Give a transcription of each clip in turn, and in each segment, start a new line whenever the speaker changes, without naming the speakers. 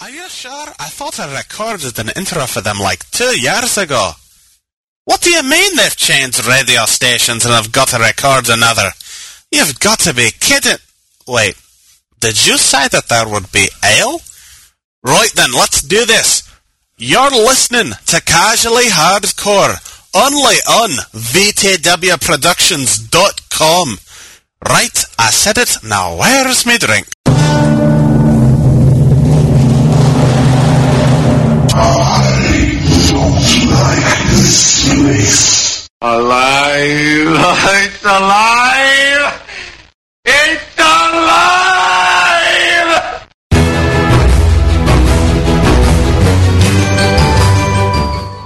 Are you sure? I thought I recorded an intro for them like two years ago. What do you mean they've changed radio stations and have got to record another? You've got to be kidding. Wait, did you say that there would be ale? Right then, let's do this. You're listening to Casually Hardcore only on VTWProductions.com. Right, I said it, now where's my drink?
Alive! It's alive! It's alive!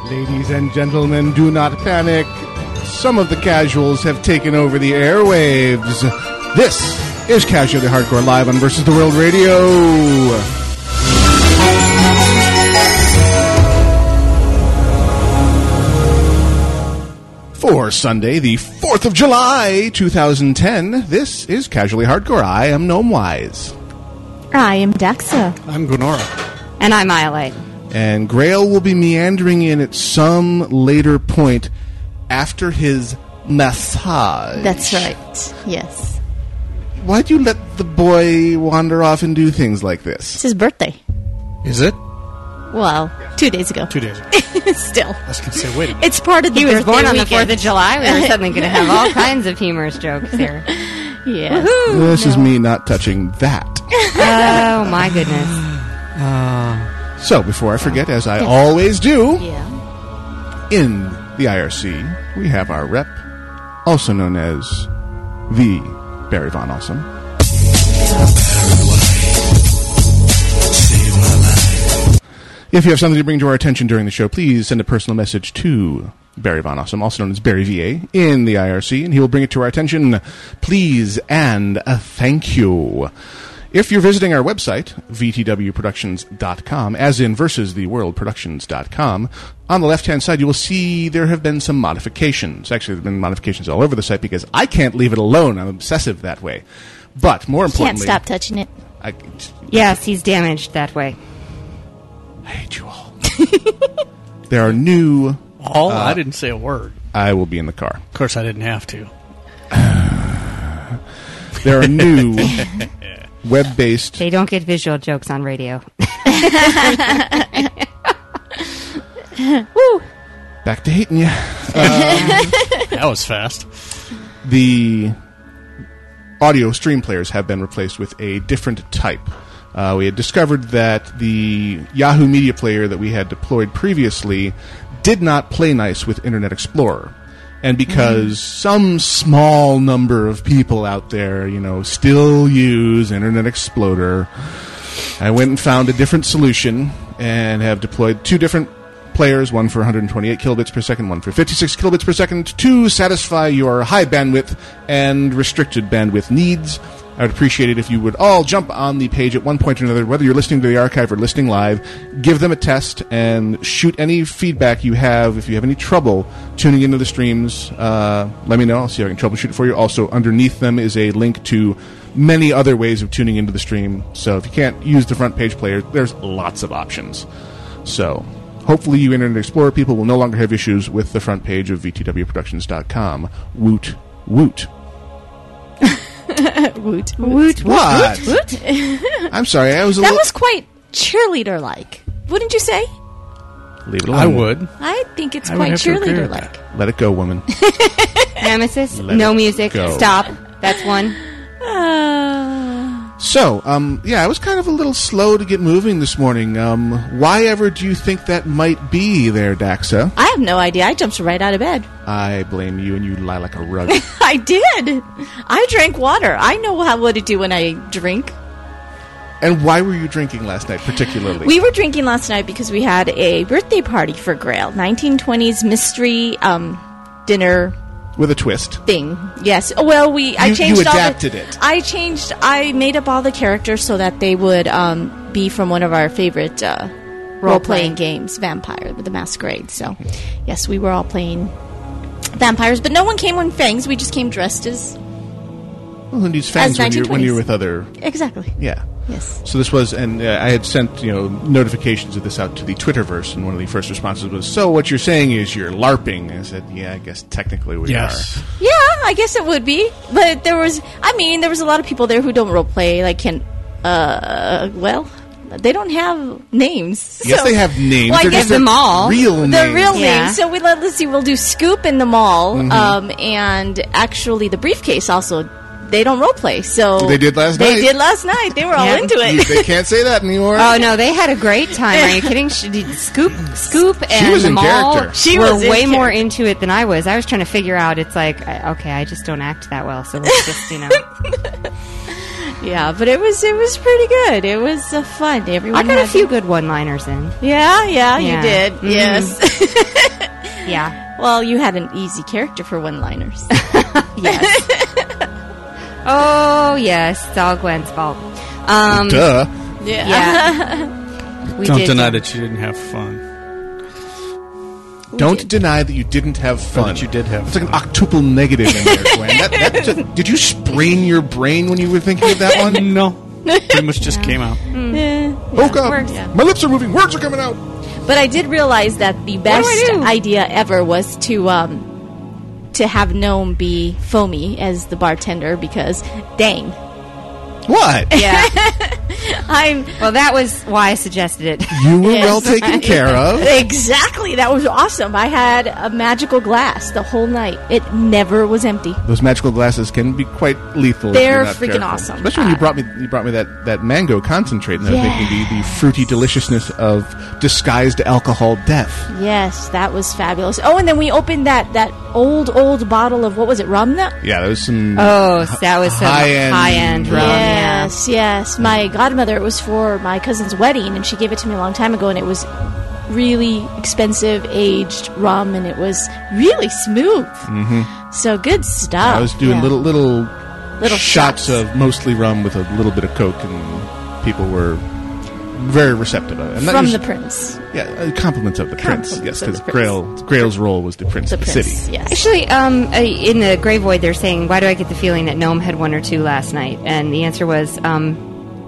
Ladies and gentlemen, do not panic. Some of the casuals have taken over the airwaves. This is Casually Hardcore Live on Versus the World Radio. For Sunday, the 4th of July, 2010, this is Casually Hardcore. I am Gnome Wise.
I am Dexa.
I'm Gunora.
And I'm Iolite.
And Grail will be meandering in at some later point after his massage.
That's right. Yes.
Why do you let the boy wander off and do things like this?
It's his birthday.
Is it?
Well, two days ago.
Two days ago.
Still.
I was going to say, wait a minute.
It's part of the
He was
birthday
born on the
weekend.
Fourth of July. We were suddenly going to have all kinds of humorous jokes here.
Yeah.
This is me not touching that.
Oh my goodness!
Uh.
So, before I forget, as I always do,
Yeah.
in the IRC, we have our rep, also known as the Barry Von Awesome. If you have something to bring to our attention during the show, please send a personal message to Barry Von Awesome, also known as Barry VA, in the IRC, and he will bring it to our attention. Please and a thank you. If you're visiting our website, vtwproductions.com, as in versus the world productions.com, on the left hand side you will see there have been some modifications. Actually, there have been modifications all over the site because I can't leave it alone. I'm obsessive that way. But more
Can't
importantly,
stop touching it.
I,
Yes, he's damaged that way.
I hate you all. there are new. uh,
All Oh, I didn't say a word.
I will be in the car.
Uh, Of course, I didn't have to.
There are new web-based.
They don't get visual jokes on radio.
Back to hating you.
Um, That was fast.
The audio stream players have been replaced with a different type. Uh, we had discovered that the Yahoo Media Player that we had deployed previously did not play nice with Internet Explorer. And because some small number of people out there, you know, still use Internet Explorer, I went and found a different solution and have deployed two different players, one for 128 kilobits per second, one for 56 kilobits per second, to satisfy your high bandwidth and restricted bandwidth needs. I would appreciate it if you would all jump on the page at one point or another, whether you're listening to the archive or listening live, give them a test and shoot any feedback you have. If you have any trouble tuning into the streams, uh, let me know. I'll see if I can troubleshoot it for you. Also, underneath them is a link to many other ways of tuning into the stream. So if you can't use the front page player, there's lots of options. So hopefully, you Internet Explorer people will no longer have issues with the front page of VTWProductions.com. Woot, woot.
Woot.
Woot
What?
Woot.
I'm sorry, I was a
That
little.
was quite cheerleader like. Wouldn't you say?
Leave it alone.
I would.
I think it's
I would
quite
have to agree
cheerleader
with
like.
Let it go, woman.
Nemesis.
Let
no
it
music.
go.
Stop. That's one.
Oh.
so, um, yeah, I was kind of a little slow to get moving this morning. Um, why ever do you think that might be there, Daxa?
I have no idea. I jumped right out of bed.
I blame you, and you lie like a rug.
I did. I drank water. I know how what to do when I drink.
and why were you drinking last night, particularly?
We were drinking last night because we had a birthday party for Grail. 1920s mystery um, dinner
With a twist.
thing. Yes. Well, we I
You- you
changed
adapted
all the,
it.
I changed. I made up all the characters so that they would um, be from one of our favorite uh, role playing games, Vampire the Masquerade. So, yes, we were all playing vampires, but no one came in fangs. We just came dressed as
Well, who needs
As
fangs when you're, when
1920s.
you're with other?
exactly.
Yeah.
Yes.
So this was, and uh, I had sent you know notifications of this out to the Twitterverse, and one of the first responses was, "So what you're saying is you're LARPing?" And I said, "Yeah, I guess technically we
Yes.
are."
Yeah, I guess it would be. But there was, I mean, there was a lot of people there who don't roleplay. Like, can, uh, well, they don't have names.
Yes,
so-
they have names.
Well, I
They're
guess
just their
them all.
Real names. Mm-hmm.
the real
Yeah.
names. So we let let's see, we'll do Scoop in the mall, um, and actually the briefcase also. They don't roleplay, so
They did last night.
They did last night. They were all
Yeah.
into
You-
it.
they can't say that anymore.
Oh no, they had a great time. Are you kidding? She did scoop, scoop, and
was in
the mall
character.
She
were
was in
way more
character.
into it than I was. I was trying to figure out. It's like, I- okay, I just don't act that well, so let's just you know.
yeah, but it was it was pretty good. It was uh, fun. Everyone,
I got a
had-
few good one-liners in.
Yeah, yeah, you
Yeah.
did.
Mhm.
Yes.
Yeah.
well, you had an easy character for one-liners.
Yes. oh yes, it's all Gwen's fault. Um,
Duh.
Yeah. we
Don't
did
deny
do-
that you didn't have fun.
Don't
did.
deny that you didn't have fun.
that you did have
It's like an octuple negative in there, Gwen. That, that just, did you sprain your brain when you were thinking of that one?
No. Pretty much just came out.
Hmm.
Woke up.
works.
My lips are moving. Words are coming out.
But I did realize that the
I
best
do?
idea ever was to um, to have Gnome be Foamy as the bartender because dang,
What?
Yeah.
I'm
Well, that was why I suggested it.
You were
Yes.
well taken care of.
exactly that was awesome. I had a magical glass the whole night. It never was empty.
Those magical glasses can be quite lethal. if
They're
you're not
freaking
careful.
awesome.
Especially when
Uh,
you brought me you brought me that, that mango concentrate, and I was
Yes.
thinking the, the fruity deliciousness of disguised alcohol death.
Yes, that was fabulous. Oh, and then we opened that that old old bottle of what was it, Ramna?
Yeah, there was some.
Oh, that was some
High-end
high-end, rum.
rum.
Yeah.
Yes, yes. My godmother it was for my cousin's wedding and she gave it to me a long time ago and it was really expensive aged rum and it was really smooth. Mm-hmm. So good stuff.
I was doing
Ah, Yeah.
little little
Little
shots,
shots.
of mostly rum with a little bit of coke, and people were very receptive of it. And that
from
was-
the prince.
yeah, uh, compliments of the prince.
Compliments
Yes,
of the
because
prince.
Grail Grail's role was the prince
The
of the
prince.
city.
Yes.
Actually, um, uh, in the Grave Void, they're saying, "Why do I get the feeling that Gnome had one or two last night?" And the answer was, um,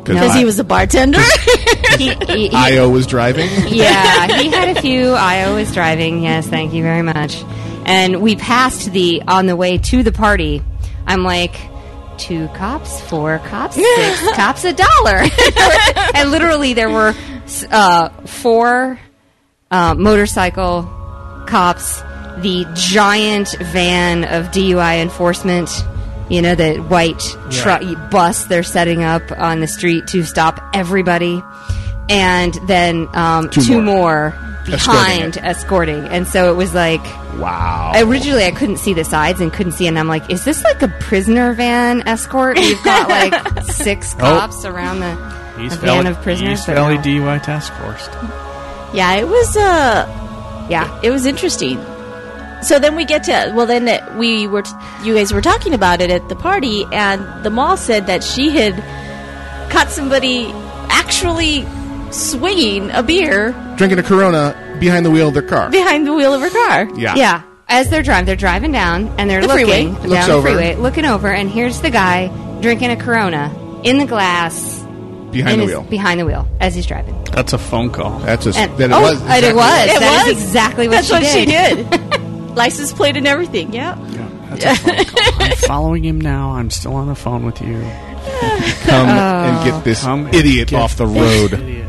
because he was the bartender.
he, he- he-
Io was driving.
yeah, he had a few. I was driving. Yes, thank you very much. And we passed the on the way to the party. I'm like, two cops, four cops, six cops, a dollar. and literally, there were s- uh, four uh, motorcycle cops, the giant van of DUI enforcement. You know the white tru- bus they're setting up on the street to stop everybody, and then um, two, more,
more.
behind
Escorting it.
escorting. And so it was like
Wow.
originally I couldn't see the sides and couldn't see, and I'm like, is this like a prisoner van escort? We've got like six
Oh.
cops around the
Oh, He's
a van of prisoners.
East
but
Valley
no.
DUI Task Force.
yeah, it was uh
yeah.
it was interesting. So then we get to well then it, we were t- you guys were talking about it at the party and the mall said that she had caught somebody actually swinging a beer
drinking a Corona behind the wheel of their car.
behind the wheel of her car.
Yeah.
Yeah. As they're driving, they're driving down and they're
The freeway.
looking down
Looks
the
over.
freeway, looking over, and here's the guy drinking a Corona in the glass in
Behind the
his-
wheel.
behind the wheel as he's driving.
That's a phone call.
That's just
And-
that it
oh,
was.
and
exactly
it was.
what-
It
That
was
is exactly what
That's
she
what
did.
she did. License plate and everything. Yeah.
Yeah, that's a phone call. I'm following him now. I'm still on the phone with you.
Come
Uh,
and get this
Come and
idiot
get
off the
this
road.
idiot.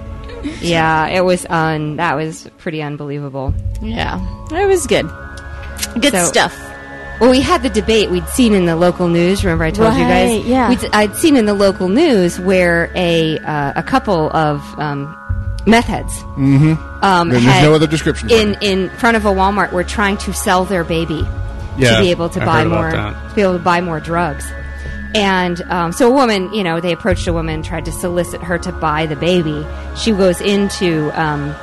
Yeah, it was un. That was pretty unbelievable.
Yeah. It was good. Good
So-
stuff.
Well, we had the debate we'd seen in the local news. Remember, I told you
Right,
guys.
yeah.
We'd, I'd seen in the local news where a uh, a couple of um, meth heads. Mm-hmm. Um,
There's
had-
no other description for
in in front of a Walmart were trying to sell their baby
Yeah,
to be able to
I
buy
heard about
more
that.
to be able to buy more drugs. And um, so a woman, you know, they approached a woman, tried to solicit her to buy the baby. She goes into um,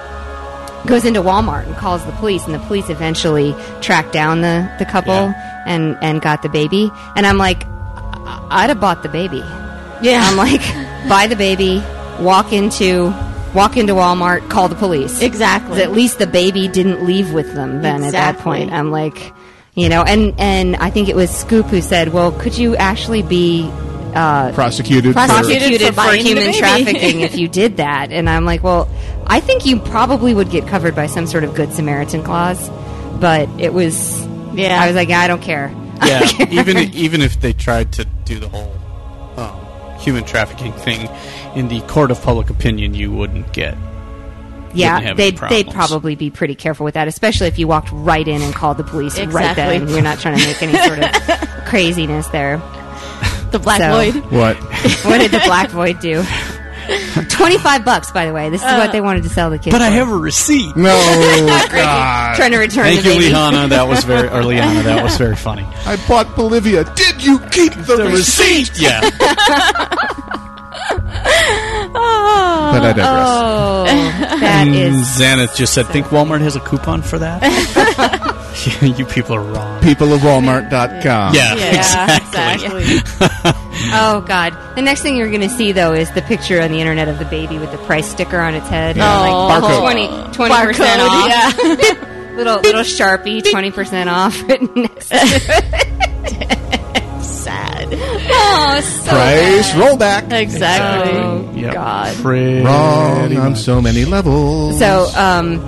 goes into Walmart and calls the police, and the police eventually track down the, the couple
Yeah.
and and got the baby. And I'm like, I- I'd have bought the baby.
Yeah.
I'm like, buy the baby, walk into walk into Walmart, call the police.
Exactly.
'Cause At least the baby didn't leave with them then at that
Exactly.
point. I'm like, you know, and and I think it was Scoop who said, "Well, could you actually be uh,
Prosecuted.
prosecuted. For,
prosecuted
for
for,
buying the
human
baby.
trafficking if you did that. And I'm like, well, I think you probably would get covered by some sort of Good Samaritan clause, but it was,
Yeah.
I was like, I don't care.
Yeah, even even if they tried to do the whole um, human trafficking thing in the court of public opinion, you wouldn't get. Wouldn't
yeah,
have
they'd
any
they'd
problems.
probably be pretty careful with that, especially if you walked right in and called the police right
Exactly.
then. You're not trying to make any sort of craziness there.
The Black
So-
Lloyd.
what?
What did the black void do? Twenty five bucks, by the way. This is
Uh,
what they wanted to sell the kids.
But I
for.
have a receipt.
No, God.
trying to return
Thank
the
you,
baby.
Lihana. That was very or Liana. That was very funny.
I bought Bolivia. Did you keep the, receipt?
Yeah,
But I digress. Mm.
Oh, that is
Mm, Xanath just said, "Think Walmart has a coupon for that." you people are wrong.
People of Walmart.com.
Yeah,
Yeah,
exactly.
Oh God! The next thing you're going to see though is the picture on the internet of the baby with the price sticker on its head.
Yeah.
Oh, like
Barcode.
20 percent
Barcode,
off. little little sharpie, twenty percent off. written next to
Sad.
Oh, so
Price rollback.
Exactly.
Oh
Yep.
God!
Pretty
Wrong on
much.
so many levels.
So um,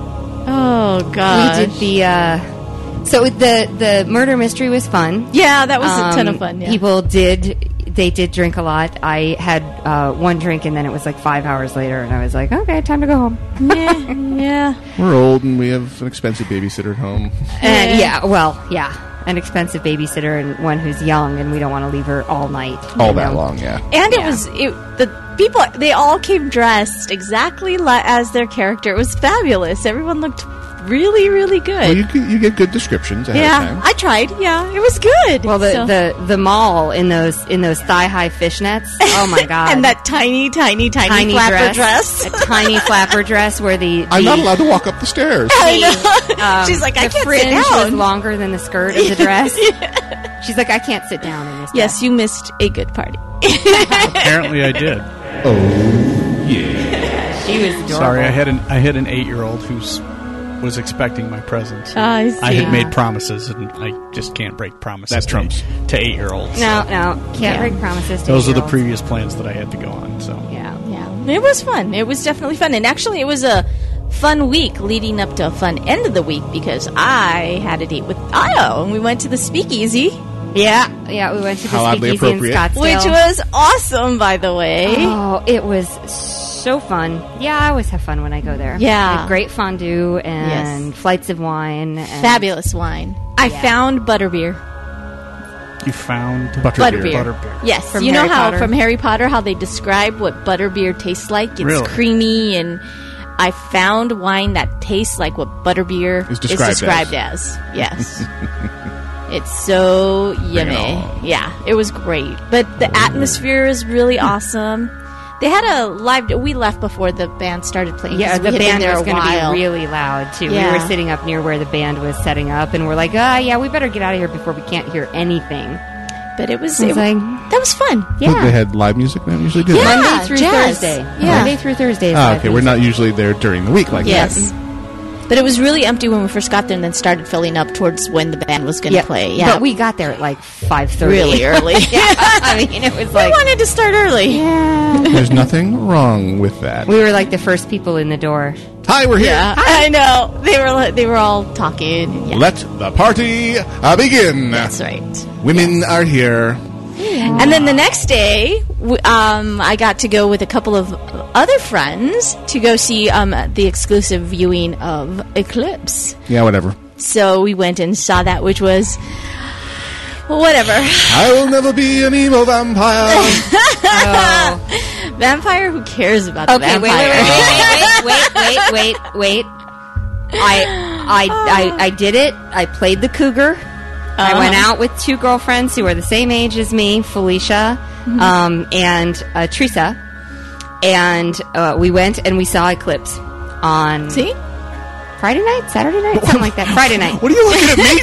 Oh God.
we did the uh, so the the murder mystery was fun.
Yeah, that was a ton
Um,
of fun. Yeah.
People did. They did drink a lot. I had uh, one drink, and then it was like five hours later, and I was like, "Okay, time to go home."
yeah, yeah.
We're old and we have an expensive babysitter at home.
Eh.
And yeah, well, yeah, an expensive babysitter and one who's young, and we don't want to leave her all night.
All
you
that
know?
long, yeah.
And it was it the people they all came dressed exactly li- as their character. It was fabulous. Everyone looked really really good.
Well, you, get- you get good descriptions ahead of
yeah,
time.
I tried. Yeah, it was good.
Well, the,
So-
the the mall in those in those thigh high fishnets. Oh my god!
and that tiny tiny tiny,
tiny
flapper
dress,
dress.
a tiny flapper dress where the, the
I'm not allowed to walk up the stairs.
I know. She's like,
Um,
I
the
can't
fringe
sit
was
down.
longer than the skirt of the dress. She's like, I can't sit down in this.
Yes, you missed a good party.
Apparently, I did. Oh,
dress. she was adorable.
Sorry, I had an I had an eight year old who's was expecting my presence.
I
I
see.
had made promises, and I just can't break promises.
That
to-
trumps.
to eight year olds.
No, no, can't
Yeah.
break promises. To
Those are the
girls.
previous plans that I had to go on. So
Yeah.
Yeah, it was fun. It was definitely fun, and actually, it was a fun week leading up to a fun end of the week because I had a date with Io, and we went to the Speakeasy,
Yeah, yeah, we went to the
How oddly
speakeasy in
appropriate.
Scottsdale.
which was awesome, by the way.
Oh, it was so fun. Yeah, I always have fun when I go there.
Yeah.
Like great fondue and
Yes.
flights of wine. And
Fabulous wine. I
Yeah.
found butterbeer.
you found
Butterbeer.
Butterbeer.
Butterbeer.
Yes,
From
you
Harry
know how
Potter?
from Harry Potter how they describe what butterbeer tastes like. It's
Really?
creamy and. I found wine that tastes like what butterbeer
Is described as.
as. Yes. It's so
it
yummy.
on.
yeah, it was great. But the atmosphere is really awesome. They had a live. We left before the band started playing.
Yeah,
'cause we
the
had been
band
there
was
a
going to
while.
be really loud too.
Yeah.
We were sitting up near where the band was setting up, and we're like, "Ah, yeah, we better get out of here before we can't hear anything."
but it was.
I
It,
was like,
that was fun.
They
"Yeah,
had live music then usually do that.
Monday through
jazz.
Thursday,
Yeah.
Monday through Thursday." is
Ah,
live
okay, we're
music.
not usually there during the week like
Yes. But it was really empty when we first got there, and then started filling up towards when the band was going to
Yeah.
play. Yeah,
but we got there at like five thirty.
really early.
I mean, it was
I
like
wanted to start early.
that. There's nothing wrong with that.
we were like the first people in the door.
Hi, we're here.
Yeah, I know. They were li- they were all talking. Yeah,
Let the party uh, begin.
that's right.
Women are here.
And then the next day, w- um, I got to go with a couple of other friends to go see um, the exclusive viewing of Eclipse.
Yeah, whatever.
So we went and saw that, which was whatever.
I will never be an emo vampire.
Vampire, who cares about the
Oh. Okay, wait, wait,
vampire?
wait, wait, wait, wait, wait, wait, wait. I, I, I, I did it. I played the cougar. I went out with two girlfriends who are the same age as me, Felicia um, and uh, Teresa, and uh, we went and we saw Eclipse on
See?
Friday night, Saturday night, something like that. Friday night.
what are you looking at me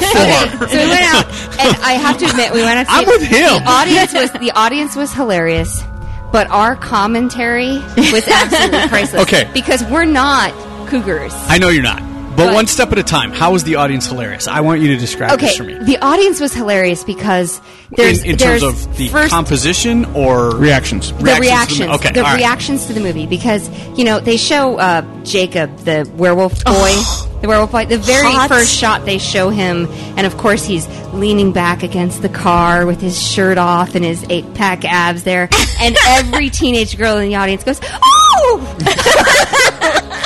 for?
So we went out, and I have to admit, we went out. to
I'm
see-
with him.
The audience was the audience was hilarious, but our commentary was absolutely priceless.
Okay.
because we're not cougars.
I know you're not. But one step at a time. How was the audience hilarious? I want you to describe
Okay,
this for me.
the audience was hilarious because there's
In, in
there's
terms of the
first
composition or
Reactions.
reactions to
the
the-
reactions,
okay,
the
all right.
reactions to the movie because you know they show uh, Jacob, the werewolf
Oh.
boy, the werewolf boy. The very
Hot.
first shot they show him, and of course he's leaning back against the car with his shirt off and his eight pack abs there, and every teenage girl in the audience goes, "Oh!"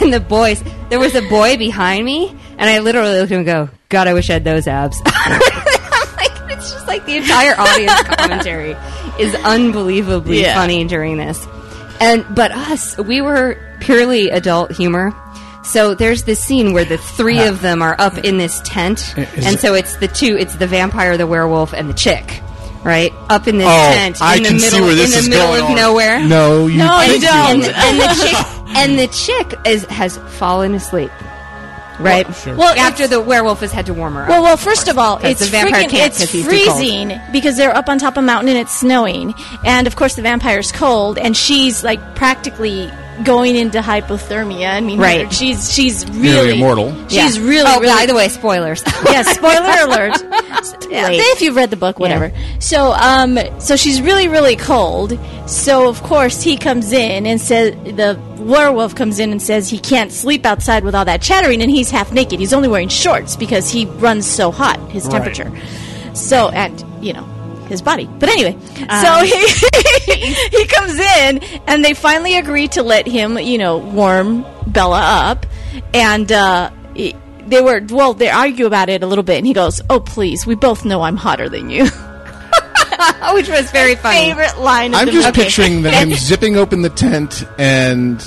and the boys, there was a boy behind me, and I literally looked at him and go, "God, I wish I had those abs." Like, it's just like the entire audience commentary is unbelievably
Yeah.
funny during this. And but us, we were purely adult humor. So there's this scene where the three of them are up in this tent,
Is
and
it-
so it's the two, it's the vampire, the werewolf, and the chick, right? Up in this
Oh,
tent
I
in the
can see
middle,
where this
in the
is
middle
going
of
on.
nowhere.
No, you
No, you
think
don't.
And, and the chick and the chick is has fallen asleep. Right.
Well,
after
it's-
the werewolf has had to warm her up.
Well, well, first of all,
'Cause
it's
the vampire
freaking,
can't
it's
'cause he's too cold.
freezing because they're up on top of a mountain and it's snowing, and of course the vampire's cold, and she's like practically going into hypothermia. I mean,
Right.
She's she's really
Nearly immortal.
She's
Yeah.
really,
Oh,
really
by the way, spoilers.
yeah, spoiler alert. Yeah,
Late.
if you've read the book, whatever. So, um, so she's really, really cold. So, of course, he comes in and says the werewolf comes in and says he can't sleep outside with all that chattering, and he's half naked. He's only wearing shorts because he runs so hot, his temperature. So, and you know. His body, but anyway,
Um,
so he he comes in, and they finally agree to let him, you know, warm Bella up, and uh, he- they were well, they argue about it a little bit, and he goes, "Oh, please, we both know I'm hotter than you."
which was very funny.
Favorite line. Of
I'm
the
just
movie.
picturing that him zipping open the tent and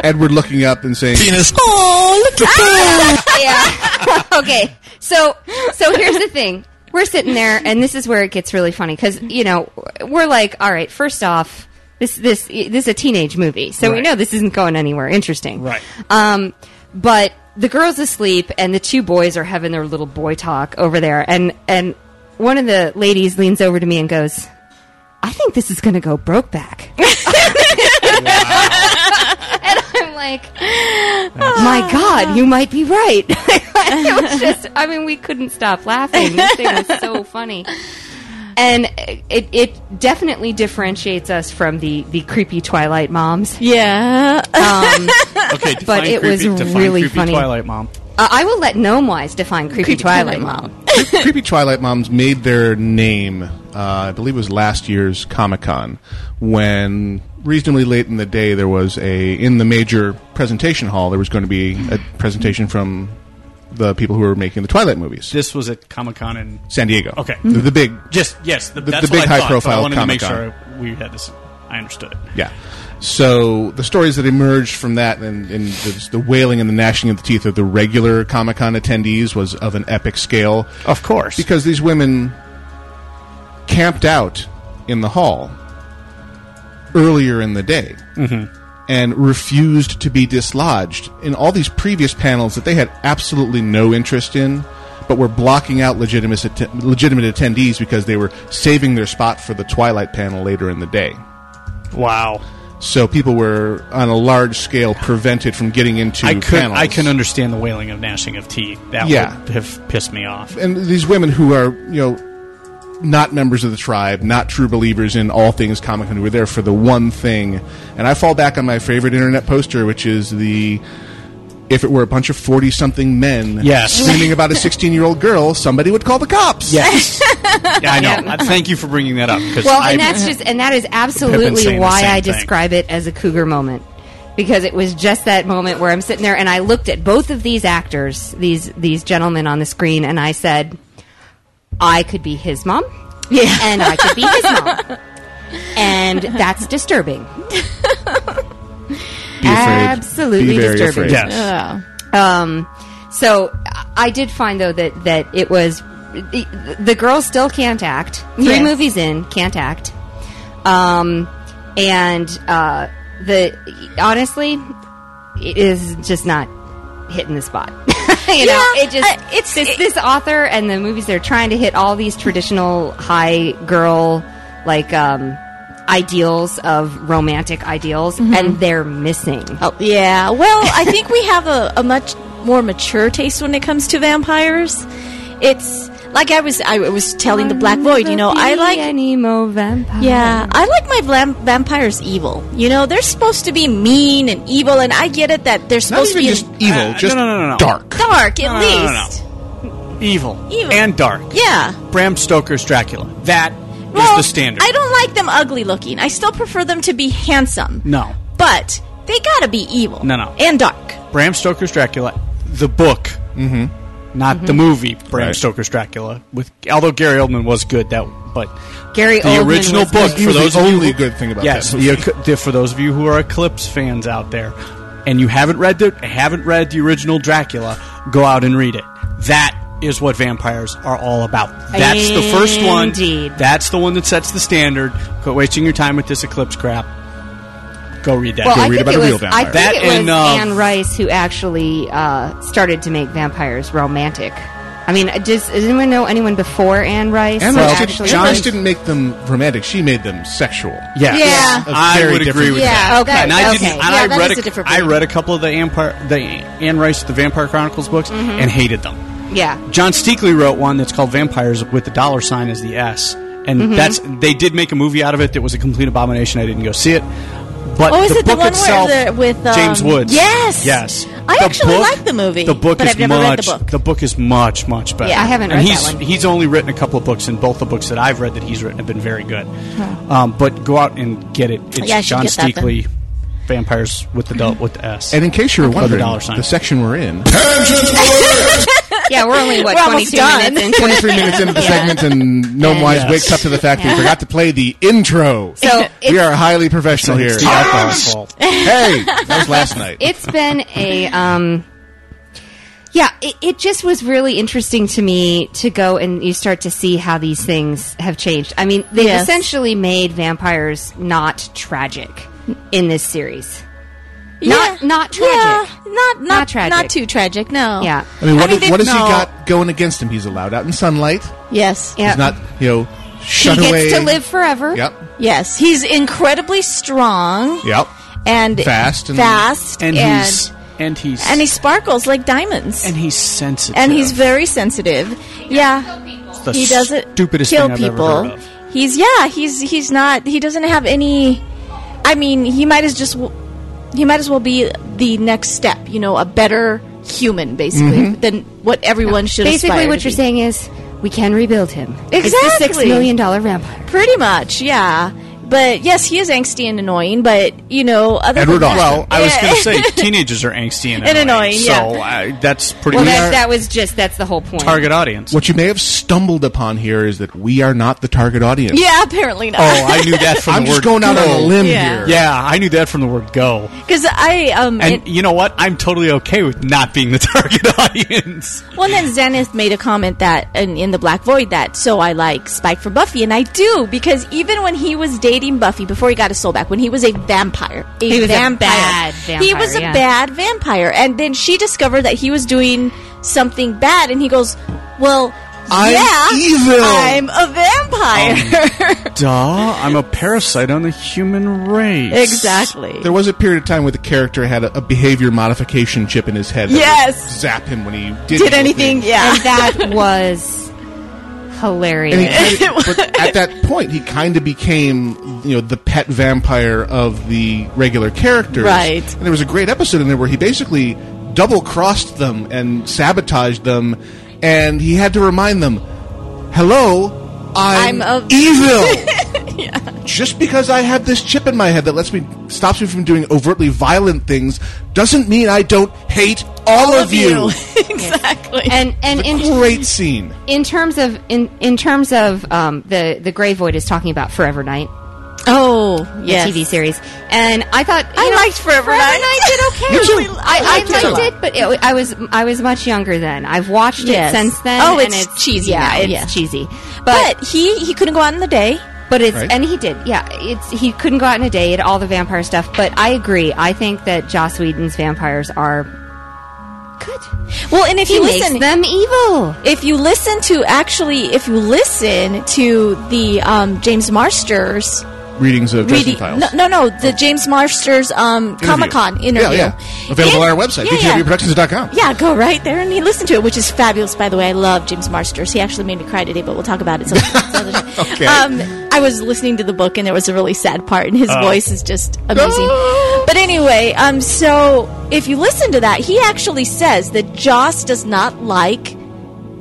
Edward looking up and saying,
Penis.
Ah, yeah. okay. So so here's the thing. We're sitting there, and this is where it gets really funny because you know we're like, all right, first off, this this this is a teenage movie, so we
Right.
know this isn't going anywhere interesting,
Right.
Um, but the girl's asleep, and the two boys are having their little boy talk over there, and and one of the ladies leans over to me and goes, "I think this is going to go broke back." I'm like, my God, you might be right. it was just, I mean, we couldn't stop laughing. This thing was so funny. And it, it definitely differentiates us from the, the creepy Twilight moms.
Yeah.
Um,
Okay,
But
define
it
creepy,
was
define
really
creepy
Oh, funny.
Twilight mom.
uh, I will let Gnomewise define creepy, Twilight, mom.
Creepy Twilight Moms made their name, uh, I believe it was last year's Comic Con, when reasonably late in the day there was a, in the major presentation hall, there was going to be a presentation from the people who were making the Twilight movies.
This was at Comic Con in
San Diego.
Okay.
The, the big.
just yes, the,
The-
that's
the big
what I thought,
high-profile
but I wanted to make
Comic-Con.
sure I- we had this. I understood it.
Yeah. So the stories that emerged from that and, and the, the wailing and the gnashing of the teeth of the regular Comic Con attendees was of an epic scale.
Of course.
Because these women camped out in the hall earlier in the day
Mm-hmm.
and refused to be dislodged in all these previous panels that they had absolutely no interest in, but were blocking out legitimate, atten- legitimate attendees because they were saving their spot for the Twilight panel later in the day.
Wow.
So people were on a large scale prevented from getting into
I could
panels.
I can understand the wailing of gnashing of teeth. That
Yeah.
would have pissed me off.
and these women who are you know not members of the tribe, not true believers in all things comic con, who were there for the one thing. And I fall back on my favorite internet poster, which is the if it were a bunch of forty something men
Yes.
screaming about a sixteen year old girl, somebody would call the cops.
Yes. yeah, I know. Uh, Thank you for bringing that up. 'cause
Well,
I,
and that's just, and that is absolutely
saying the
why
same
I
thing.
describe it as a cougar moment. Because it was just that moment where I'm sitting there and I looked at both of these actors, these these gentlemen on the screen, and I said, I could be his mom. Yeah. And I could be his mom. And that's disturbing.
Be afraid.
Absolutely
Be very
disturbing.
afraid.
yes.
Um, so I- I did find though that that it was the, the girls still can't act. Three
Yes.
movies in, can't act. Um, and uh, the honestly, it is just not hitting the spot. you know,
Yeah,
it just
I- it's-
it's this,
it-
this author and the movies they're trying to hit all these traditional high girl like um ideals of romantic ideals, and they're missing.
Mm-hmm. Oh, yeah. Well, I think we have a, a much more mature taste when it comes to vampires. It's like I was I was telling the Black Void, you know, I like
an emo vampire.
Um,
yeah, I like my vamp- vampires evil. You know, they're supposed to be mean and evil, and I get it that they're
Not
supposed to
even
be
just evil,
Uh, no,
just
no, no, no, no.
dark.
dark at
No, no, no, no,
least.
Evil.
Evil.
and dark.
Yeah.
Bram Stoker's Dracula. That is
Well,
the standard.
I don't like them ugly looking. I still prefer them to be handsome.
No.
But they gotta be evil.
No, no.
And dark.
Bram Stoker's Dracula, the book, mm-hmm. not the movie. Bram
Right.
Stoker's Dracula, with although Gary Oldman was good, that but
Gary
the
Oldman
original
was
book
He
for
was the
those of
only
you, who-
good thing about
yes,
that movie.
the Ec- the- for those of you who are Eclipse fans out there, and you haven't read the haven't read the original Dracula, go out and read it. That is what vampires are all about. That's the first one.
Indeed.
That's the one that sets the standard. Quit wasting your time with this Eclipse crap. Go read that.
Well,
Go
I
read
think
about
it
a real
was,
vampire.
I think
That
it was
and,
um,
uh,
Anne Rice who actually uh, started to make vampires romantic. I mean, does, does anyone know anyone before Anne Rice?
Anne
who
Rice didn't-
actually
Anne Rice
John's-
didn't make them romantic. She made them sexual.
Yeah.
Yeah.
A
I
very
would
different-
agree with
Yeah,
that.
okay,
And I
okay.
didn't. And
Yeah,
I
that
read
is
a,
a different
I
point.
read a couple of the Empire, the Anne Rice, the Vampire Chronicles books,
Mm-hmm.
and hated them.
Yeah.
John Steakley wrote one that's called Vampires with the dollar sign as the S, and
Mm-hmm.
that's they did make a movie out of it that was a complete abomination. I didn't go see it. But
Oh, is
the
it the
book
one where
itself,
the- with, um,
James Woods?
Yes.
yes.
I actually like the movie,
The book
but
is
I've never
much.
read the book.
is much much better.
Yeah, I haven't
and
read that
he's,
one.
He's only written a couple of books, and both the books that I've read that he's written have been very good. Um, but go out and get it. It's
Yeah, I should
John
get that then.
Steakley, Vampires with the do- with the S.
And in case you're
the
wondering,
dollar sign.
the section we're in,
Yeah, we're only what
We're almost
22
done.
minutes into
23 minutes into the segment, and Gnome Wise
Yes.
wakes up to the fact that we forgot to play the intro.
So
we
it's-
are highly professional here.
it's the alcohol's fault.
hey, that was last night.
it's been a um yeah it, it just was really interesting to me to go and you start to see how these things have changed i mean they
Yes.
essentially made vampires not tragic in this series Not- not tragic.
Yeah, not, not
Not tragic.
Not too tragic. No.
yeah
I mean, what,
I mean,
what has he
no.
got going against him? He's allowed out in sunlight.
Yes.
yeah
He's not, you know,
he
shut
gets
away.
to live forever
Yep.
Yes. He's incredibly strong
Yep.
and
Fast and-
fast
And,
and and,
he's and he's
he sparkles like diamonds.
and he's sensitive.
And he's very sensitive. yeah.
the
he doesn't
stupidest
kill
thing I've
people.
ever heard of.
He's yeah, he's he's not he doesn't have any I mean, he might as just w- he might as well be the next step, you know, a better human basically
Mm-hmm.
than what everyone should
basically
aspire
what
to
you're
be.
saying is we can rebuild him It's the six
Exactly.
million dollar vampire
Pretty much, yeah. But yes, he is angsty and annoying, but you know, other
Edward
than that-
Austin.
Well, I was
Yeah.
going to say teenagers are angsty and,
And annoying,
so
yeah.
I, that's pretty
well
much
that,
our
that was just that's the whole point
target audience.
What you may have stumbled upon here is that we are not the target audience.
yeah, apparently not.
oh, I knew that from
I'm
the
just
word
going out on a
go.
limb
Yeah.
here.
Yeah, I knew that from the word go.
Because I um,
And
it-
you know what? I'm totally okay with not being the target audience.
well, then Zenith made a comment that in, in the Black Void that so I like Spike for Buffy, and I do because even when he was dating Buffy before he got his soul back, when he was a vampire, a
He was a
vampire,
bad
he
vampire,
was a
yeah.
bad vampire, and then she discovered that he was doing something bad, and he goes, "Well,
I'm
yeah,
evil."
I'm a
Um,
vampire."
Duh, I'm a parasite on the human race.
exactly.
There was a period of time where the character had a, a behavior modification chip in his head. That
Yes.
would zap him when he did,
Did anything? Yeah.
and that was hilarious
And he kinda- but at that point, he kind of became, you know, the pet vampire of the regular characters.
Right.
And there was a great episode in there where he basically double crossed them and sabotaged them, and he had to remind them, "Hello,
I'm
I'm,
a-
evil." Just because I have this chip in my head that lets me stops me from doing overtly violent things doesn't mean I don't hate all,
All
of, you.
exactly.
and and in,
Great scene.
in terms of in in terms of um, the the Grey Void is talking about Forever Night,
oh,
the
yes.
TV series, and I thought you
I
know,
liked Forever Night.
did
Me
okay.
too.
Really- I, I liked it, but it, I was I was much younger then. I've watched
Yes.
it since then.
Oh,
and
it's cheesy
Yeah,
now,
it's
yeah.
cheesy, but
But he he couldn't go out in the day.
But it's
Right.
and he did, yeah. It's he couldn't go out in a day. It all the vampire stuff. But I agree. I think that Joss Whedon's vampires are good.
Well, and if
He
you
makes
listen,
them evil.
if you listen to actually, if you listen to the um, James Marsters
readings of
Reading,
Dresden Files.
no, no, no, the James Marsters um, Comic Con interview.
Yeah, yeah. Available
And-
on our website,
yeah, yeah.
dgwproductions.com.
Yeah, go right there and listen to it, which is fabulous. By the way, I love James Marsters. He actually made me cry today, but we'll talk about it some some other time.
Okay.
um, I was listening to the book, and there was a really sad part, and his
Oh.
voice is just amazing. But anyway, um, so if you listen to that, he actually says that Joss does not like,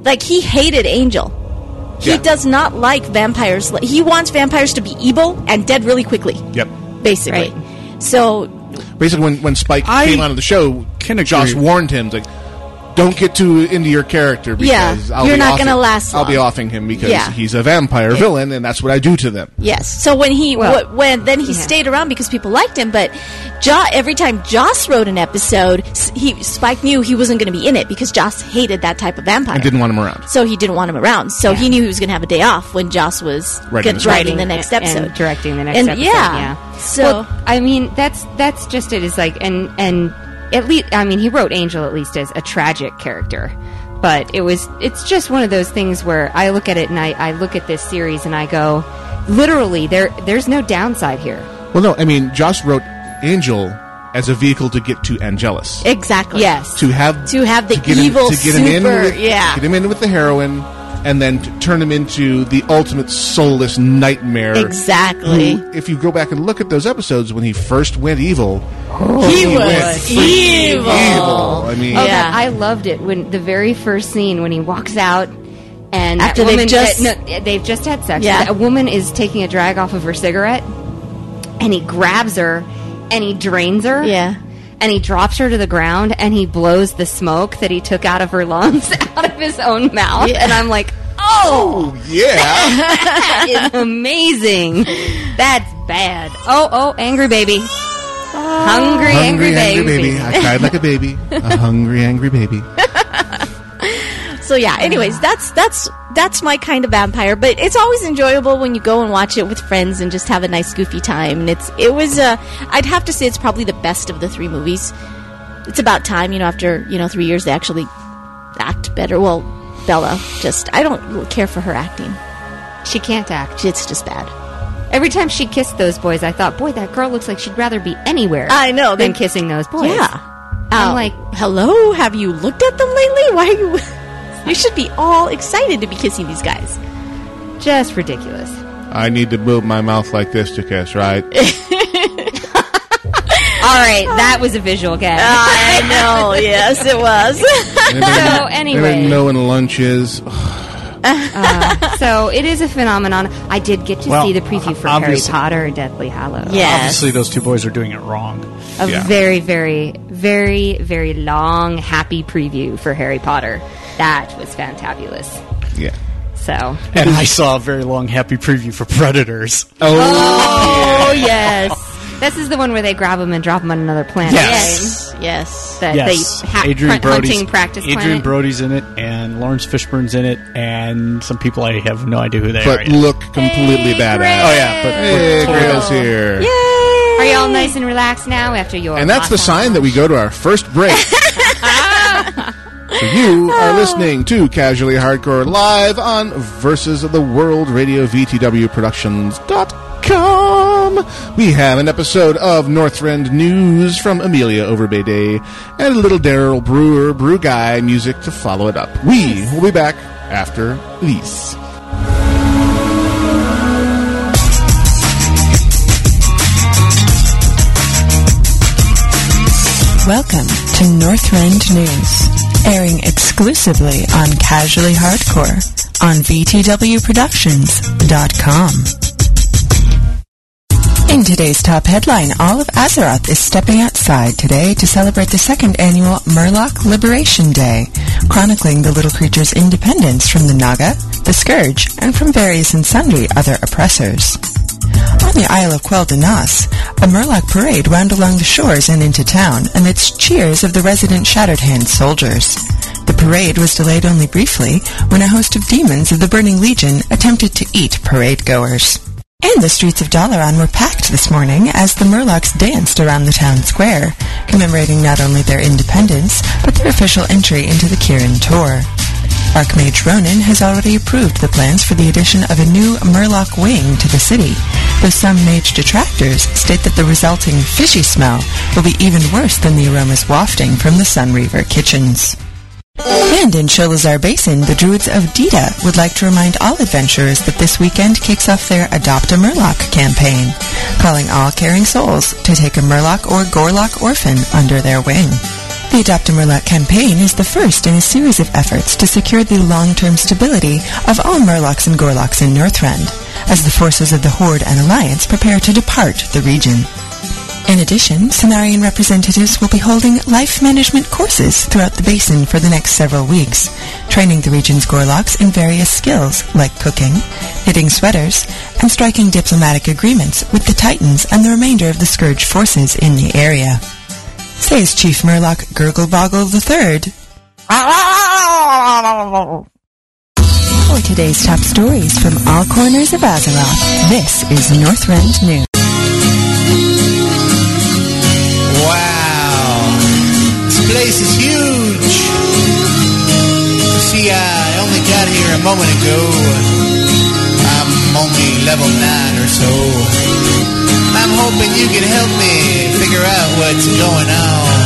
like he hated Angel. He
Yeah.
does not like vampires. He wants vampires to be evil and dead really quickly,
Yep.
basically. So
Basically, when, when Spike
I
came onto the show,
can agree.
Josh warned him, like, don't get too into your character
Yeah,
because I'll
you're
be
not
offing-
gonna last
I'll be
long."
offing him because
Yeah.
he's a vampire villain, and that's what I do to them.
Yes. So when he
Well,
wh- when then he
yeah.
stayed around because people liked him, but jo- every time Joss wrote an episode, s- he Spike knew he wasn't going to be in it because Joss hated that type of vampire.
I didn't want him around.
so he didn't want him around. So he knew he was going to have a day off when Joss was
Writing
good-
the script.
writing the next
and-
episode,
and directing the next
And-
episode.
Yeah.
yeah.
So
well, I mean, that's that's just it. Is like and and at least I mean, he wrote Angel at least as a tragic character, but it was it's just one of those things where I look at it and I, I look at this series and I go, literally, there there's no downside here.
Well, no, I mean, Josh wrote Angel as a vehicle to get to Angelus.
exactly.
Yes.
to have
To have the
get
evil
him, to get him in
super-
with,
yeah.
get him in with the heroin, and then to turn him into the ultimate soulless nightmare.
Exactly.
Who, if you go back and look at those episodes when he first went evil,
he
went
was evil.
evil. I mean,
Oh,
Yeah.
God, I loved it when the very first scene when he walks out and that
After they've
woman-
just-
that- no, they've just had sex.
Yeah.
A woman is taking a drag off of her cigarette, and he grabs her and he drains her.
Yeah.
And he drops her to the ground and he blows the smoke that he took out of her lungs out of his own mouth.
Yeah.
And I'm like, oh,
yeah,
that is amazing. That's bad. Oh, oh, angry baby. Hungry, angry,
hungry angry baby.
baby.
I cried like a baby, a hungry angry baby.
So yeah.
Mm.
Anyways, that's that's that's my kind of vampire. But it's always enjoyable when you go and watch it with friends and just have a nice goofy time. And it's it was uh, I'd have to say it's probably the best of the three movies. It's about time, you know. After you know three years, they actually act better. Well, Bella just I don't care for her acting.
She can't act.
It's just bad.
Every time she kissed those boys, I thought, boy, that girl looks like she'd rather be anywhere.
I know,
than
they-
kissing those boys.
Yeah.
I'm
Um,
like-
hello. Have you looked at them lately? Why are you? you should be all excited to be kissing these guys.
just ridiculous.
I need to move my mouth like this to kiss, right?
All right, that was a visual gag.
I know. yes, it was.
Anybody-
So
anybody
anyway,
know when lunch is?
Uh, so it is a phenomenon. I did get to
Well,
see the preview for
obviously-
Harry Potter and Deathly Hallows.
Yes.
Obviously, those two boys are doing it wrong.
a
Yeah.
very, very, very, very long, happy preview for Harry Potter. That was fantabulous.
Yeah.
So,
And I saw a very long, happy preview for Predators.
oh yes, this is the one where they grab him and drop him on another planet. right?
Yes.
yes.
the,
Yes,
the ha-
Adrian
hunt-
Brody's
hunting practice
Adrian
planet.
Brody's in it, and Lawrence Fishburne's in it, and some people I have no idea who they are.
But
yet.
look completely badass.
oh yeah, but,
Hey,
but-
Grail's here.
Are y'all nice and relaxed now after your?
And that's the
awesome-
sign that we go to our first break. so you are listening to Casually Hardcore live on Versus of the World Radio VTW Productions.com. We have an episode of Northrend News from Amelia Overbay Day and a little Daryl Brewer Brew Guy music to follow it up. We will be back after these.
Welcome to Northrend News, airing exclusively on Casually Hardcore on VTWProductions.com. In today's top headline, all of Azeroth is stepping outside today to celebrate the second annual Murloc Liberation Day, chronicling the little creature's independence from the Naga, the Scourge, and from various and sundry other oppressors. On the Isle of Quel de Nas, a Murloc parade wound along the shores and into town amidst cheers of the resident Shattered Hand soldiers. The parade was delayed only briefly when a host of demons of the Burning Legion attempted to eat parade goers. And the streets of Dalaran were packed this morning as the Murlocs danced around the town square, commemorating not only their independence, but their official entry into the Kirin Tor. Archmage Ronan has already approved the plans for the addition of a new Murloc wing to the city, though some mage detractors state that the resulting fishy smell will be even worse than the aromas wafting from the Sun Reaver kitchens. And in Sholazar Basin, the Druids of Dita would like to remind all adventurers that this weekend kicks off their Adopt a Murloc campaign, calling all caring souls to take a Murloc or Gorlock orphan under their wing. The Adopt a Murloc campaign is the first in a series of efforts to secure the long-term stability of all Murlocs and Gorlocks in Northrend, as the forces of the Horde and Alliance prepare to depart the region. In addition, Cenarian representatives will be holding life management courses throughout the basin for the next several weeks, training the region's Gorlocks in various skills like cooking, knitting sweaters, and striking diplomatic agreements with the Titans and the remainder of the Scourge forces in the area. Says Chief Murloc Gurgleboggle III. For today's top stories from all corners of Azeroth, this is Northrend News.
Wow. This place is huge. You see, I only got here a moment ago. I'm only level 9 or so. I'm hoping you can help me figure out what's going on.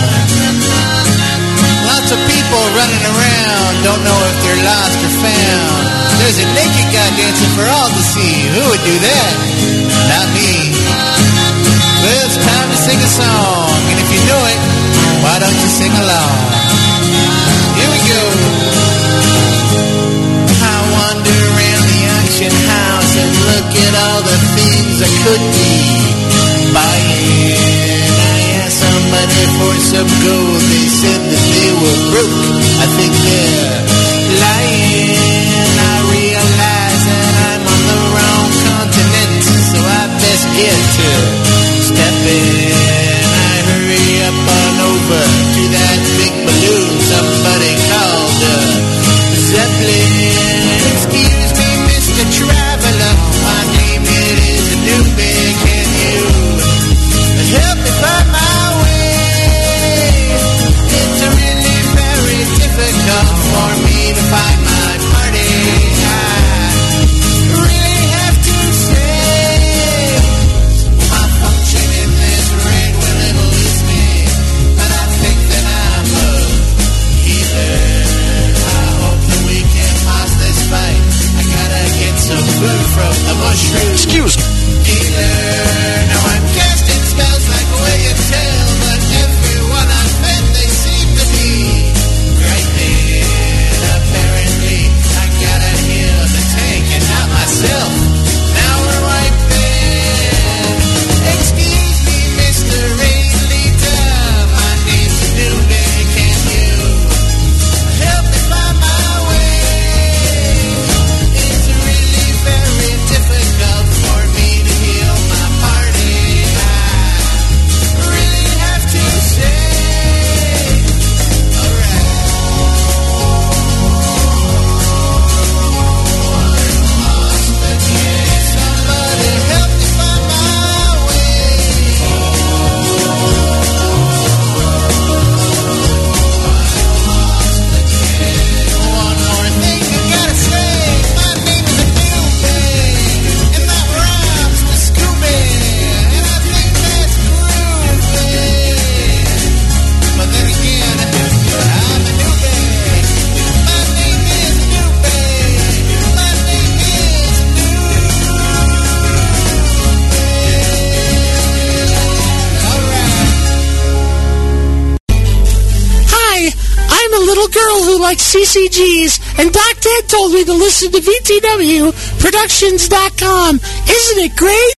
Lots of people running around, don't know if they're lost or found. There's a naked guy dancing for all to see. Who would do that? Not me. Well, it's time to sing a song, and if you know it, why don't you sing along? Here we go. I wander around the auction house and look at all the things I could be buying. I asked somebody for some gold, they said that they were broke. I think they're lying. I realize that I'm on the wrong continent, so I best get to stepping. I hurry up on over to that big balloon somebody called a zeppelin. Excuse me, Mr. Traveler, my name it is Adobe. Can you help me find my way? It's really very difficult for me to find my party. I really have to say. My function in this ring will enlist me, but I think that I'm a healer. I hope that we can pass this fight. I gotta get some food from the mushroom
Excuse me.
dealer. Now I'm casting spells like a way and tail, but everyone I've met, they seem to be griping. Apparently, I gotta heal the tank and not myself. Now we're right there. Excuse me, Mr. Race Leader. My name's Newman. Can you help me find my way? It's really very difficult for me to heal my party. I really have to say, alright. Somebody help me find my way. One more thing I gotta say. My name is Adobe, and that rhymes with Scooby, and I think that's groovy. But then again, I'm Adobe. My name is Adobe. My name is Adobe. All right.
Hi, I'm a little girl who likes CCGs, and Doc Ted told me to listen to VTWProductions.com. Isn't it great?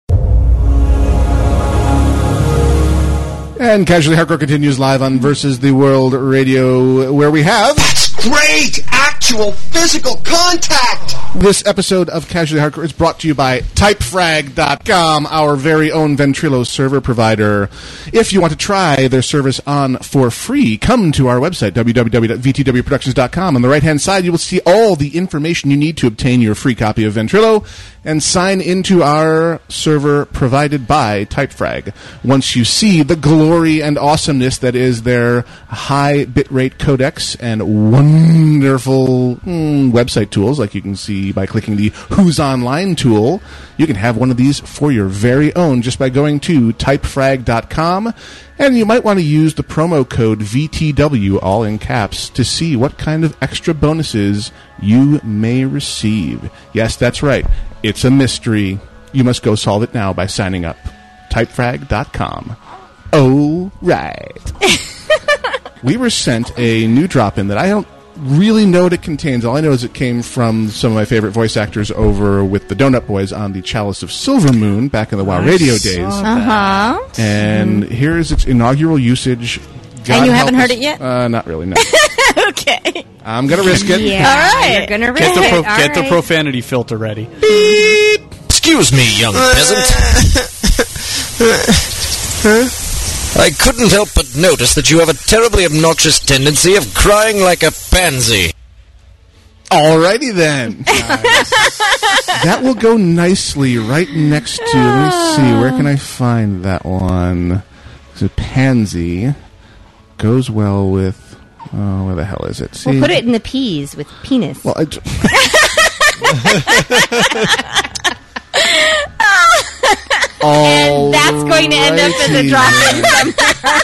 And Casually Hardcore continues live on Versus the World Radio, where we have
Great actual physical contact.
this episode of Casually Hardcore is brought to you by TypeFrag.com, our very own Ventrilo server provider. If you want to try their service on for free, come to our website, www.vtwproductions.com. On the right hand side, you will see all the information you need to obtain your free copy of Ventrilo and sign into our server provided by Typefrag. Once you see the glory and awesomeness that is their high bitrate codecs and wonderful wonderful mm, website tools, like you can see by clicking the Who's Online tool. You can have one of these for your very own just by going to typefrag.com. And you might want to use the promo code VTW, all in caps, to see what kind of extra bonuses you may receive. Yes, that's right. It's a mystery. You must go solve it now by signing up. Typefrag.com. Oh, right we were sent a new drop in that I don't really know what it contains. All I know is it came from some of my favorite voice actors over with the Donut Boys on the Chalice of Silver Moon back in the WoW
I
radio
saw
days.
Uh
Uh-huh.
huh.
And here is its inaugural usage.
Mm-hmm. And you
help
haven't
us-
heard it yet?
Uh, not really. No,
okay.
I'm gonna risk it.
Yeah.
All right.
You're gonna risk
Get the,
it.
pro-
All
get the
right.
profanity filter ready.
Excuse me, young
Uh,
peasant. I couldn't help but notice that you have a terribly obnoxious tendency of crying like a pansy.
Alrighty then. that will go nicely right next to. Let me see. Where can I find that one? So pansy goes well with. Oh, where the hell is it? See?
We'll put it in the peas with penis.
Well, it-
and that's going to end up as a drop in
Alrighty then.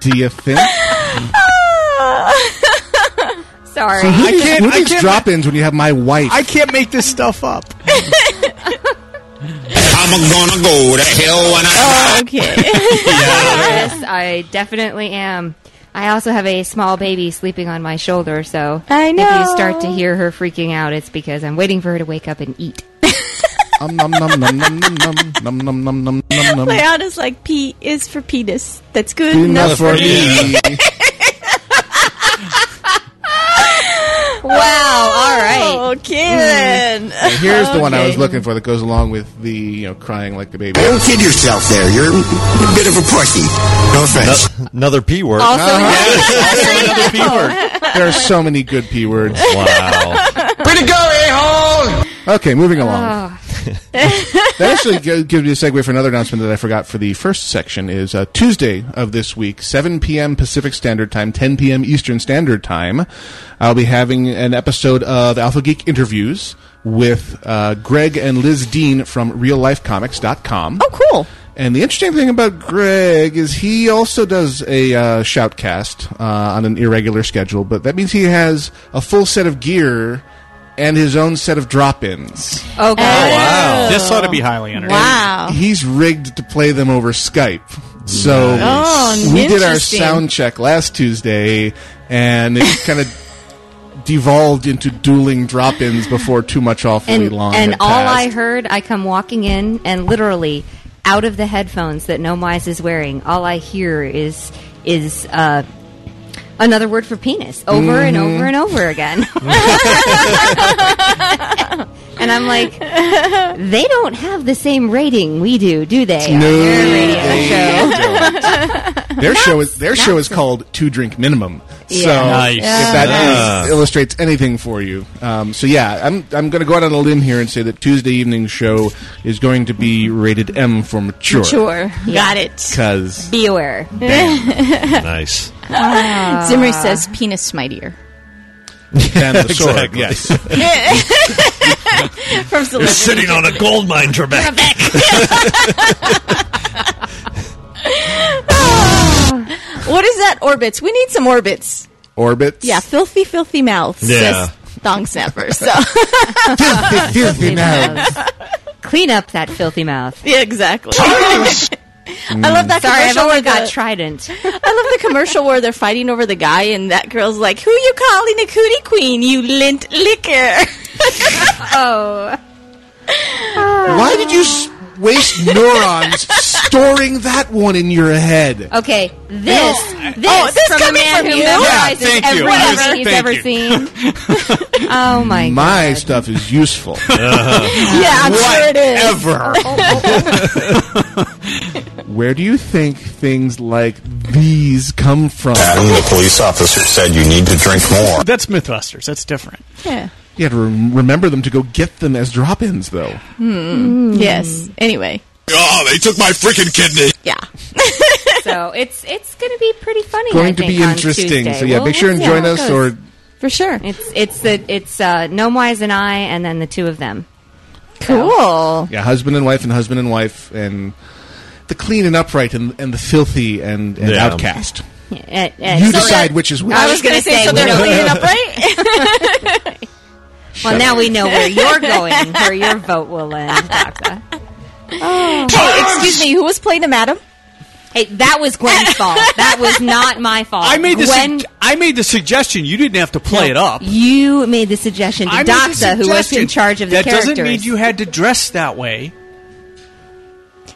Do you think?
Sorry.
So who
I
needs-
can't-
who
I
needs
can't-
drop-ins when you have my wife?
I can't make this stuff up.
I'm gonna go to hell when I.
Oh,
Okay.
yes, I definitely am. I also have a small baby sleeping on my shoulder, so
I
if
know.
you start to hear her freaking out, it's because I'm waiting for her to wake up and eat.
Um, nom, nom, nom, nom, nom, nom, nom, nom, nom, nom, nom, nom.
Leanna's like P is for penis. That's good
Enough for me.
Wow! All right.
Okay then.
And Oh, here's the one I was looking for that goes along with the you know crying like the baby.
Don't kid yourself there. You're a bit of a pussy. No offense.
Another P word.
Also,
Uh-huh. There are so many good p words.
Wow.
Way to go, a-hole!
Okay, moving along. that actually g- gives me a segue for another announcement that I forgot for the first section is uh, Tuesday of this week, 7 p.m. Pacific Standard Time, 10 p.m. Eastern Standard Time. I'll be having an episode of Alpha Geek Interviews with uh, Greg and Liz Dean from RealLifeComics.com.
oh, cool.
And the interesting thing about Greg is he also does a uh, shoutcast uh, on an irregular schedule, but that means he has a full set of gear and his own set of drop-ins.
Oh god.
Wow. This ought to be highly entertaining.
Wow.
He's rigged to play them over Skype. So
Oh,
we did our
interesting.
sound check last Tuesday, and it kind of devolved into dueling drop-ins before too much awfully
And,
long.
and
had
all I
passed.
heard, I come walking in and literally out of the headphones that No Mize is wearing, all I hear is is uh, another word for penis over and over and over again. and I'm like, they don't have the same rating we do, do they? on
No,
their radio show?
they don't. Their show is their show is called Two Drink Minimum. So
Nice.
if that is- illustrates anything for you, um, so yeah, I'm I'm going to go out on a limb here and say that Tuesday evening's show is going to be rated M for mature.
Sure. Got it.
Because
Be aware.
nice.
Zimri says penis smitier.
the sword,
Exactly.
yes.
From
You're
celebrity.
sitting on a gold mine, Trebek.
What is that? Orbits. We need some orbits.
Orbits.
Yeah, filthy, filthy mouths.
Yeah.
Says thong snapper. So
Filthy mouth.
Clean up that filthy mouth.
yeah, exactly. I love that
Sorry, I've
commercial where
only got
the,
Trident.
I love the commercial where they're fighting over the guy and that girl's like, "Who you calling a cootie queen? You lint liquor."
Oh.
Why did you s- waste neurons storing that one in your head?
Okay, this, this,
Oh, this
from a
coming
man
from
who
you?
Yeah,
memorizes
thank
every
you. I was-
movie he's
thank
ever
you.
seen. oh my,
My
god!
stuff is useful.
yeah, I'm sure it is.
Ever.
Where do you think things like these come from?
the police officer said you need to drink more.
That's Mythbusters. That's different.
Yeah.
You had to rem- remember them to go get them as drop-ins, though.
Hmm.
Mm. Yes. Anyway.
Oh, they took my freaking kidney.
Yeah.
So it's it's going to be pretty funny.
Going
I
to
think,
be
on
interesting.
Tuesday.
So, yeah,
We'll-
make sure
we'll
and
see how
join
it
us,
goes.
or-
for sure.
It's it's the it's uh, Gnomewise and I, and then the two of them.
Cool.
Yeah, husband and wife, and husband and wife, and the clean and upright, and, and the filthy and, and
Yeah.
outcast.
Yeah, yeah.
You
eh, So
decide
that-
which is which.
I was going to say, we don't- well,
Shut
now
up.
we know where you're going, where your vote will end, Doctor. Oh.
Hey, excuse me, who was playing the madam?
Hey, that was Gwen's fault. That was not my fault.
I made the
Uh, Gwen.
sug- I made the suggestion. You didn't have to play it up.
you made the suggestion to
I made the
Doxa, who was in
suggestion.
charge of the
that
characters.
doesn't mean you had to dress that way.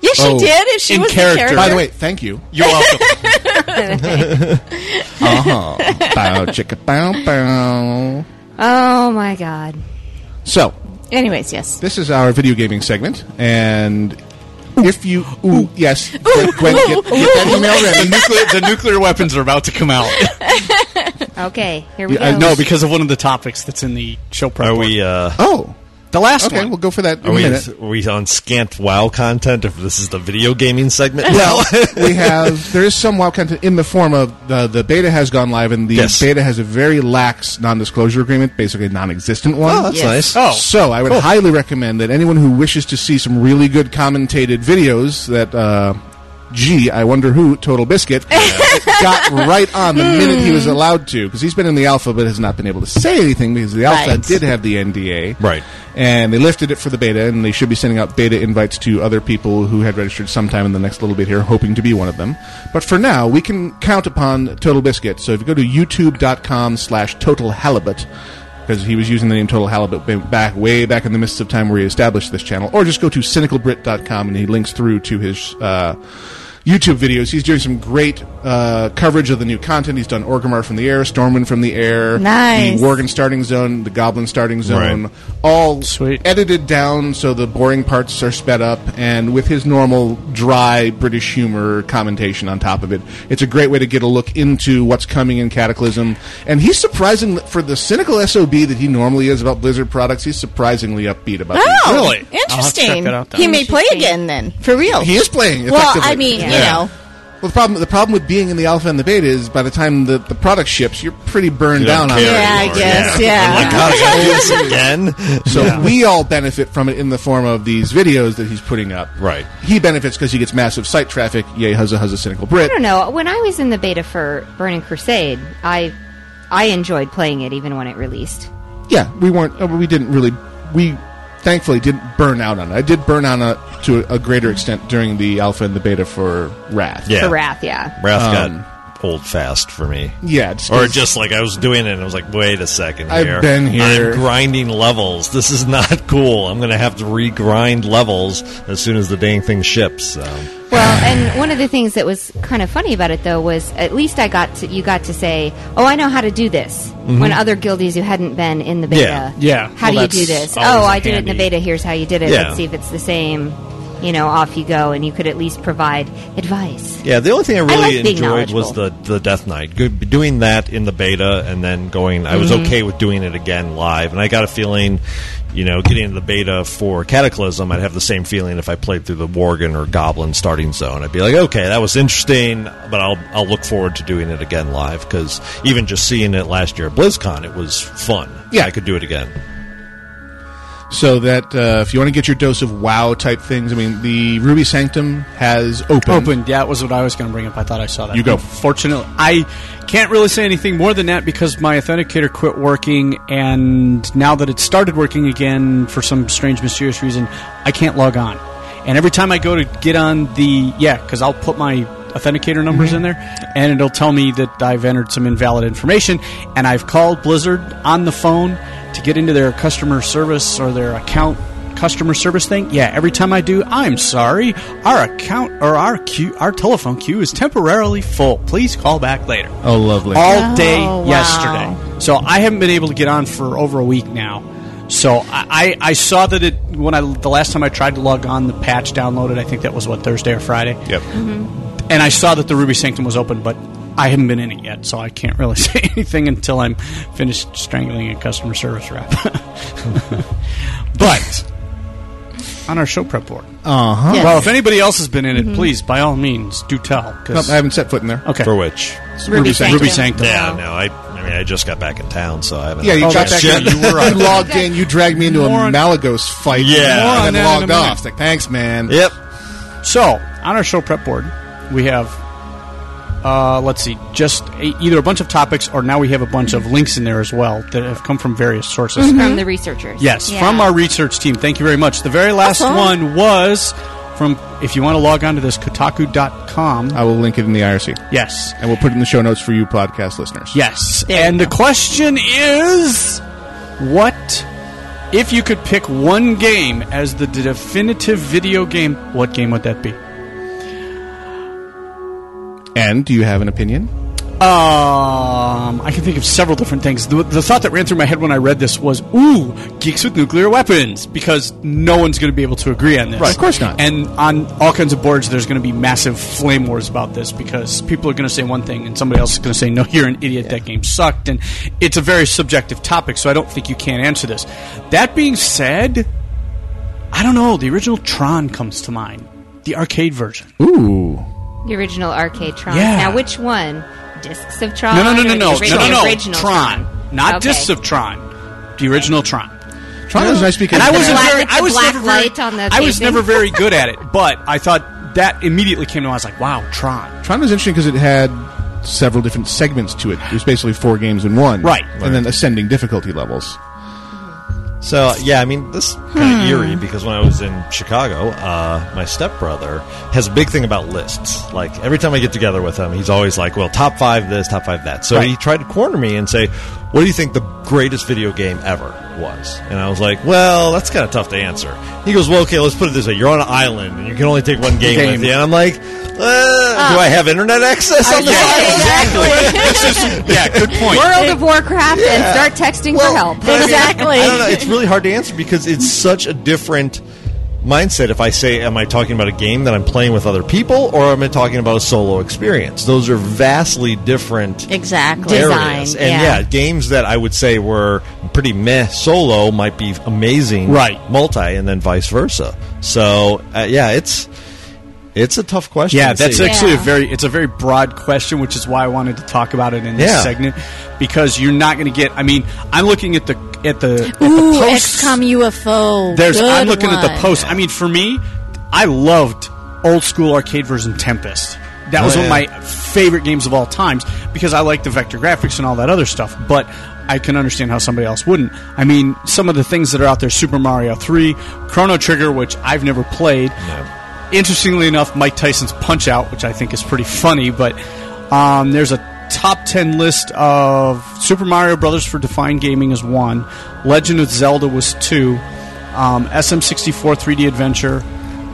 Yes, she did. If she
in
was
character.
the character.
Oh. By the way, thank you.
You're welcome.
uh-huh. bow, chicka, bow, bow.
oh my god.
So,
Anyways, yes.
this is our video gaming segment, and if you... Ooh, yes. Gwen, get, get that email ready.
the, nuclear, the nuclear weapons are about to come out.
Okay, here we
Yeah, I
go.
know because of one of the topics that's in the show prep. Are we?
Uh,
oh,
the last
Okay,
one.
we'll go for that in
Are
a
we,
minute.
are we on scant WoW content if this is the video gaming segment?
Well, we have there is some wild content in the form of the the beta has gone live, and the
Yes.
beta has a very lax non-disclosure agreement, basically a non-existent one.
Oh, that's Yes. nice.
Oh,
Oh,
so I would
cool.
highly recommend that anyone who wishes to see some really good commentated videos that. Uh, Gee, I wonder who Total Biscuit got right on the minute he was
Hmm.
allowed to because he's been in the alpha but has not been able to say anything because the alpha
Right.
did have the NDA.
Right.
And they lifted it for the beta, and they should be sending out beta invites to other people who had registered sometime in the next little bit here, hoping to be one of them. But for now, we can count upon Total Biscuit. So if you go to youtube.com slash Total Halibut, because he was using the name Total Halibut ba- back way back in the mists of time where he established this channel, or just go to cynicalbrit.com and he links through to his uh, YouTube videos. He's doing some great uh, coverage of the new content. He's done Orgrimmar from the air, Stormwind from the air,
Nice.
the Worgen starting zone, the Goblin starting zone,
Right.
all edited down so the boring parts are sped up, and with his normal dry British humor commentation on top of it. It's a great way to get a look into what's coming in Cataclysm. And he's surprising for the cynical SOB that he normally is about Blizzard products, he's surprisingly upbeat about these.
Oh, Interesting. he may play again then, for real.
He is playing.
Well,
effectively.
I mean, you know.
Well, the problem the problem with being in the alpha and the beta is by the time the, the product ships, you're pretty burned
You don't
down on it.
care Yeah, I anymore, guess, yeah. yeah. Oh my God, I gotta do this again.
So
Yeah.
we all benefit from it in the form of these videos that he's putting up. Right. He benefits because he gets massive site traffic. Yay, huzza, huzza, cynical
I
Brit.
don't know. When I was in the beta for Burning Crusade, I I enjoyed playing it even when it released.
Yeah, we weren't. uh, We didn't really. We thankfully didn't burn out on it. I did burn on it to a, a greater extent during the alpha and the beta for Wrath.
yeah.
For Wrath, yeah.
Wrath
Um,
got old fast for me.
Yeah, it's-
or just like I was doing it, and I was like, "Wait a second,
I've
here.
been here."
I'm grinding levels. This is not cool. I'm going to have to regrind levels as soon as the dang thing ships." So.
Well, and one of the things that was kind of funny about it though was at least I got to you got to say, "Oh, I know how to do this."
Mhm.
When other guildies who hadn't been in the beta,
Yeah. Yeah.
how
Well,
do you do
that's
this? Oh,
always
I did it in the
handy.
beta. Here's how you did it.
Yeah.
Let's see if it's the same. You know, off you go, and you could at least provide advice.
Yeah, the only thing I
I
really
like being
enjoyed was the the Death Knight. Good, doing that in the beta and then going, I was
Mhm.
okay with doing it again live. And I got a feeling, you know, getting into the beta for Cataclysm, I'd have the same feeling if I played through the Worgen or Goblin starting zone. I'd be like, okay, that was interesting, but I'll I'll look forward to doing it again live because even just seeing it last year at BlizzCon, it was fun. Yeah, I could do it again.
so that uh, if you want to get your dose of wow type things, I mean, the Ruby Sanctum has opened.
Opened. Yeah, it was what I was going to bring up. I thought I saw that.
You go.
Fortunately, I can't really say anything more than that because my authenticator quit working, and now that it started working again for some strange, mysterious reason, I can't log on. And every time I go to get on the yeah, because I'll put my authenticator
Mm-hmm.
numbers in there, and it'll tell me that I've entered some invalid information, and I've called Blizzard on the phone to get into their customer service or their account customer service thing? Yeah, every time I do, I'm sorry. Our account or our queue, our telephone queue is temporarily full. Please call back later.
Oh, lovely.
All day
wow.
yesterday. So I haven't been able to get on for over a week now. So I, I, I saw that it when I the last time I tried to log on, the patch downloaded. I think that was what Thursday or Friday.
Yep.
And I saw that the Ruby Sanctum was open, but I haven't been in it yet, so I can't really say anything until I'm finished strangling a customer service rep. but on our show prep board.
Uh-huh. Yes.
Well, if anybody else has been in it,
Mhm.
please, by all means, do tell. 'cause-
Nope, I haven't set foot in there.
Okay.
For which?
It's Ruby Ruby Sanctum. Sanctum.
Ruby Sanctum.
Yeah, no, I, I mean, I just got back in town, so I haven't.
Yeah, you
Oh,
got back
shit.
in. You, uh, logged in. You dragged me into a
More on-
Malagos fight.
Yeah. More on
and
that in a
then logged
minute.
off. It's Like, thanks, man.
Yep.
So, on our show prep board, we have, uh, let's see, just a, either a bunch of topics or now we have a bunch of links in there as well that have come from various sources. Mm-hmm.
From the researchers.
Yes,
Yeah.
from our research team. Thank you very much. The very last
Awesome.
one was from, if you want to log on to this, kotaku.com.
I will link it in the IRC.
Yes.
And we'll put it in the show notes for you podcast listeners.
Yes. and the question is what if you could pick one game as the definitive video game, what game would that be?
And do you have an opinion?
Um, I can think of several different things. The, the thought that ran through my head when I read this was, "Ooh, geeks with nuclear weapons," because no one's going to be able to agree on this.
Right, of course not.
And on all kinds of boards, there's going to be massive flame wars about this because people are going to say one thing and somebody else is going to say, "No, you're an idiot. That game sucked." And it's a very subjective topic, so I don't think you can answer this. That being said, I don't know. The original Tron comes to mind, the arcade version.
Ooh.
The original arcade Tron.
Yeah.
Now, which one? Discs of Tron?
No, no, no,
or
no,
the
no,
original-
no, no, no.
original
Tron, not
Okay.
Discs of Tron, the original Tron.
Tron was nice because
and I
With the
wasn't
black-
very,
with
I
the
was
black
never very,
light on the
I was
casing.
never very good at it, but I thought that immediately came to mind. I was like, wow, Tron.
Tron was interesting because it had several different segments to it. It was basically four games in one.
Right.
And then ascending difficulty levels.
So yeah, I mean this
Hmm.
kind of eerie because when I was in Chicago, uh, my stepbrother has a big thing about lists. Like every time I get together with him, he's always like, "Well, top five this, top five that." So
Right.
he tried to corner me and say, "What do you think the greatest video game ever was?" And I was like, "Well, that's kind of tough to answer." He goes, "Well, okay, let's put it this way: you're on an island and you can only take one game,
Game.
with you." And I'm like, uh, "Do I have internet access on this island?"
exactly. yeah, good point.
World of Warcraft
Yeah.
and start texting for help.
But I mean, I don't know. It's really hard to answer because it's such a different mindset. If I say, "Am I talking about a game that I'm playing with other people, or am I talking about a solo experience?" Those are vastly different
Exactly.
areas. And yeah. games that I would say were pretty meh solo might be amazing,
Right.
Multi, and then vice versa. So uh, yeah, it's it's a tough question.
Yeah,
to see.
that's actually a very it's a very broad question, which is why I wanted to talk about it in this
Yeah.
segment because you're not going to get. I mean, I'm looking at the at the at the
Ooh,
posts.
XCOM UFO.
There's
Good
I'm looking at
one.
the post. I mean, for me, I loved old school arcade version Tempest. That
Oh,
was one of
yeah.
my favorite games of all times because I like the vector graphics and all that other stuff. But I can understand how somebody else wouldn't. I mean, some of the things that are out there: Super Mario Three, Chrono Trigger, which I've never played. Interestingly enough, Mike Tyson's Punch Out, which I think is pretty funny. But um, there's a top 10 list of Super Mario Brothers for Defined Gaming is one, Legend of Zelda was two, um, SM64 3D Adventure.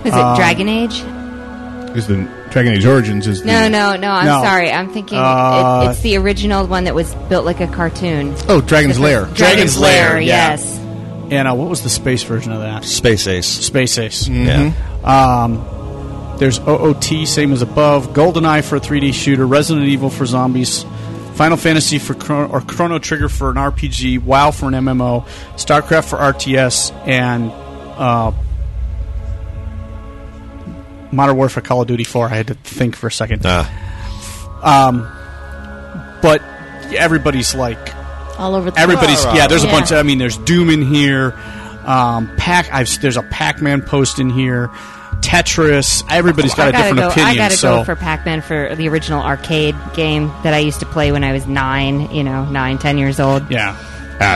Is it
um,
Dragon Age?
Is the Dragon Age Origins is the
No, no, no. I'm
No.
sorry. I'm thinking
Uh,
it, it's the original one that was built like a cartoon.
Oh, Dragon's
The
Lair.
first- Dragon's Lair.
yeah.
Yes.
And uh, what was the space version of that?
Space Ace.
Space Ace.
Yeah.
Um, there's OOT, same as above. GoldenEye for a 3D shooter. Resident Evil for zombies. Final Fantasy for chrono, or Chrono Trigger for an RPG. WoW for an MMO. StarCraft for RTS and uh, Modern Warfare Call of Duty 4. I had to think for a second. Um, but everybody's like
All over the
everybody's
world.
yeah there's a bunch of, i mean there's doom in here um pac i've there's a pac-man post in here tetris everybody's got
I
a
gotta
different
go,
opinion
I gotta
so
go for Pac-Man for the original arcade game that I used to play when I was nine. You know, nine, ten years old.
yeah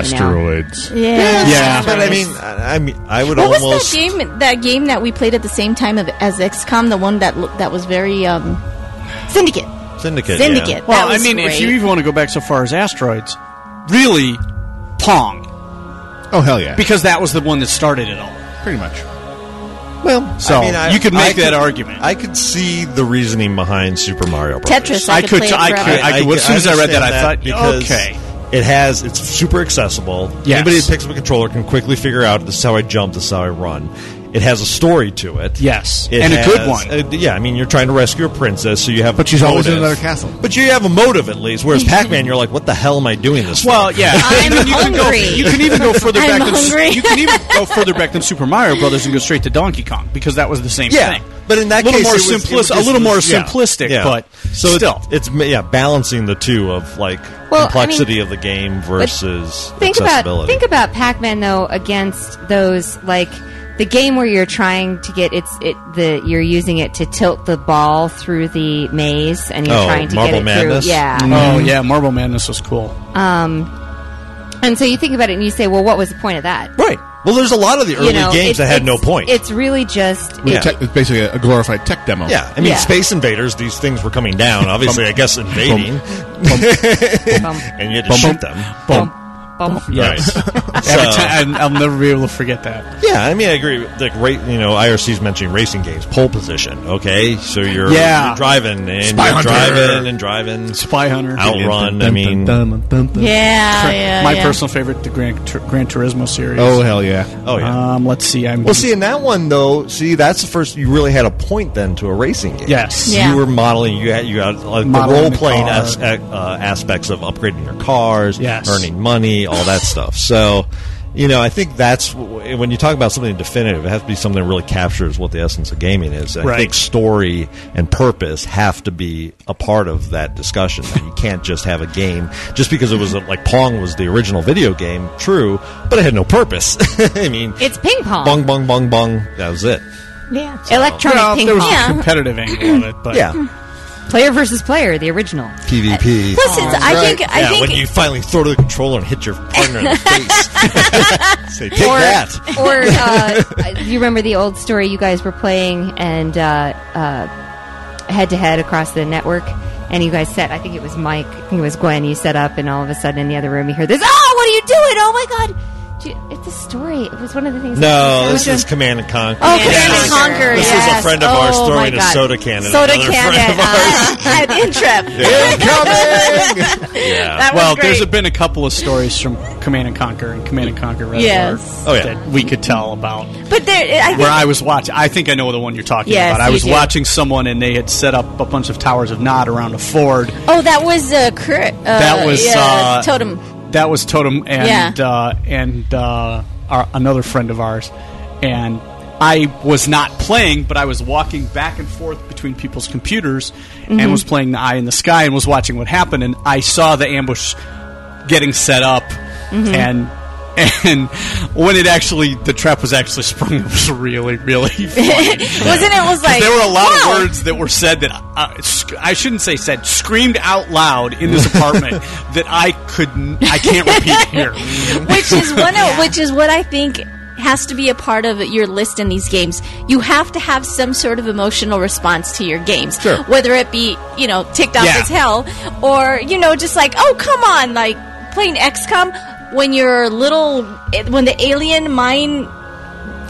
Asteroids.
Yeah.
yeah. But I
Asteroids.
mean, I, I mean, I would
What was
almost.
that game? That game that we played at the same time of, as XCOM, the one that lo- that was very um, Syndicate.
Syndicate.
Syndicate.
yeah.
That
well i
was
mean if
great.
you even want to go back so far as asteroids really pong
Oh hell yeah.
because that was the one that started it all
Pretty much.
Well,
So, you could make that argument.
I could see the reasoning behind Super Mario Bros.
Tetris, I could play it
I could,
forever.
I could. As soon as I read that, I thought, oh,
because
okay.
It has. It's super accessible.
Yes.
Anybody that picks up a controller can quickly figure out this is how I jump. This is how I run. It has a story to it.
Yes,
It
and a good
has-
one.
uh, yeah, I mean, you're trying to rescue a princess, so you have.
But she's always in
motive.
another castle.
But you have a motive at least. Whereas Pac-Man, you're like, what the hell am I doing this?
Well,
for?
yeah.
And then
you, can go,
hungry.
you can even go further
I'm
back.
hungry.
Than, you can even go further back than Super Mario Brothers and go straight to Donkey Kong because that was the same
Yeah,
thing.
but in that
a little
case,
more
it was- it was
simplistic, a
just-
little more
yeah,
simplistic,
yeah.
but
so it's-
still.
it's, yeah balancing the two of like
Well, I
complexity
mean,
of the game versus
Think about
accessibility.
think about Pac-Man though against those like the game where you're trying to get it's it the you're using it to tilt the ball through the maze and you're
Oh,
trying to get it through. Yeah. Mm-hmm.
Oh yeah, Marble Madness was cool.
Um, and so you think about it and you say, well, what was the point of that?
Right. Well, there's a lot of the
You know, it's- it's- It's really just
With
it-
tech- it's basically a glorified tech demo.
Yeah, I mean,
Yeah.
Space Invaders. These things were coming down. Obviously, I guess invading, and you had to
Bum,
shoot
bum,
them.
bum.
Yes.
Right.
Every
So-
time, I'll never be able to forget that.
Yeah, I mean, I agree. with, Like, ra- you know, IRC's mentioning racing games, pole position. Okay, so you're,
Yeah.
you're driving and
Spy
you're
Hunter.
driving and driving.
Spy Hunter,
outrun. I mean,
Yeah, yeah,
My
yeah.
personal favorite, the Gran, Tur- Gran Turismo series.
Oh,
hell yeah!
Oh, yeah.
Um, let's see. I'm
well, see, in that one though, see, that's the first you really had a point then to a racing game.
Yes.
you
Yeah.
were modeling. You had you had like, the
Modeling the
role playing
car.
as, uh, uh, aspects of upgrading your cars,
Yes.
earning money, all that stuff. So. You know, I think that's w- when you talk about something definitive, it has to be something that really captures what the essence of gaming is. I
Right.
think story and purpose have to be a part of that discussion. you can't just have a game just because it was a, like Pong was the original video game, true, but it had no purpose. I mean,
it's ping pong.
bong bong bong bong. That was it.
Yeah.
Electronic
Well,
ping
there was
pong.
a competitive angle on it, but
Yeah.
Player versus player, the original.
PvP.
Plus, it's- I Right. think- I
yeah,
think-
when you finally throw to the controller and hit your partner in the face, say take
or,
that.
or uh, do you remember the old story you guys were playing and uh, head to head across the network? And you guys set, I think it was Mike, I think it was Gwen, you set up, and all of a sudden in the other room you hear this, oh, what are you doing? Oh my God. Do you- It's a story. It was one of the things.
No, this is Command and Conquer.
Oh, Command and
Yes.
Conquer,
This is a
yes.
friend of ours
Oh, my
throwing a
God.
soda can at
Soda
another
can
friend of
at, uh, at Intrep.
Incoming!
Yeah.
That was
well,
great.
there's been a couple of stories from Command and Conquer and Command and Conquer Red
Yes.
Alert
Oh, yeah.
that we could tell about.
But there, I think
Where I was watching, I think I know the one you're talking
Yes,
about. I
you
was
do.
watching someone and they had set up a bunch of towers of Nod around a ford.
Oh, that was uh, cur- uh,
That was,
yeah,
uh,
totem.
That was Totem and uh, and uh, our, another friend of ours, and I was not playing, but I was walking back and forth between people's computers
Mhm.
Mm-hmm.
and was playing the Eye in the Sky and was watching what happened, and I saw the ambush getting set up,
Mm-hmm.
Mhm.
and. And when it actually, the trap was actually sprung. It was really, really funny.
Wasn't it was
'Cause
like
there were a lot
wow.
of words that were said that uh, sc- I shouldn't say said screamed out loud in this apartment that I couldn't I can't repeat here.
which is one of, which is what I think has to be a part of your list in these games. You have to have some sort of emotional response to your games,
Sure.
whether it be you know ticked off
Yeah.
as hell or you know just like oh come on like playing XCOM when your little it- when the alien mind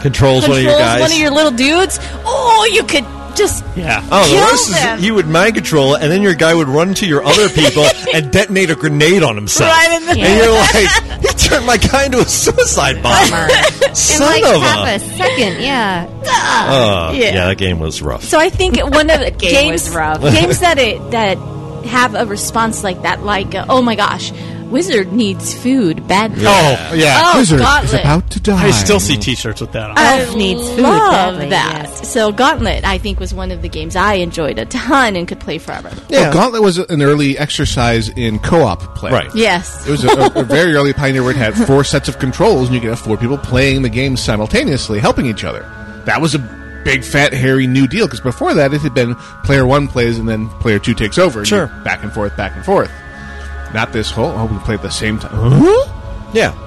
Controls, one of your guys.
little dudes. Oh, you could just
yeah. Oh, the
Kill
worst
them.
is you would mind control, and then your guy would run to your other people and detonate a grenade on himself.
Right in the-
and you're like, he turned my guy into a suicide bomber.
in
Son
like
of
half
a.
a second, yeah.
Uh,
Yeah.
yeah. that game was rough.
So I think one of the
Game
games
was rough.
games that it that have a response like that, like uh, oh my gosh, wizard needs food badly.
Oh yeah,
oh gauntlet.
to die.
I still see T-shirts with that on.
I
Elf needs food
love
badly,
that. So Gauntlet, I think, was one of the games I enjoyed a ton and could play forever.
Well, Gauntlet was an early exercise in co-op play. Right.
Yes.
It was a, a, a very early pioneer where it had four sets of controls, and you could have four people playing the game simultaneously, helping each other. That was a big, fat, hairy new deal because before that, it had been player one plays and then player two takes over. and
Sure.
you're Back and forth, back and forth. Not this whole. Oh, we played at the same time.
Yeah.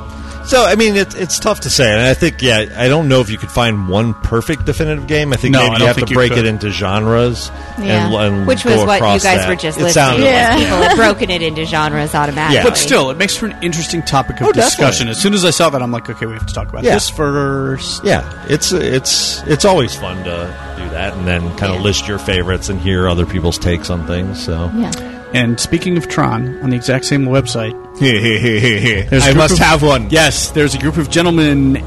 So I mean, it's it's tough to say, and I think yeah, I don't know if you could find one perfect definitive game. I think
No, I
maybe you
don't
have
think
to
you
break
could.
it into genres,
Yeah.
and, and
Which was
go
what you
across
guys
that.
were just
It
listening
sounded
to.
like that.
People have broken it into genres automatically.
But still, it makes for an interesting topic of
Oh, definitely.
discussion. As soon as I saw that, I'm like, okay, we have to talk about
Yeah.
this first.
Yeah, it's it's it's always fun to do that, and then kind of list your favorites and hear other people's takes on things. So
Yeah.
And speaking of Tron, on the exact same website, there's a
I
group
must
of-
have one.
Yes, there's a group of gentlemen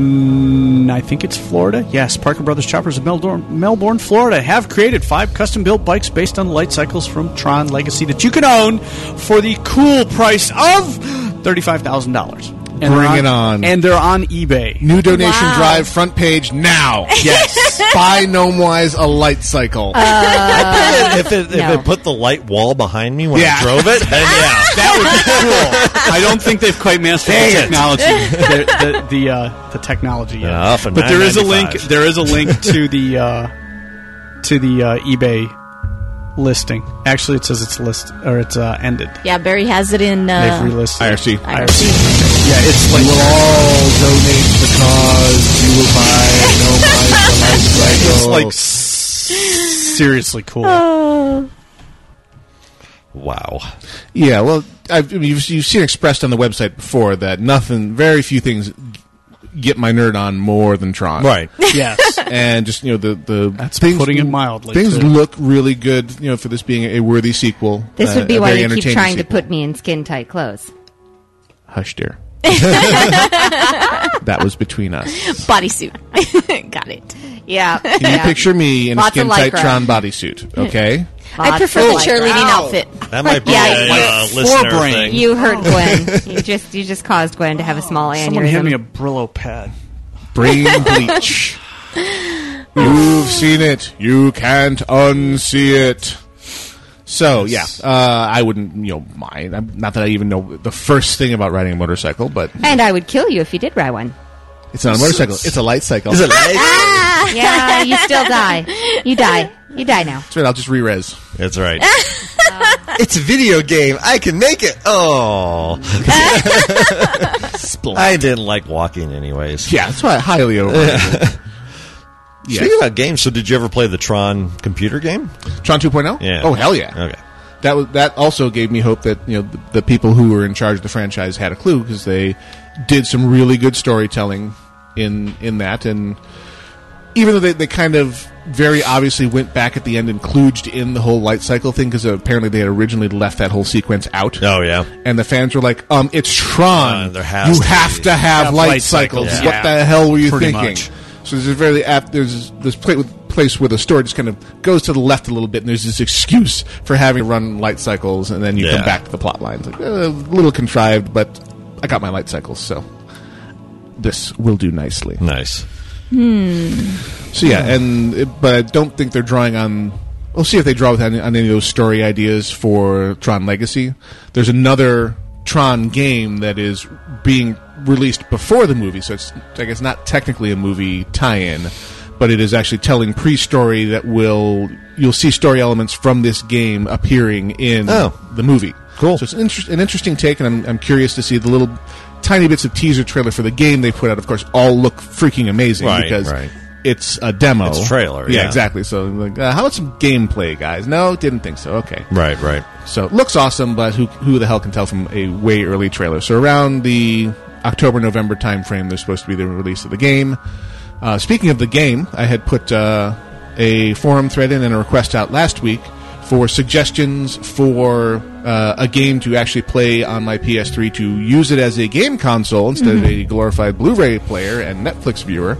in, I think it's Florida. Yes, Parker Brothers Choppers of Melbourne, Melbourne, Florida, have created five custom-built bikes based on light cycles from Tron Legacy that you can own for the cool price of thirty-five thousand dollars.
Bring it on.
And they're on eBay.
New donation drive front page now. Yes. Buy Gnomewise a light cycle.
Uh,
I bet if it, if it put the light wall behind me when
Yeah.
I drove it, then yeah.
that would be cool. I don't think they've quite mastered
Dang
the
it.
technology. the, the, the, uh, the technology yet.
Yeah, off of
but there is a link.
995.
There is a link to the uh, to the uh, eBay listing. Actually, it says it's list or it's uh, ended.
Yeah, Barry has it in. Uh,
They've relisted. IRC.
IRC.
Yeah, it's like
You will all donate because you will buy no the light cycle.
it's like s- seriously cool.
Wow.
Yeah, well, I've, I mean, you've, you've seen expressed on the website before that nothing, very few things get my nerd on more than Tron.
Right.
Yes.
and just, you know, the. the That's things,
putting it mildly,
Things
too.
look really good, you know, for this being a worthy sequel.
This
uh,
would be
a
why
very
you keep
entertaining
trying
sequel.
to put me in skin tight clothes.
Hush, dear. that was between us.
Bodysuit. Got it.
Yeah.
Can you picture me in a
Lots of
skin tight
lycra.
Tron bodysuit? Okay.
I prefer the
Lots of
cheerleading
lycra.
outfit.
That might be
Yeah,
a
like
uh, listener
forebrain.
thing.
You
Oh.
hurt Gwen. you just you just caused Gwen to have a small
Someone hand me
aneurysm.
a Brillo pad.
Brain bleach. You've seen it. You can't unsee it. So yeah, uh, I wouldn't you know mind. I'm, not that I even know the first thing about riding a motorcycle, but
And I would kill you if you did ride one.
it's not a motorcycle. It's a light
Uh,
cycle.
Is it light?
yeah, you still die. You die. You die now.
That's right. I'll just re-res.
That's right.
It's a video game. I can make it.
Oh.
Splat.
I didn't like walking anyways.
yeah, that's why I highly overrated. Yeah.
Speaking about games, so did you ever play the Tron computer game?
Tron 2.0.
Yeah.
Oh hell yeah.
Okay.
That was that also gave me hope that you know the, the people who were in charge of the franchise had a clue because they did some really good storytelling in in that and even though they, they kind of very obviously went back at the end and kludged in the whole light cycle thing because apparently they had originally left that whole sequence out
Oh, yeah.
and the fans were like um it's Tron
Uh, there has
you
to
have
be-
to have,
Have
light,
light
cycles,
cycles,
what
yeah.
the hell were you
Pretty
thinking
much.
so there's a very ap- there's this pla- with- place where the story just kind of goes to the left a little bit, and there's this excuse for having to run light cycles, and then you
Yeah.
come back to the plot lines. Like, uh, a little contrived, but I got my light cycles, so this will do nicely.
Nice.
So yeah, and it- but I don't think they're drawing on. We'll see if they draw with any, on any of those story ideas for Tron Legacy. There's another Tron game that is being released before the movie, so it's I guess not technically a movie tie-in, but it is actually telling pre-story that will you'll see story elements from this game appearing in
Oh.
the movie.
Cool.
So it's an, inter- an interesting take, and I'm, I'm curious to see the little tiny bits of teaser trailer for the game they put out. Of course, all look freaking amazing
Right,
because
right.
it's a demo.
It's a trailer, yeah.
exactly. So, like, uh, how about some gameplay, guys? No, didn't think so. Okay,
Right, right.
so it looks awesome, but who who the hell can tell from a way early trailer? So around the October November timeframe, there's supposed to be the release of the game. Uh, speaking of the game, I had put uh, a forum thread in and a request out last week for suggestions for uh, a game to actually play on my PS3 to use it as a game console instead of a glorified Blu-ray player and Netflix viewer.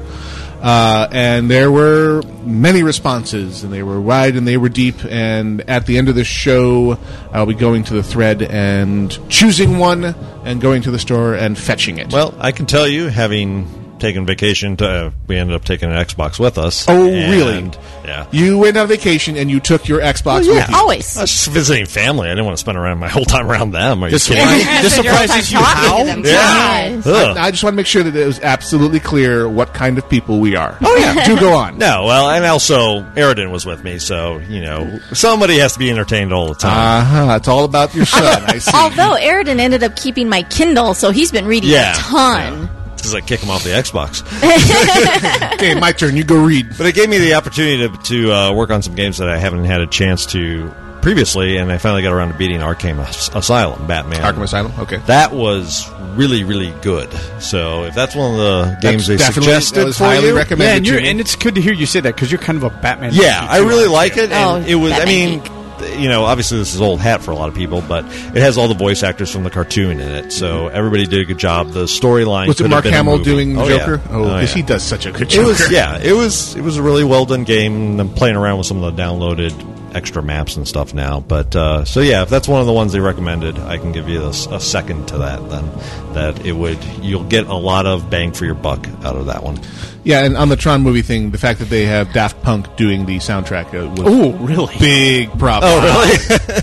Uh, and there were many responses, and they were wide and they were deep. And at the end of the show, I'll be going to the thread and choosing one and going to the store and fetching it.
Well, I can tell you, having taken vacation, to, uh, we ended up taking an Xbox with us.
oh,
and-
really?
Yeah.
You went on vacation and you took your Xbox with you.
Always.
I was just visiting family. I didn't want to spend around my whole time around them. Are you
This
kidding
one-
me?
this surprises you how?
Yeah.
Ugh.
I just want to make sure that it was absolutely clear what kind of people we are. Oh, yeah. Do go on.
No, well, and also Eridan was with me, so you know somebody has to be entertained all the time.
Uh huh. It's all about your son. I see.
Although Eridan ended up keeping my Kindle, so he's been reading
yeah,
a ton.
Because I kick him off the Xbox,
okay, my turn. You go read.
but it gave me the opportunity to, to uh, work on some games that I haven't had a chance to previously, and I finally got around to beating Arkham As- Asylum, Batman.
Arkham Asylum. Okay.
That was really, really good. So if that's one of the games they
definitely- that
suggested
was
for
highly
you,
recommended.
Yeah, and, you're,
to me.
and it's good to hear you say that because you're kind of a Batman.
yeah,
geek,
I
too,
really
aren't
like
you?
it, and
Oh,
it was. I
Batman
mean,
geek.
th- you know, obviously this is old hat for a lot of people, but it has all the voice actors from the cartoon in it. So everybody did a good job. The storyline
Was it
could have
Mark
been a
Hamill
movie.
doing the
Oh, yeah.
Joker? Oh, 'cause he does such a good
It was,
Joker.
yeah, it was it was a really well done game. I'm playing around with some of the downloaded extra maps and stuff now, but uh, so yeah, if that's one of the ones they recommended, I can give you a, s- a second to that. Then that it would you'll get a lot of bang for your buck out of that one.
Yeah, and on the Tron movie thing, the fact that they have Daft Punk doing the soundtrack uh, was
Ooh, really?
big problem.
Oh,
really?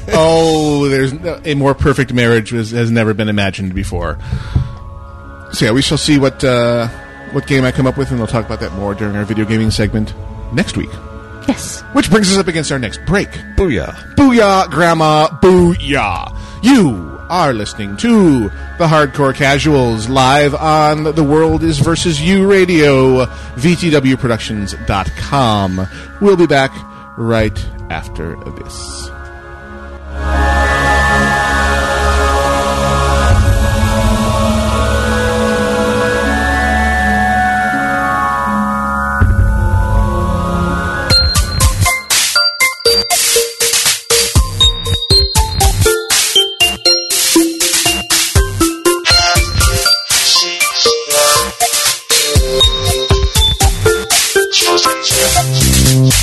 oh, there's no, a more perfect marriage was, has never been imagined before. So yeah, we shall see what uh, what game I come up with, and we'll talk about that more during our video gaming segment next week.
Yes.
Which brings us up against our next break.
Booyah!
Booyah, Grandma, booyah. You are listening to the Hardcore Casuals live on the World is Versus You radio, VTWProductions.com. We'll be back right after this.
Hmm.
Thank you.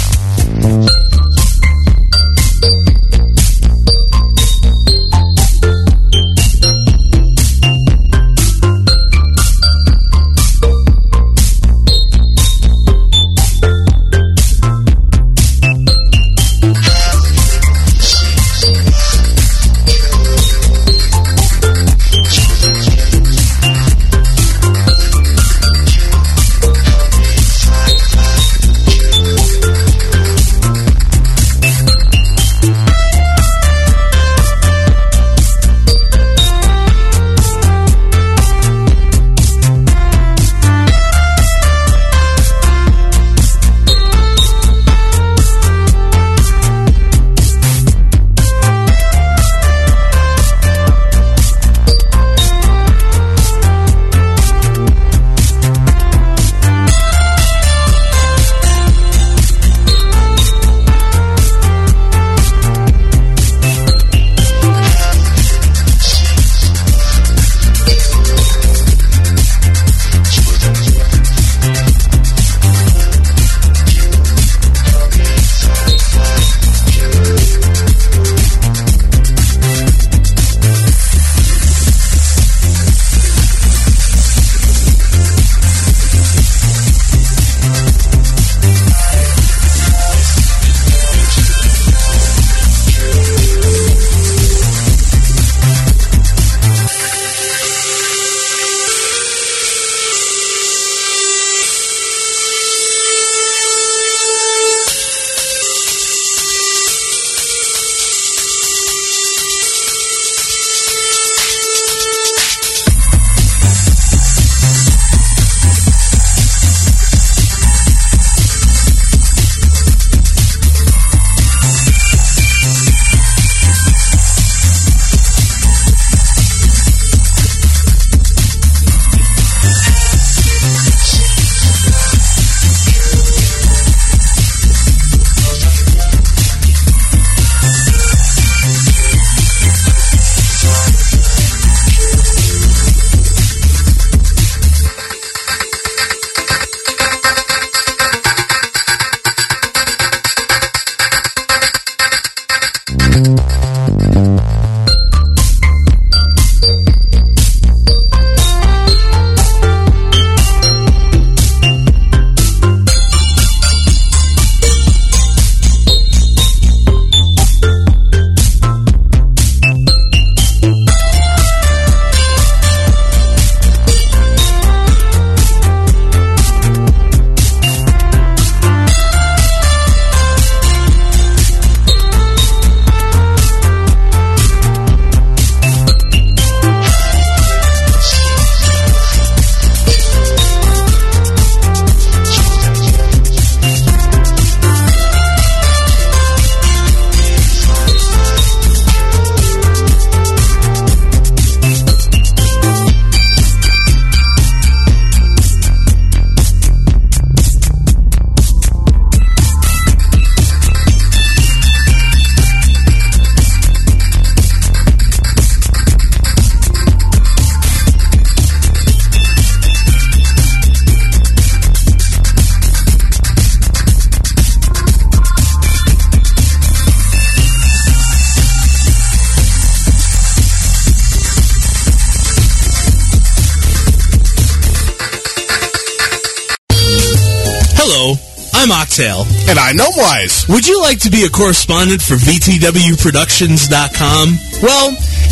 I'm Oxtail.
And I'm Gnomewise.
Would you like to be a correspondent for VTWProductions.com? Well,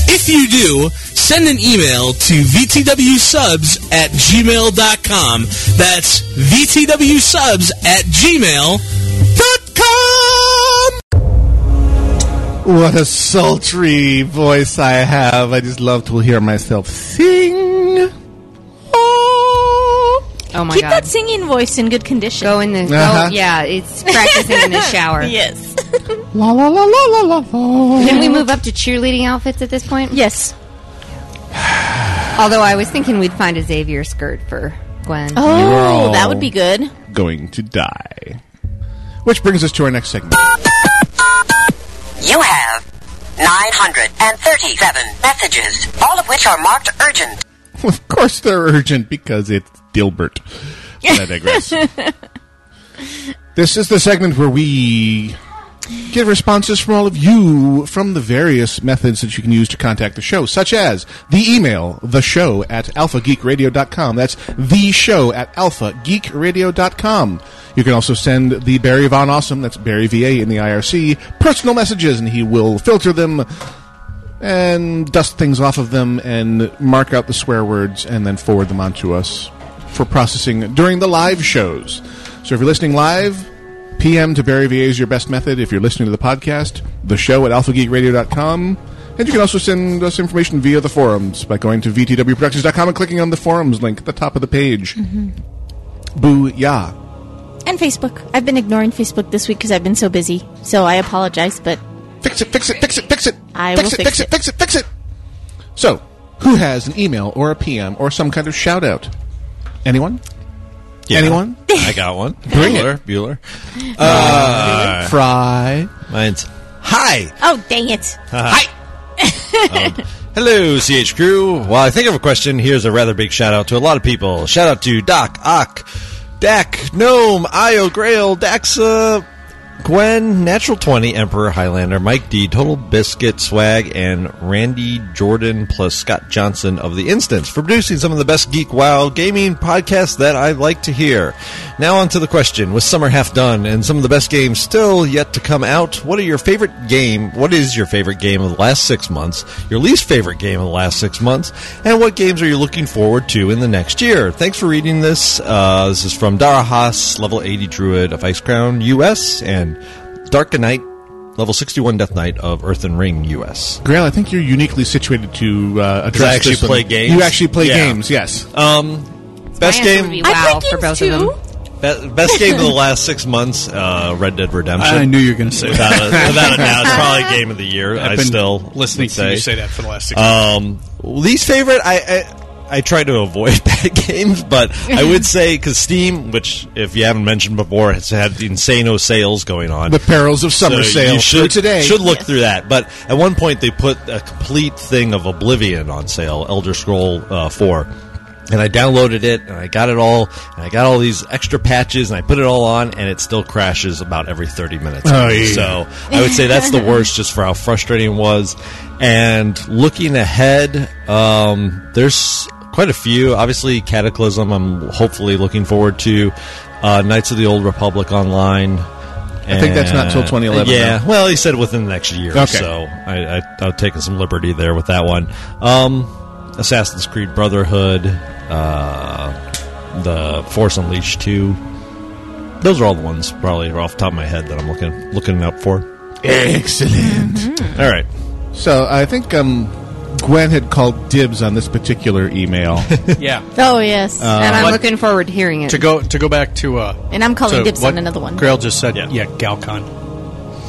if you do, send an email to VTWSubs at gmail.com. That's VTWSubs at gmail.com.
What a sultry voice I have. I just love to hear myself sing.
Oh
my
Keep
God.
that singing voice in good condition. Go
in the
go- Uh-huh.
yeah, it's practicing in the shower.
yes.
La la la la la la.
Can we move up to cheerleading outfits at this point?
Yes.
Although I was thinking we'd find a Xavier skirt for Gwen.
Oh, You're all- that would be
good.
Going to die. Which brings us to our next segment.
You have 937 messages, all of which are marked urgent.
of course they're urgent because it's Dilbert. But I digress. This is the segment where we get responses from all of you from the various methods that you can use to contact the show, such as the email, the show at alphageekradio.com. That's the show at alphageekradio.com. You can also send the Barry Von Awesome, that's Barry VA in the IRC, personal messages, and he will filter them and dust things off of them and mark out the swear words and then forward them on to us for processing during the live shows. So if you're listening live, PM to Barry VA is your best method. If you're listening to the podcast, the show at alphageekradio.com. And you can also send us information via the forums by going to vtwproductions.com and clicking on the forums link at the top of the page. Boo yeah.
Mm-hmm. And Facebook. I've been ignoring Facebook this week because I've been so busy. So I apologize, but
fix it, fix it, fix it, fix it.
I
Fix
will
it, fix it, fix it, fix it. So, who has an email or a PM or some kind of shout out? Anyone? Anyone?
I got one.
Bring it. Uh,
Bueller. Bueller. Uh,
Bueller. Fry.
Mine's. Hi.
Oh, dang it.
Hi. Um, Hello, CH Crew. While I think of a question, here's a rather big shout out to a lot of people. Shout out to Doc, Ock, Dak, Gnome, Io, Grail, Daxa, Gwen, Natural 20, Emperor, Highlander, Mike D, Total Biscuit, Swag, and Randy Jordan plus Scott Johnson of The Instance for producing some of the best Geek Wow gaming podcasts that I like to hear. Now on to the question. With summer half done and some of the best games still yet to come out, what are your favorite game? What is your favorite game of the last six months? Your least favorite game of the last six months? And what games are you looking forward to in the next year? Thanks for reading this. Uh, this is from Dara Haas, level 80 druid of Ice Crown US, and Dark Knight, level 61 Death Knight of Earth and Ring US.
Grail, I think you're uniquely situated to uh,
Because
address
I actually
this one.
play games.
You actually play
Yeah.
games, yes.
Um, best
My answer
game.
would be wow for both of them.
Be- best game of the last six months, uh, Red Dead Redemption.
I knew you were gonna say
without
that.
A, without a doubt, it's probably game of the year.
I've
I
been
still
listening
would
to
say.
you say that for the last six
Um, least favorite, I, I I try to avoid bad games, but I would say because Steam, which if you haven't mentioned before, has had insane sales going on.
The perils of summer
So
sale
you
through today.
Should look through that. But at one point, they put a complete thing of Oblivion on sale, Elder Scroll uh, Four, and I downloaded it and I got it all, and I got all these extra patches and I put it all on, and it still crashes about every thirty minutes.
Oh, yeah.
So I would say that's the worst, just for how frustrating it was. And looking ahead, um, there's quite a few. Obviously, Cataclysm. I'm hopefully looking forward to. Uh, Knights of the Old Republic Online.
I think that's not till
And-
2011,
Yeah,
though.
well, he said within the next year.
Okay.
So I, I, I've taken some liberty there with that one. Um, Assassin's Creed Brotherhood, uh, the Force Unleashed two. Those are all the ones probably off the top of my head that I'm looking looking up for. Mm-hmm.
Excellent.
All right.
So I think um, Gwen had called dibs on this particular email.
Yeah.
Oh, yes.
Uh, And I'm
looking forward to hearing it.
To go to go back to uh
And I'm calling
to
dibs
what
on another one.
Grail just said yeah, Galcon.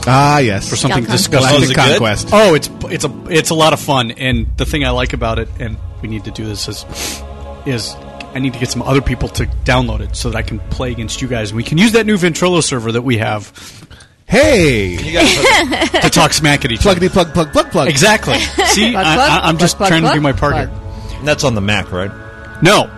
ah, yes.
For something
Galcon.
disgusting.
Oh, is it good? Conquest.
Oh, it's it's a it's a lot of fun and the thing I like about it and we need to do this is is I need to get some other people to download it so that I can play against you guys and we can use that new Ventrilo server that we have
Hey,
to talk smack at each other.
Pluggity plug plug plug plug.
Exactly. See,
Plug,
I,
plug,
I, I'm just
plug,
trying
plug,
to do my part
plug.
here.
And that's on the Mac, right?
No.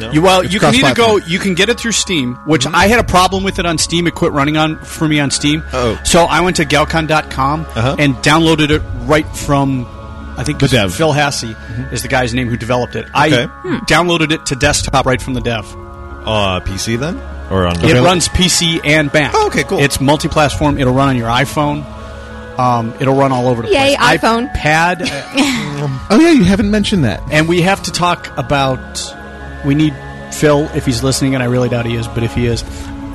No?
You, well,
It's
you can either go.
cross-platform.
You can get it through Steam, which
Mm-hmm.
I had a problem with it on Steam. It quit running on for me on Steam. Oh, so I went to Galcon.com
Uh-huh.
and downloaded it right from. I think it's Phil Hassey is the guy's name who developed it. I
Mm-hmm. Okay.
downloaded it to desktop right from the dev.
Uh, PC then? Or on
It runs PC and Mac. Oh, okay, cool. It's multi-platform. It'll run on your iPhone. Um, it'll run all over the
Yay,
place.
iPhone.
Pad.
oh yeah, you haven't mentioned that.
And we have to talk about. We need Phil if he's listening, and I really doubt he is, but if he is,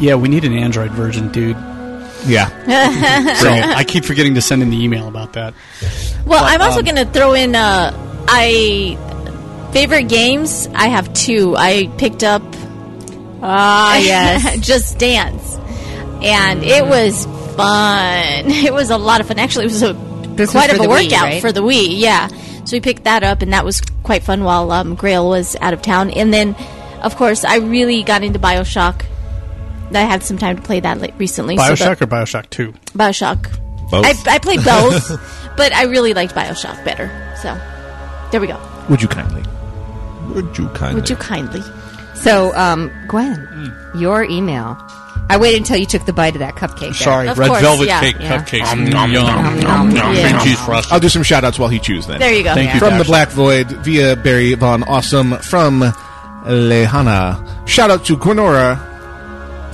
yeah, we need an Android version, dude.
Yeah.
so I keep forgetting to send in the email about that.
Well,
But,
I'm also
um,
going to throw in uh, I favorite games. I have two. I picked up
Ah, yes.
Just Dance, and it was fun. It was a lot of fun. Actually, it was a
This was
quite
for
of a
the Wii,
workout
right?
for the Wii. Yeah, so we picked that up, and that was quite fun while um, Grail was out of town. And then, of course, I really got into Bioshock. I had some time to play that like, recently. so the-
Bioshock or Bioshock Two?
Bioshock.
Both.
I, I played both, but I really liked Bioshock better. So there we go.
Would you kindly?
Would you kindly?
Would you kindly?
So, um, Gwen,
Mm.
your email. I waited until you took the bite of that cupcake. there.
Sorry,
Of red course, velvet yeah, cake yeah.
cupcakes.
Nom, nom, nom, nom,
Yeah.
cream cheese frosting.
I'll do some shout outs while he chews then.
There you go. Thank you,
from the
Dash.
Black Void via Barry Von Awesome from Lehana. Shout out to Gwenora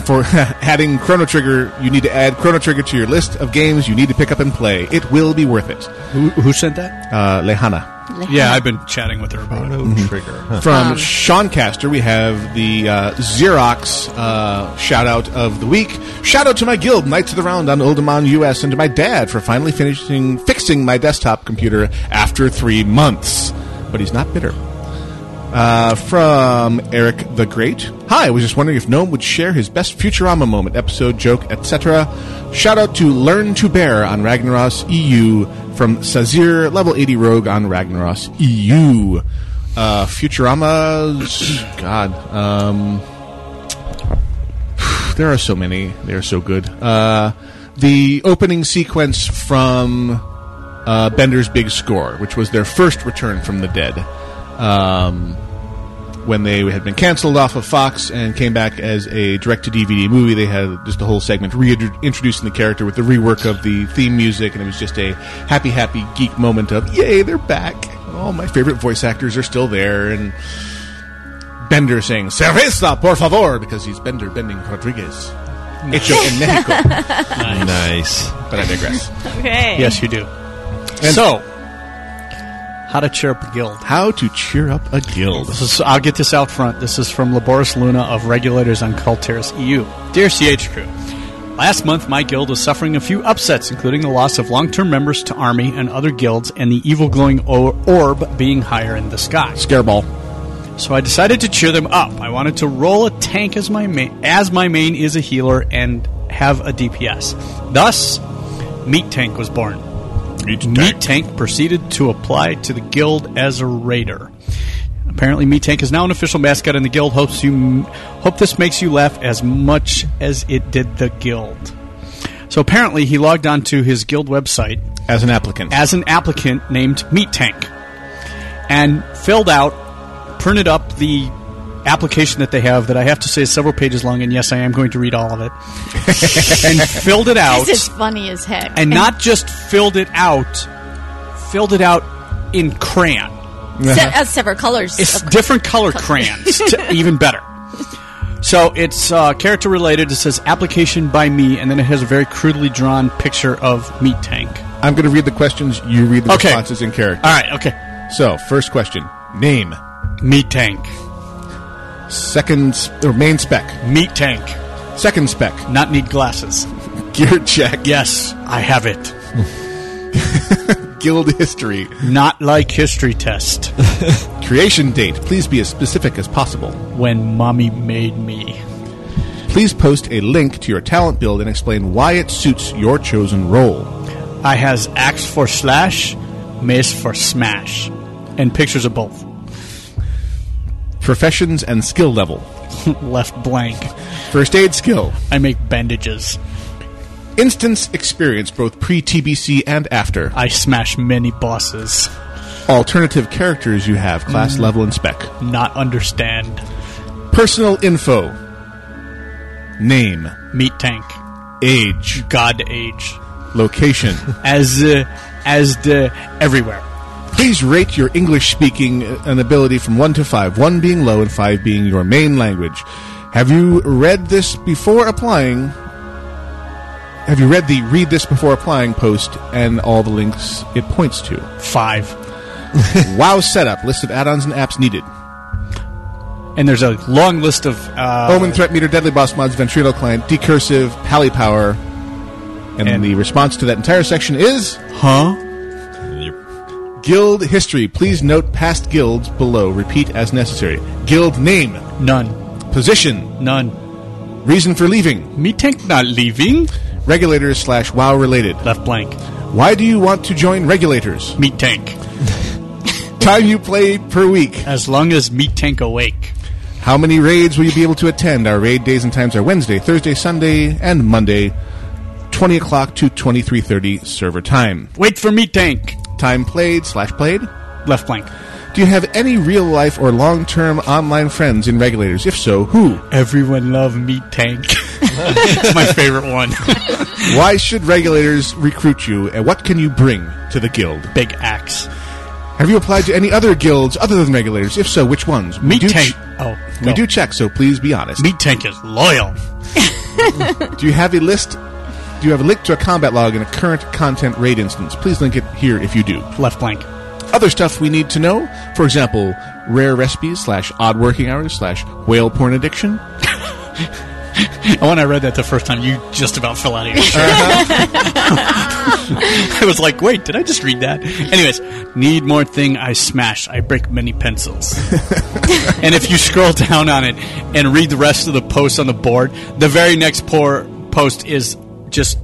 for adding Chrono Trigger. You need to add Chrono Trigger to your list of games you need to pick up and play. It will be worth it.
Who, who sent that?
Uh, Lehana.
Yeah, I've been chatting with her about it.
Mm-hmm.
Trigger.
Um,
Um,
From Sean Caster, we have the uh, Xerox uh, shout out of the week. Shout out to my guild, Knights of the Round on Oldemon US, and to my dad for finally finishing fixing my desktop computer after three months. But he's not bitter. Uh, from Eric the Great. Hi, I was just wondering if Gnome would share his best Futurama moment, episode, joke, etc. Shout out to Learn to Bear on Ragnaros EU from Sazir, level 80 rogue on Ragnaros E EU. Uh, Futurama's. God. Um, there are so many. They are so good. Uh, the opening sequence from uh, Bender's Big Score, which was their first return from the dead, um, when they had been canceled off of Fox and came back as a direct-to-DVD movie, they had just a whole segment reintroducing the character with the rework of the theme music, and it was just a happy, happy geek moment of "Yay, they're back!" All Oh my favorite voice actors are still there, and Bender saying "Cerveza, por favor," because he's Bender bending Rodriguez. Hecho en Mexico.
Nice.
But I digress.
Okay.
Yes, you do.
And-
so, how to cheer up a guild?
How to cheer up a guild?
This is, I'll get this out front. This is from Laboris Luna of Regulators E on Culteris EU. Dear CH Crew, last month my guild was suffering a few upsets, including the loss of long-term members to army and other guilds, and the evil glowing or- orb being higher in the sky.
Scareball.
So I decided to cheer them up. I wanted to roll a tank as my ma- as my main is a healer and have a DPS. Thus, Meat Tank was born. Meat Tank. proceeded to apply to the guild as a raider. Apparently, Meat Tank is now an official mascot in the guild. Hopes you hope this makes you laugh as much as it did the guild. So apparently, he logged onto his guild website
as an applicant
as an applicant named Meat Tank, and filled out, printed up the application that they have that I have to say is several pages long. And yes, I am going to read all of it. and filled it out
This is funny as heck.
and not just filled it out, filled it out in crayon.
se- uh, several colors.
It's
of-
different color crayons, to, even better. So it's uh, character related. It says application by me, and then it has a very crudely drawn picture of Meat Tank.
I'm going to read the questions. You read the
Okay.
responses in character.
All right, okay.
So, first question: Name.
Meat Tank.
Second s- or main spec.
Meat Tank.
Second spec.
Not need glasses.
Gear check.
Yes, I have it.
Guild history.
Not like history test.
Creation date. Please be as specific as possible.
when mommy made me.
Please post a link to your talent build and explain why it suits your chosen role.
I has axe for slash, mace for smash, and pictures of both.
Professions and skill level.
Left blank.
First aid skill.
I make bandages.
Instance experience both pre TBC and after.
I smash many bosses. Mm.
Alternative characters you have, class level and spec.
Not understand.
Personal info. Name.
Meat tank.
Age.
God age.
Location.
As uh, as the everywhere.
Please rate your English speaking uh, an ability from 1 to 5, 1 being low and 5 being your main language. Have you read this before applying? Have you read the read this before applying post and all the links it points to?
Five.
wow setup, list of add ons and apps needed.
And there's a long list of. Uh,
Omen, Threat Meter, Deadly Boss Mods, Ventrilo Client, Decursive, Pally Power. And, the response to that entire section is.
Huh?
Guild history. Please note past guilds below. Repeat as necessary. Guild name.
None.
Position.
None.
Reason for leaving.
Me tank not leaving.
Regulators slash WoW related.
Left blank.
Why do you want to join regulators?
Meat tank.
Time you play per week.
As long as meat tank awake.
How many raids will you be able to attend? Our raid days and times are Wednesday, Thursday, Sunday, and Monday, 20 o'clock to 23.30 server time.
Wait for meat tank.
Time played slash played.
Left blank.
Do you have any real life or long term online friends in regulators? If so, who?
Everyone love meat tank. it's my favorite one.
Why should regulators recruit you, and what can you bring to the guild?
Big axe.
Have you applied to any other guilds other than regulators? If so, which ones? We
Meat
do
tank.
ch-
oh,
we
no.
do check, so please be honest.
Meat tank is loyal.
Do you have a list? Do you have a link to a combat log in a current content raid instance? Please link it here if you do.
Left blank.
Other stuff we need to know, for example, rare recipes slash odd working hours slash whale porn addiction.
And when I read that the first time, you just about fell out of your chair. I was like, wait, did I just read that? Anyways, need more thing I smash. I break many pencils. and if you scroll down on it and read the rest of the posts on the board, the very next poor post is just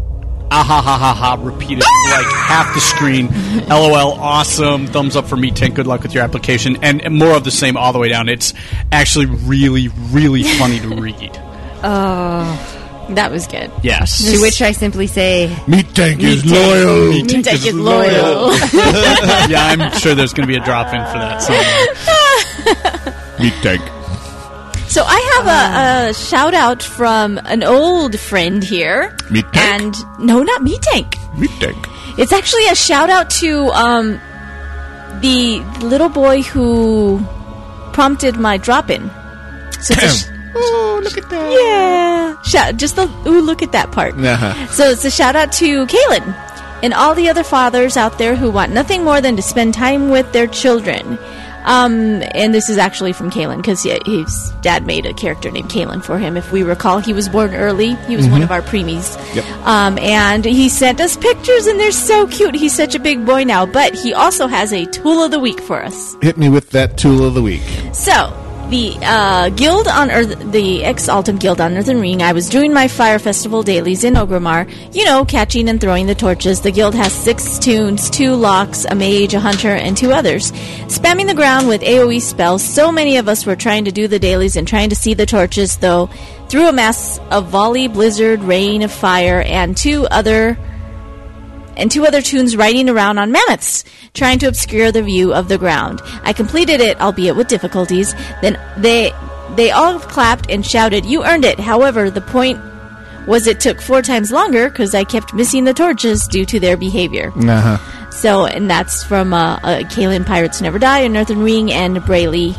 ah ha ha ha ha repeated like half the screen. LOL, awesome. Thumbs up for me, Tank. Good luck with your application. And, and more of the same all the way down. It's actually really, really funny to read.
Oh,
that was good.
Yes.
To which I simply say,
Meat tank
Meat
is
tank.
loyal.
Meat tank Meat is tank is loyal.
yeah, I'm sure there's going to be a drop in for that. somewhere.
Meat tank.
So I have a, a shout out from an old friend here.
Meat
And no, not Meat Tank.
Meat tank.
It's actually a shout out to um, the little boy who prompted my drop in. So it's a sh-
oh, look at that.
Yeah. Shout, just the ooh, look at that part.
Uh-huh.
So it's a shout out to Kaylin and all the other fathers out there who want nothing more than to spend time with their children. Um, and this is actually from Kalen because his dad made a character named Kalen for him. If we recall, he was born early. He was one
Mhm.
Mm-hmm.
of our preemies.
Yep.
Um, and he sent us pictures, and they're so cute. He's such a big boy now, but he also has a tool of the week for us.
Hit me with that tool of the week.
So the uh, guild on Earth, the Exaltum Guild on Earthen Ring. I was doing my fire festival dailies in Ogremar. You know, catching and throwing the torches. The guild has six tunes, two locks, a mage, a hunter, and two others. Spamming the ground with AOE spells. So many of us were trying to do the dailies and trying to see the torches, though. Through a mass of volley, blizzard, rain of fire, and two other and two other tunes riding around on mammoths, trying to obscure the view of the ground. I completed it, albeit with difficulties. Then they they all clapped and shouted, "You earned it!" However, the point was it took four times longer because I kept missing the torches due to their behavior.
Uh-huh.
Uh huh.
So, and that's from uh, uh, Kalen Pirates Never Die and Earthen Ring and Brayley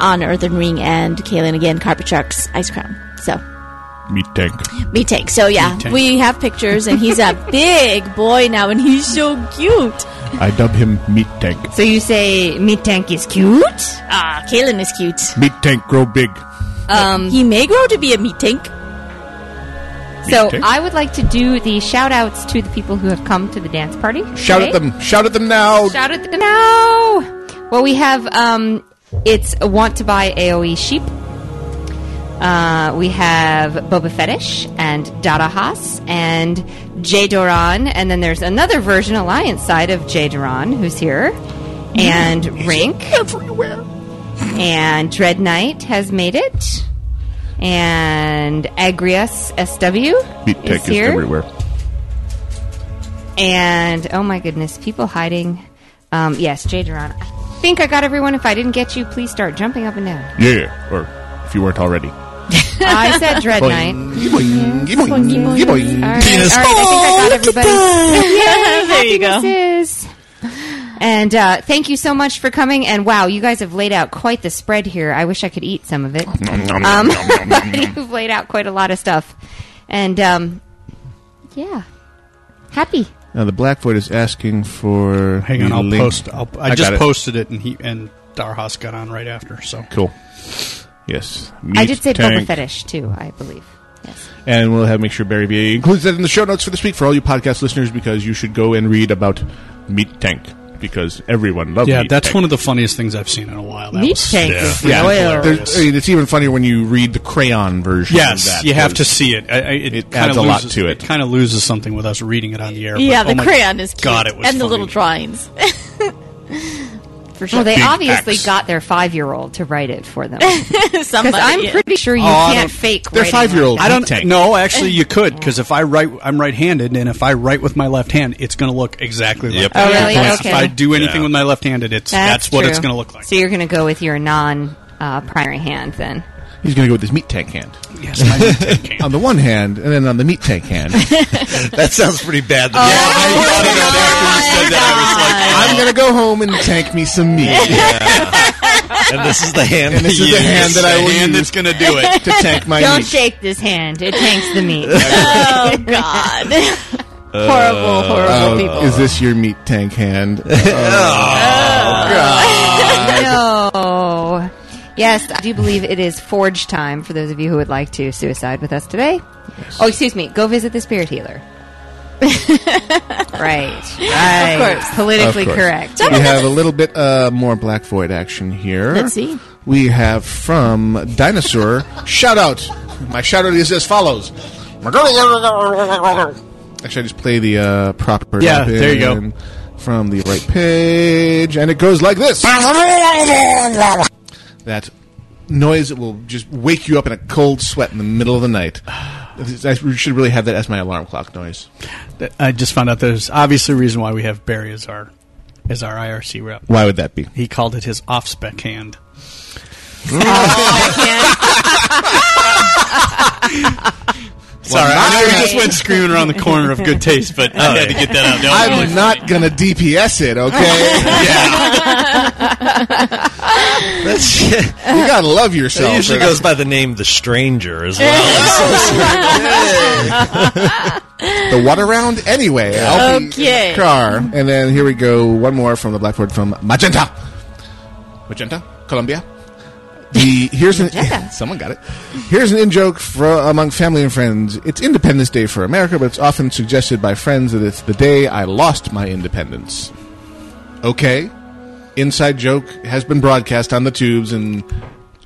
on Earthen Ring and Kalen again, Carpet Sharks, Ice Crown. So,
Meat tank.
me take. So, yeah,
Me take.
we have pictures and he's a big boy now and he's so cute.
I dub him Meat Tank.
so you say meat tank is cute?
Ah, Kalen is cute.
Meat tank grow big.
Um,
he may grow to be a meat tank.
So
tank.
I would like to do the shout outs to the people who have come to the dance party.
Shout
today.
at them. Shout at them now.
Shout at them now. Well, we have um, it's want to buy AOE sheep. Uh, we have Boba Fetish and Dada Haas and Jay Doran, and then there's another version Alliance side of Jay Doran who's here, and Rink
everywhere,
and Dread Knight has made it, and Agrius SW
Meat tank
is
is
here.
everywhere.
And oh my goodness, people hiding. Um, yes, Jaderon. I think I got everyone. If I didn't get you, please start jumping up and down.
Yeah. Or if you weren't already.
I said Dread
Boing,
Knight.
boing, boing, boing.
Oh,
All right, all right, I think I got everybody.
there you go.
Happiness is- And uh, thank you so much for coming. And wow, you guys have laid out quite the spread here. I wish I could eat some of it.
Nom, nom,
um,
nom, nom, nom,
but
nom.
you've laid out quite a lot of stuff. And um, yeah, happy.
Now the Blackfoot is asking for.
Hang on,
the
I'll
link.
post. I'll, I,
got
just
it.
posted it, and he and Darhas got on right after. So
Cool. Yes.
I
Meat
did say Boba
tank.
Fettish too, I believe. Yes.
And we'll have make sure Barry B includes that in the show notes for this week for all you podcast listeners because you should go and read about Meat Tank because everyone loves
yeah,
Meat
that's
Tank.
one of the funniest things I've seen in a while. That
Meat
was,
tank
Yeah.
is
Yeah,
hilarious.
there's- I mean, it's even funnier when you read the crayon version.
Yes,
of that,
you have to
'cause
see it. I, I, it
it
kinda
adds a lot
loses-
to it.
kind of loses something with us reading it on the air. but
yeah,
oh
the
my
crayon is cute.
God, it was
and the
funny.
little drawings. For sure.
Well, they obviously got their five-year-old to write it for them. Because
Somebody,
I'm
yeah.
pretty sure you
Oh, I
can't
don't-
fake.
they're
writing
five-year-old
like
I
that.
don't no. Actually, you could because if I write, I'm right-handed, and if I write with my left hand, it's going to look exactly like.
Yep. Oh,
that.
really?
If
Okay.
I do anything
Yeah.
with my left-handed, it's that's, what it's
true.
going to look like.
So you're going to go with your non-primary hand then.
He's going to go with his meat tank hand.
Yes, my meat tank hand.
on the one hand, and then on the meat tank hand.
that sounds pretty bad.
yeah, I thought about it after you said that. I was like, I'm going to go home and tank me some meat.
And this is the hand.
And this
that
is
you
the hand
use.
that I will use
gonna
to tank my
Don't
meat.
shake this hand. It tanks the meat.
oh God. Horrible, horrible
Oh,
people.
Is this your meat tank hand? Uh, Oh,
no. Yes, I do believe it is forge time for those of you who would like to suicide with us today. Oh, excuse me. Go visit the spirit healer. right. Right.
Of course.
Politically
Of course.
correct.
We have a little bit uh, more Black Void action here.
Let's see.
We have from Dinosaur shout out. My shout out is as follows. Actually, I just play the uh, proper.
Yeah, there you go.
in From the right page, and it goes like this. that noise that will just wake you up in a cold sweat in the middle of the night. I should really have that as my alarm clock noise.
That- I just found out there's obviously a reason why we have Barry as our as our IRC rep.
Why would that be?
He called it his off spec hand. Sorry, I know we just went screaming around the corner of good taste, but I had to get that out. That was
I'm not gonna DPS it, okay? That's, you gotta love yourself.
It usually
right?
goes by the name The Stranger as well.
the water round anyway. I'll be
Okay.
Car, and then here we go. One more from the blackboard from Magenta, Magenta, Colombia. The here's an someone got it. Here's an in joke for among family and friends. It's Independence Day for America, but it's often suggested by friends that it's the day I lost my independence. Okay, inside joke has been broadcast on the tubes, and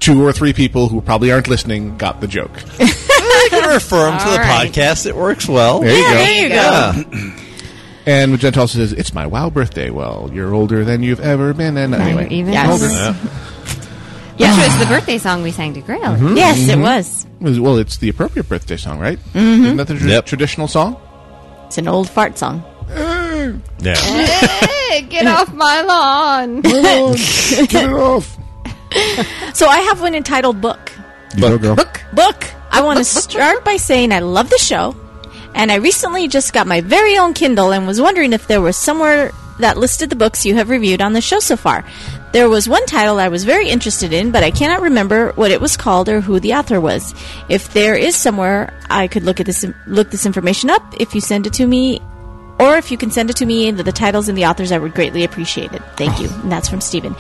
two or three people who probably aren't listening got the joke.
I can refer him to the
All right.
podcast. It works well.
There you go.
Yeah.
And Magenta also says, "It's my wow birthday." Well, you're older than you've ever been, and anyway,
even
I'm older.
Yes. Yes,
Mm-hmm.
it was the birthday song we sang to Grail.
Mhm.
Yes, it
Mhm.
was.
Well, Well, it's the appropriate birthday song, right?
Mhm.
Isn't that the tra- traditional song?
It's an old fart song.
Yeah.
Hey, get off my lawn.
Get it off.
So I have one entitled "Book."
Book.
Book. I want to start by saying I love the show, and I recently just got my very own Kindle and was wondering if there was somewhere that listed the books you have reviewed on the show so far. There was one title I was very interested in, but I cannot remember what it was called or who the author was. If there is somewhere I could look at this look this information up, if you send it to me, or if you can send it to me and the titles and the authors, I would greatly appreciate it. Thank you. And that's from Steven.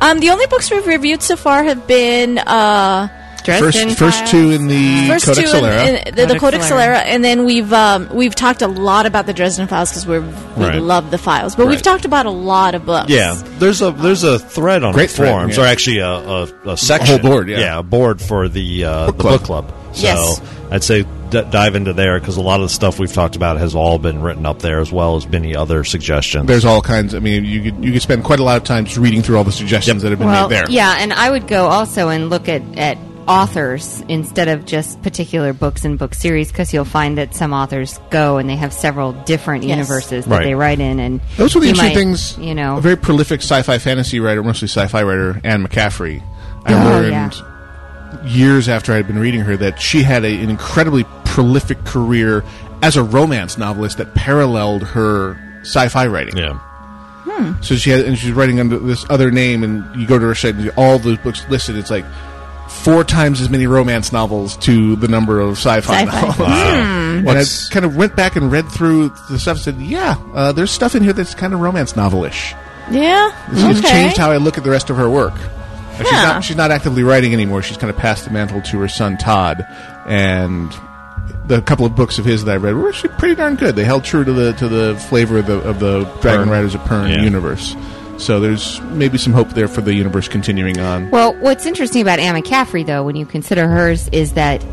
Um, the only books we've reviewed so far have been uh,
First, first two in the
first
Codex
two in-
Solera.
in the, the
Codex
Codex
Solera.
Solera, and then we've um, we've talked a lot about the Dresden Files because we
Right.
love the files, but we've
Right.
talked about a lot of books.
Yeah, there's a there's a thread on
Great
the
thread,
forums,
yeah.
or actually a, a, a section,
board, yeah.
a board for the uh, the
club.
book club. So
Yes.
I'd say d- dive into there because a lot of the stuff we've talked about has all been written up there, as well as many other suggestions.
There's all kinds. I mean, you could you could spend quite a lot of time just reading through all the suggestions that have been
well,
made there.
Yeah, and I would go also and look at, at authors instead of just particular books and book series because you'll find that some authors go and they have several different
Yes.
universes that
Right.
they write in, and
Those were the
you
interesting
might,
things.
You know,
a very prolific sci-fi fantasy writer, mostly sci-fi writer, Anne McCaffrey. I
Oh,
learned years after I had been reading her that she had a, an incredibly prolific career as a romance novelist that paralleled her sci-fi writing.
Yeah.
So she has, and she's writing under this other name, and you go to her site, and all those books listed. It's like four times as many romance novels to the number of sci-fi,
Sci-fi.
novels.
Hmm.
And I kind of went back and read through the stuff. and Said, yeah, uh, there's stuff in here that's kind of romance novelish.
Yeah.
It's, it's
okay.
changed how I look at the rest of her work. And She's,
Huh.
not, she's not actively writing anymore. She's kind of passed the mantle to her son Todd, and the couple of books of his that I read were actually pretty darn good. They held true to the to the flavor of the of the Dragon Riders of Pern
Yeah.
universe. So there's maybe some hope there for the universe continuing on.
Well, what's interesting about Anne McCaffrey, though, when you consider hers, is that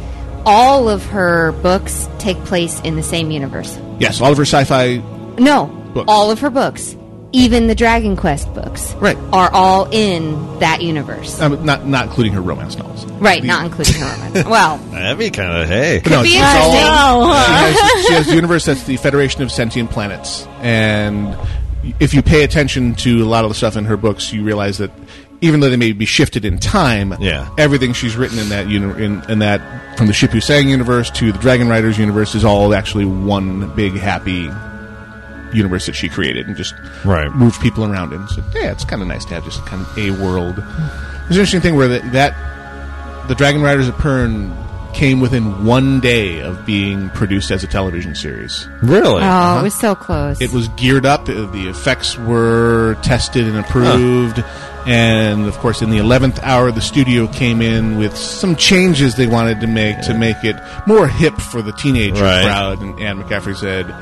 all of her books take place in the same universe.
Yes, all of her sci-fi.
No,
Books.
all of her books, even the Dragon Quest books,
right.
are all in that universe.
Um, not not including her romance novels.
Right, not including her romance. Well,
That'd be kind of hey.
But no,
Could
it's,
be
it's all,
interesting.
she, has, she has the universe that's the Federation of Sentient Planets, and if you pay attention to a lot of the stuff in her books, you realize that even though they may be shifted in time, yeah. everything she's written in that uni- in, in that from the Shippusang universe to the Dragon Riders universe is all actually one big happy universe that she created and just
Right.
moved people around in. So yeah, it's kind of nice to have just kind of a world. There's an interesting thing where the, that the Dragon Riders of Pern came within one day of being produced as a television series. Uh-huh.
Really?
Uh-huh.
oh, it was so close.
It was geared up. uh, The effects were tested and approved. And of course, in the 11th hour, the studio came in with some changes they wanted to make to make it more hip for the teenager
Right.
crowd. And Anne McCaffrey said,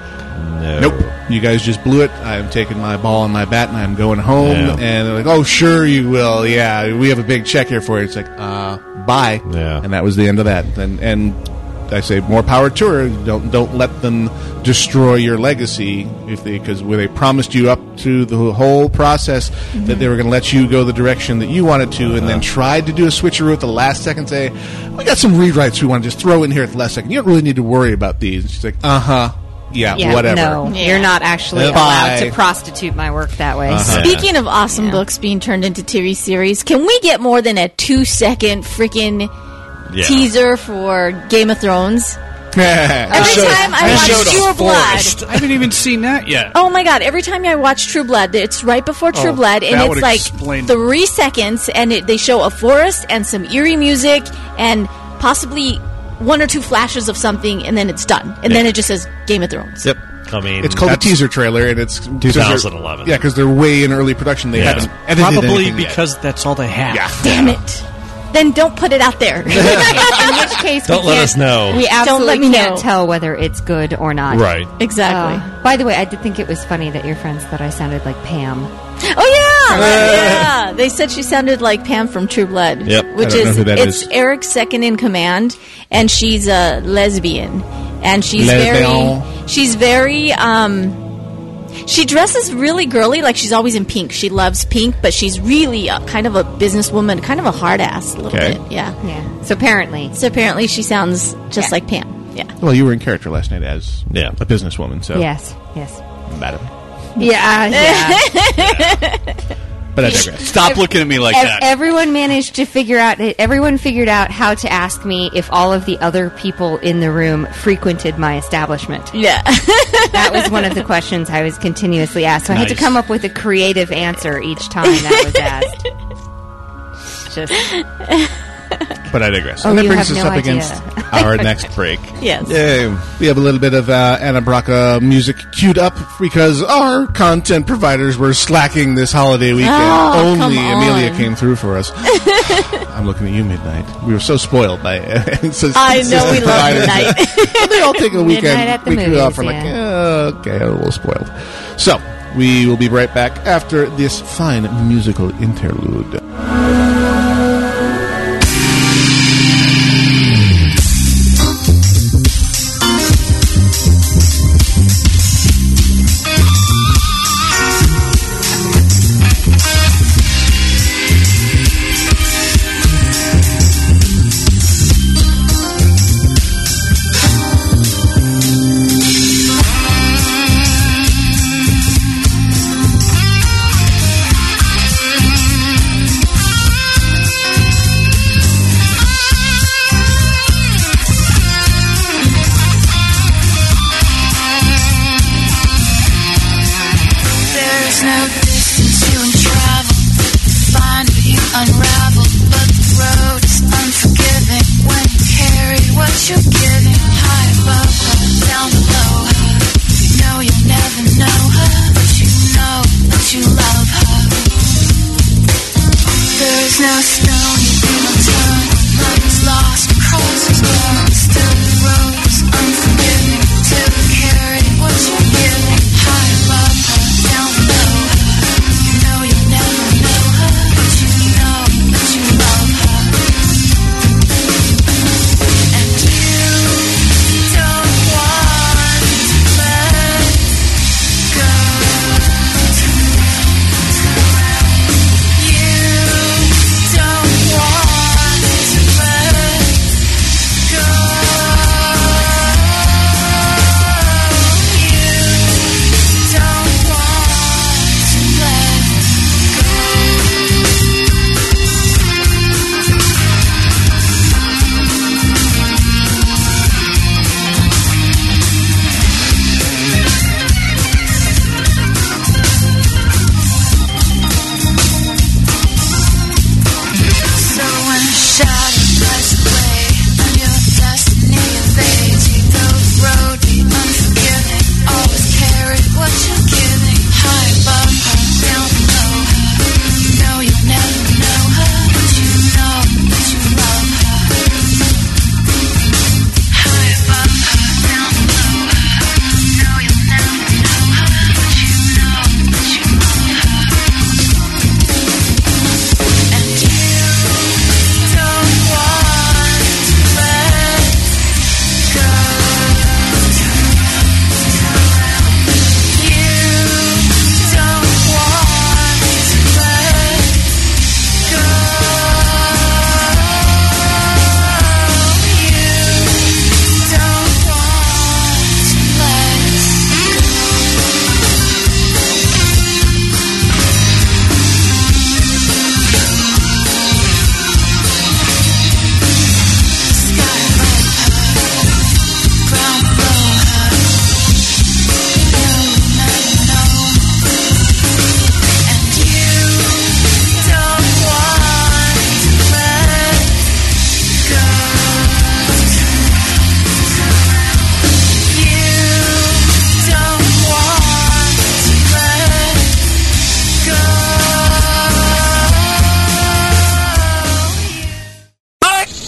Nope, you guys just blew it. I'm taking my ball and my bat and I'm going home.
Yeah.
And they're like, Oh, sure, you will. Yeah, we have a big check here for you. It's like, uh, Bye. Yeah. And that was the end of that. And, and I say more power to her. Don't don't let them destroy your legacy if they because where they promised you up to the whole process that they were going to let you go the direction that you wanted to, and then tried to do a switcheroo at the last second. Say we got some rewrites we want to just throw in here at the last second. You don't really need to worry about these. And she's like, uh huh, yeah,
yeah,
whatever.
No, you're not actually
Bye.
allowed to prostitute my work that way.
Uh-huh.
Speaking of awesome books being turned into TV series, can we get more than a two second freaking
Yeah.
teaser for Game of Thrones? Every time I
They
watch
showed a
Pure
forest.
Blood.
I haven't even seen that yet.
Oh my god! Every time I watch True Blood, it's right before True
Oh,
Blood, and
that
it's
would
like
explain-
three seconds, and it, they show a forest and some eerie music and possibly one or two flashes of something, and then it's done, and then
Yeah.
it just says Game of Thrones.
Yep. I mean,
It's called a
that's-
teaser trailer, and it's
2011.
Yeah, because they're way in early production. They
Yeah.
haven't edited
Probably
anything yet.
because that's all they have.
Yeah.
Damn it! Then don't put it out there.
In which case, we
Don't let
can't-
us know.
We
Don't
absolutely
let me
can't
know.
tell whether it's good or not.
Right.
Exactly.
Uh, by the way, I did think it was funny that your friends thought I sounded like Pam.
Oh yeah, yeah. They said she sounded like Pam from True Blood.
Yep.
Which
I don't know
is
who that
it's
is.
Eric's second in command, and she's a lesbian, and she's
Lesbian.
very she's very um. She dresses really girly, like she's always in pink. She loves pink, but she's really a, kind of a businesswoman, kind of a hard ass a little
Okay.
bit. Yeah,
yeah. So apparently,
so apparently she sounds just like Pam. Yeah.
Well, you were in character last night as a businesswoman, so
Yes. Yes.
madam.
Uh,
Yeah. yeah.
But I digress.
Stop looking at me like
Ev-
that.
Everyone managed to figure out. Everyone figured out how to ask me if all of the other people in the room frequented my establishment.
Yeah,
that was one of the questions I was continuously asked. So I had to
Nice.
come up with a creative answer each time that was asked. Just
But I digress.
Oh,
and that
you
brings us
have no
up
idea.
against our next break.
Yes.
Yay. We have a little bit of uh, Anna Braca music queued up because our content providers were slacking this holiday weekend.
Oh,
Only
come
Amelia
on.
came through for us. I'm looking at you, Midnight. We were so spoiled by it.
I know we love Midnight.
they all take a
Midnight at
weekend
the
week
movies,
off. We're like,
yeah.
"Uh, okay, a little spoiled. So we will be right back after this fine musical interlude.
Thank you.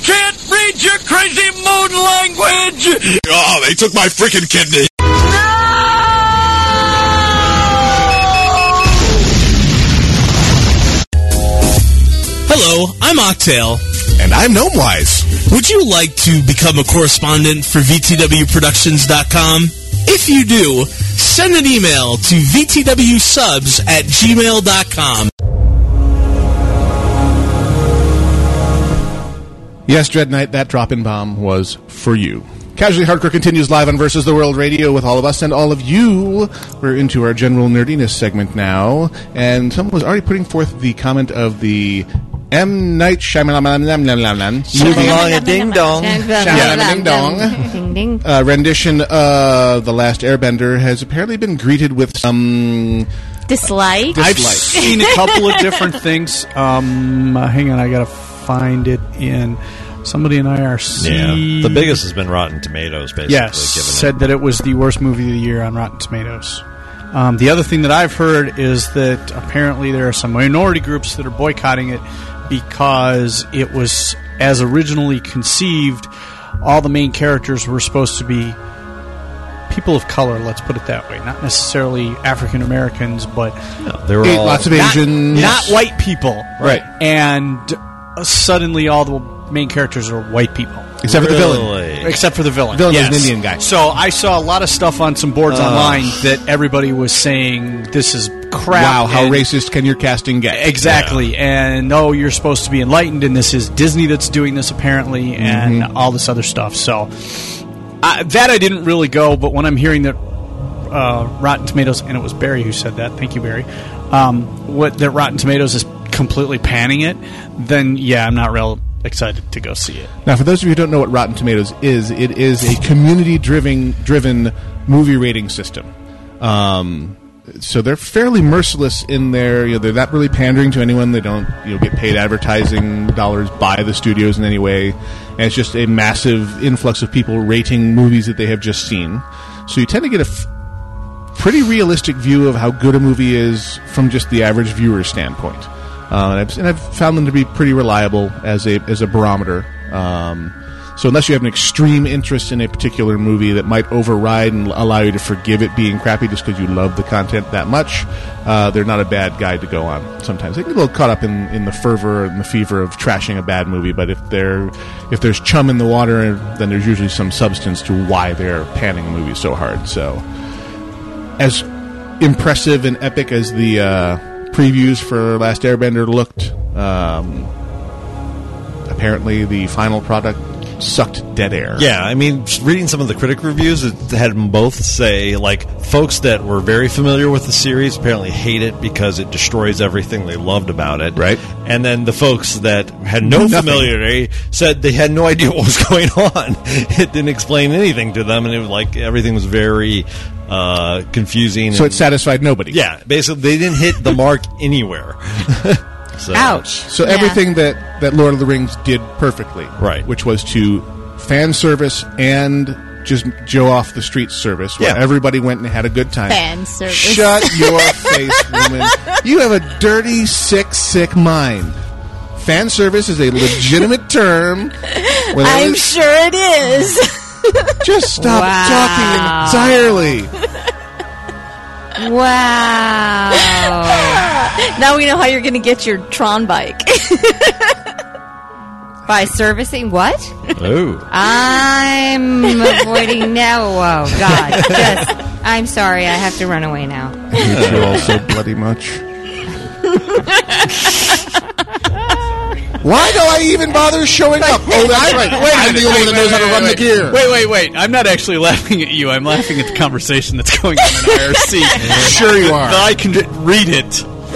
Can't read your crazy moon language!
Oh, they took my freaking kidney.
Hello, I'm Octail.
And I'm Gnomewise.
Would you like to become a correspondent for VTWProductions.com? If you do, send an email to VTWSubs at gmail.com.
Yes, Dread Knight, that drop in bomb was for you. Casually Hardcore continues live on Versus the World Radio with all of us and all of you. We're into our general nerdiness segment now, and someone was already putting forth the comment of the M. Night Shyamalan
Move along a ding-dong.
Shyamalan ding
Ding
dong.
ding.
Uh, rendition of The Last Airbender has apparently been greeted with some.
Dislike.
I've seen a couple of different things. Um, uh, hang on, I gotta find it in somebody in IRC.
Yeah, the biggest has been Rotten Tomatoes, basically.
Yes,
given
said that it was the worst movie of the year on Rotten Tomatoes. Um, the other thing that I've heard is that apparently there are some minority groups that are boycotting it because it was as originally conceived. All the main characters were supposed to be people of color. Let's put it that way, not necessarily African Americans, but
they were all- Lots of
not-
Asians.
not white people,
Right.
And uh, suddenly, all the main characters are white people,
Except for the villain. Really?
Except for the villain.
Villain is
yes.
an Indian guy.
So I saw a lot of stuff on some boards
Ugh.
online that everybody was saying this is crap.
Wow, how
and-
racist can your casting get?
Exactly, and oh, you're supposed to be enlightened, and this is Disney that's doing this apparently, and
Mm-hmm.
all this other stuff. So I, that I didn't really go, but when I'm hearing that uh, Rotten Tomatoes, and it was Barry who said that. Thank you, Barry. Um, what that Rotten Tomatoes is completely panning it, then yeah, I'm not real excited to go see it.
Now, for those of you who don't know what Rotten Tomatoes is, it is a community-driven driven movie rating system. Um, so they're fairly merciless in their. You know, they're not really pandering to anyone. They don't you know get paid advertising dollars by the studios in any way, and it's just a massive influx of people rating movies that they have just seen. So you tend to get a f- pretty realistic view of how good a movie is from just the average viewer's standpoint. Uh, and, I've, and I've found them to be pretty reliable as a as a barometer. Um, so unless you have an extreme interest in a particular movie that might override and allow you to forgive it being crappy just because you love the content that much, uh, they're not a bad guide to go on. Sometimes they get a little caught up in, in the fervor and the fever of trashing a bad movie, but if they're if there's chum in the water, then there's usually some substance to why they're panning a movie so hard. So as impressive and epic as the uh, previews for Last Airbender looked. Um, apparently, the final product sucked dead air.
Yeah, I mean, just reading some of the critic reviews, it had them both say like folks that were very familiar with the series apparently hate it because it destroys everything they loved about it.
Right.
And then the folks that had no
Nothing.
familiarity said they had no idea what was going on. It didn't explain anything to them, and it was like everything was very uh, confusing.
So
and-
it satisfied nobody.
yeah, basically they didn't hit the mark anywhere. so,
So everything that that Lord of the Rings did perfectly,
Right.
Which was to fan service and just Joe off the street service, where
Yeah.
everybody went and had a good time.
Fan service.
Shut your face, woman! You have a dirty, sick, sick mind. Fan service is a legitimate term. where there
I'm
is-
sure it is.
Just stop talking entirely.
Wow.
now we know how you're going to get your Tron bike.
By servicing what?
Oh.
I'm avoiding now. Oh God! Just, I'm sorry. I have to run away now.
I hate you all so bloody much. Why do I even bother showing up? Oh, that's right. I'm the only one that knows how to run the gear.
Wait, wait, wait. I'm not actually laughing at you. I'm laughing at the conversation that's going on in IRC.
sure you are. Uh,
I can ju- read it. it's all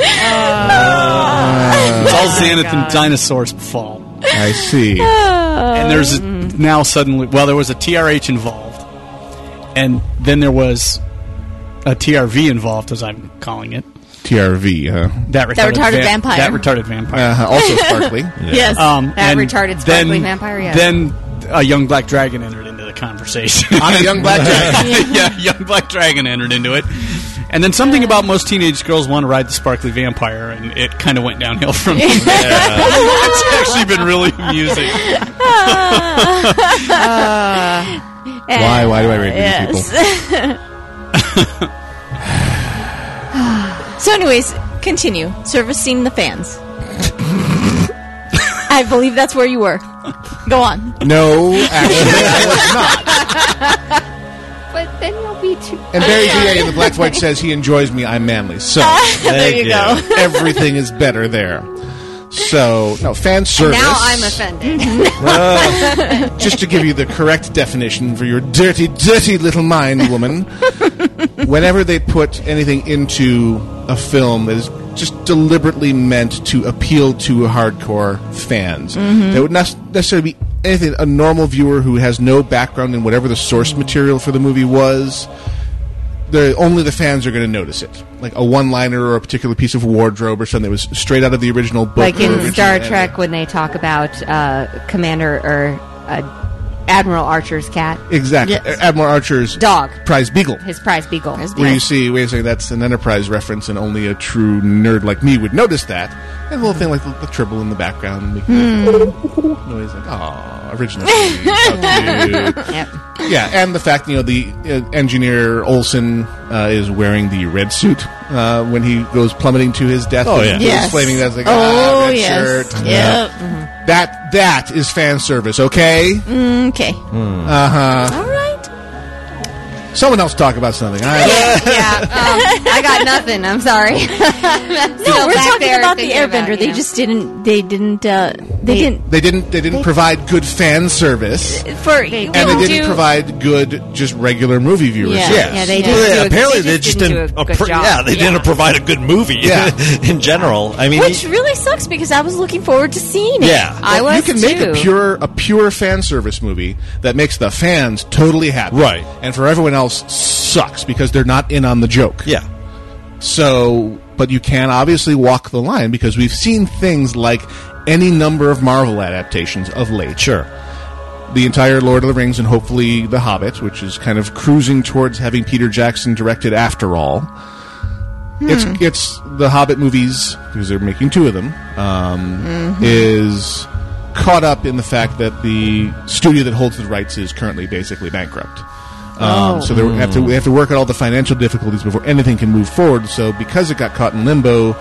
Xanath and Dinosaur's fault.
I see.
And there's a, now suddenly, well, there was a TRH involved, and then there was a TRV involved, as I'm calling it.
TRV, huh?
That retarded,
That retarded
va-
vampire.
That retarded vampire. Um,
Uh, also sparkly.
Yes,
that
and
retarded sparkly vampire, yeah.
Then a young black dragon entered into the conversation.
I'm a young black dragon.
yeah, young black dragon entered into it. And then something about most teenage girls want to ride the sparkly vampire, and it kind of went downhill from there. it's actually been really amusing.
Why? Why do I rate these people?
so, anyways, continue servicing the fans. I believe that's where you were. Go on.
No, actually, I was not.
But then you'll be too.
And Barry VA in the Black Void says he enjoys me. I'm manly. So
Ah, there you go.
everything is better there. So no fan service.
Now I'm offended.
Well, just to give you the correct definition for your dirty, dirty little mind, woman, whenever they put anything into a film that is just deliberately meant to appeal to hardcore fans,
Mm-hmm.
that would not necessarily be anything a normal viewer who has no background in whatever the source material for the movie was the only the fans are going to notice it, like a one-liner or a particular piece of wardrobe or something that was straight out of the original book.
like
or original
in Star
anime.
Trek when they talk about uh, Commander or uh, Admiral Archer's cat,
exactly.
Yes.
Admiral Archer's
Dog.
prize beagle.
his prize beagle.
Where you see, wait a second, that's an Enterprise reference, and only a true nerd like me would notice that. And a little thing like the, the tribble in the background, making
Hmm.
Hmm.
that noise, like oh, original. series, how cute."
Yep.
yeah, and the fact you know the uh, engineer Olson uh, is wearing the red suit uh, when he goes plummeting to his death.
Oh,
and
yeah.
he's
Yes.
flaming that's like
Oh,
ah, red
yes.
shirt.
Yep. Mm-hmm.
That that is fan service, okay?
Mm, Okay.
Hmm.
Uh huh.
All right.
Someone else talk about something. I,
Yeah, um, I got nothing. I'm sorry.
Oh.
I'm
No,
still
we're
back
talking
there
about the
thinking
Airbender.
about, you
they
know.
just didn't. They didn't. Uh, they didn't.
they didn't. They didn't provide good fan service,
Uh,
For you
and they
don't
didn't
do-
provide good just regular movie viewers.
Yeah.
service.
Yeah, they didn't
Well,
do a-
apparently
they just didn't do a good
appro-
job.
Yeah, they
Yeah.
didn't provide a good movie.
Yeah.
in general, I mean,
which really sucks because I was looking forward to seeing it.
yeah,
I was
you can make a
too.
pure a pure fan service movie that makes the fans totally happy,
Right.
And for everyone else, sucks because they're not in on the joke.
yeah.
So, but you can obviously walk the line because we've seen things like any number of Marvel adaptations of late.
Sure.
The entire Lord of the Rings and hopefully The Hobbit, which is kind of cruising towards having Peter Jackson directed after all. It's
Hmm.
it's the Hobbit movies because they're making two of them. Um, Is caught up in the fact that the studio that holds the rights is currently basically bankrupt. Um,
Oh.
So they
Mm.
have to we have to work out all the financial difficulties before anything can move forward. So because it got caught in limbo,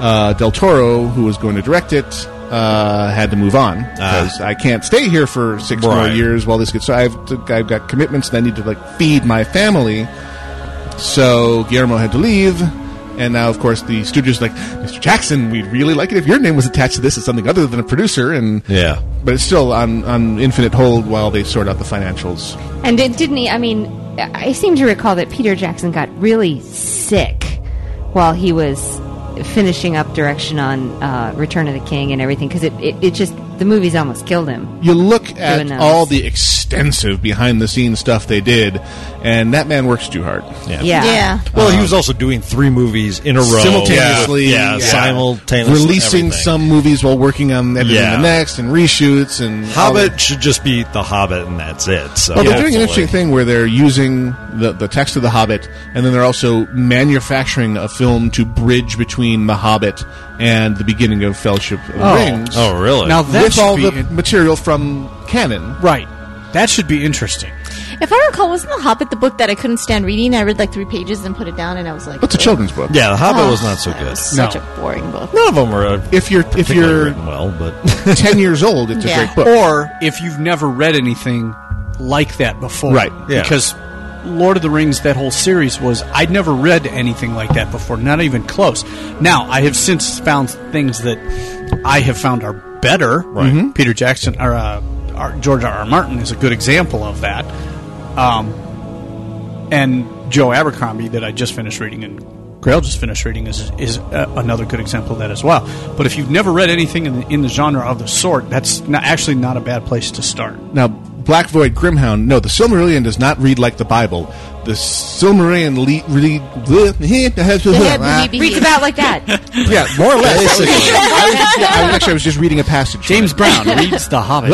uh, Del Toro, who was going to direct it, uh, had to move on because I can't stay here for six more
Right.
years while this gets. So I've I've got commitments and I need to like feed my family. So Guillermo had to leave. And now, of course, the studio's like, Mr. Jackson, we'd really like it if your name was attached to this as something other than a producer. And
yeah,
but it's still on, on infinite hold while they sort out the financials.
And it didn't he? I mean, I seem to recall that Peter Jackson got really sick while he was finishing up direction on uh, Return of the King and everything because it, it, it just, the movies almost killed him.
You look at
Doing those.
all the extensive behind the scenes stuff they did, and that man works too hard.
Yeah. Yeah.
Well, he was also doing three movies Um, in a row
simultaneously,
Yeah, simultaneously
releasing
everything.
some movies while working on everything
Yeah.
the next and reshoots and all that.
Hobbit should just be the Hobbit, and that's it. So
well, Oh, they're doing an
hopefully-
interesting thing where they're using the, the text of The Hobbit, and then they're also manufacturing a film to bridge between The Hobbit and the beginning of Fellowship of
Oh.
the Rings.
Oh, really? Now that
with
should
all
be
the
in-
material from canon,
right? That should be interesting.
If I recall, wasn't The Hobbit the book that I couldn't stand reading? I read like three pages and put it down, and I was like,
It's a children's book.
Yeah, The Hobbit
Oh,
was not so good.
such No. a boring book.
None of them were. uh,
If you're if
particularly
you're
written well, but
ten years old, it's a great book.
Or if you've never read anything like that before.
Right, yeah.
Because Lord of the Rings, that whole series was, I'd never read anything like that before, not even close. Now, I have since found things that I have found are better. Right. Peter Jackson, or uh, R- George R. R. Martin is a good example of that. Um, and Joe Abercrombie, that I just finished reading, and Grail just finished reading, is, is uh, another good example of that as well. But if you've never read anything in the, in the genre of the sort, that's not, actually not a bad place to start.
Now, uh, Black Void Grimhound, no, the Silmarillion does not read like the Bible. The Silmarillion le- read.
Reads about like that.
yeah, more or less. Basically. I was, yeah, I was- actually, I was just reading a passage. James
Brown reads The Hobbit.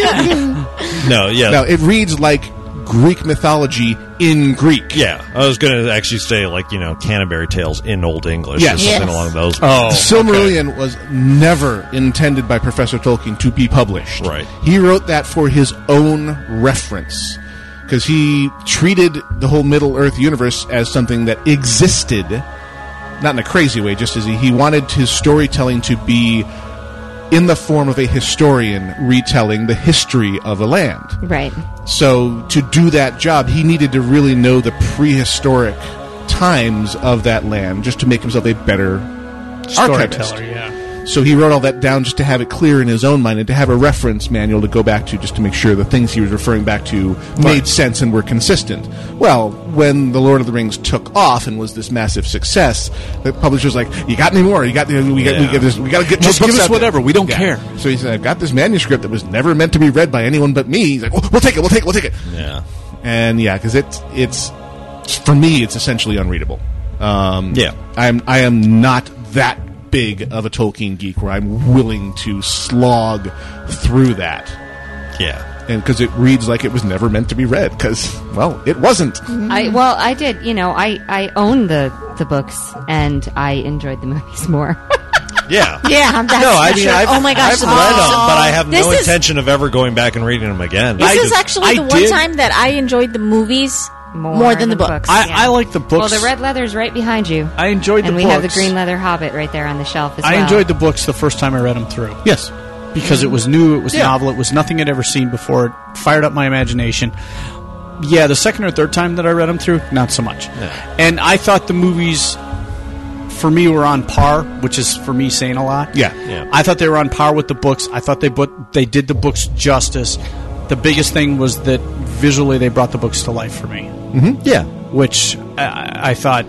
no, yeah,
Now, it reads like Greek mythology in Greek.
yeah. I was going to actually say like you know Canterbury Tales in Old English or
Yes.
something
Yes. Oh.
along those.
the Silmarillion was never intended by Professor Tolkien to be published.
Right.
He wrote that for his own reference because he treated the whole Middle Earth universe as something that existed, not in a crazy way, just as he, he wanted his storytelling to be in the form of a historian retelling the history of a land.
Right.
So to do that job, he needed to really know the prehistoric times of that land just to make himself a better archivist.
Storyteller, yeah.
So he wrote all that down just to have it clear in his own mind and to have a reference manual to go back to just to make sure the things he was referring back to made sense and were consistent. Well, when The Lord of the Rings took off and was this massive success, the publisher's like, "You got any more? You got the, we got we
Yeah.
got this, we got to get
Just
more
give us
books out there."
whatever. We don't
Yeah.
care.
So he said, "I've got this manuscript that was never meant to be read by anyone but me." He's like, "We'll, we'll take it. We'll take it. We'll take it."
Yeah.
and yeah, because it's it's for me, it's essentially unreadable. Um, yeah, I'm I am not that big of a Tolkien geek where I'm willing to slog through that.
Yeah,
and because it reads like it was never meant to be read. Because well, it wasn't.
I well, I did. You know, I I own the the books, and I enjoyed the movies more.
Yeah.
Yeah, Um, that's
no, I
for
mean,
sure.
I've,
Oh my gosh,
I've
this
read them,
is awesome.
but I have
This
no
is-
intention of ever going back and reading them again.
This
I
is
did-
actually
I
the one
did-
time that I enjoyed the movies more, than the books.
I, I like the books.
Well, the red leather's right behind you.
I enjoyed the
and we have the
books.
green leather Hobbit right there on the shelf as
I
well.
enjoyed the books the first time I read them through.
Yes.
Because it was new, it was
Yeah.
novel, it was nothing I'd ever seen before. It fired up my imagination. Yeah, the second or third time that I read them through, not so much. And I thought the movies for me were on par, which is for me saying a lot.
Yeah.
I thought they were on par with the books. I thought they but they did the books justice. The biggest thing was that visually they brought the books to life for me.
Mm-hmm. Yeah,
which I, I thought,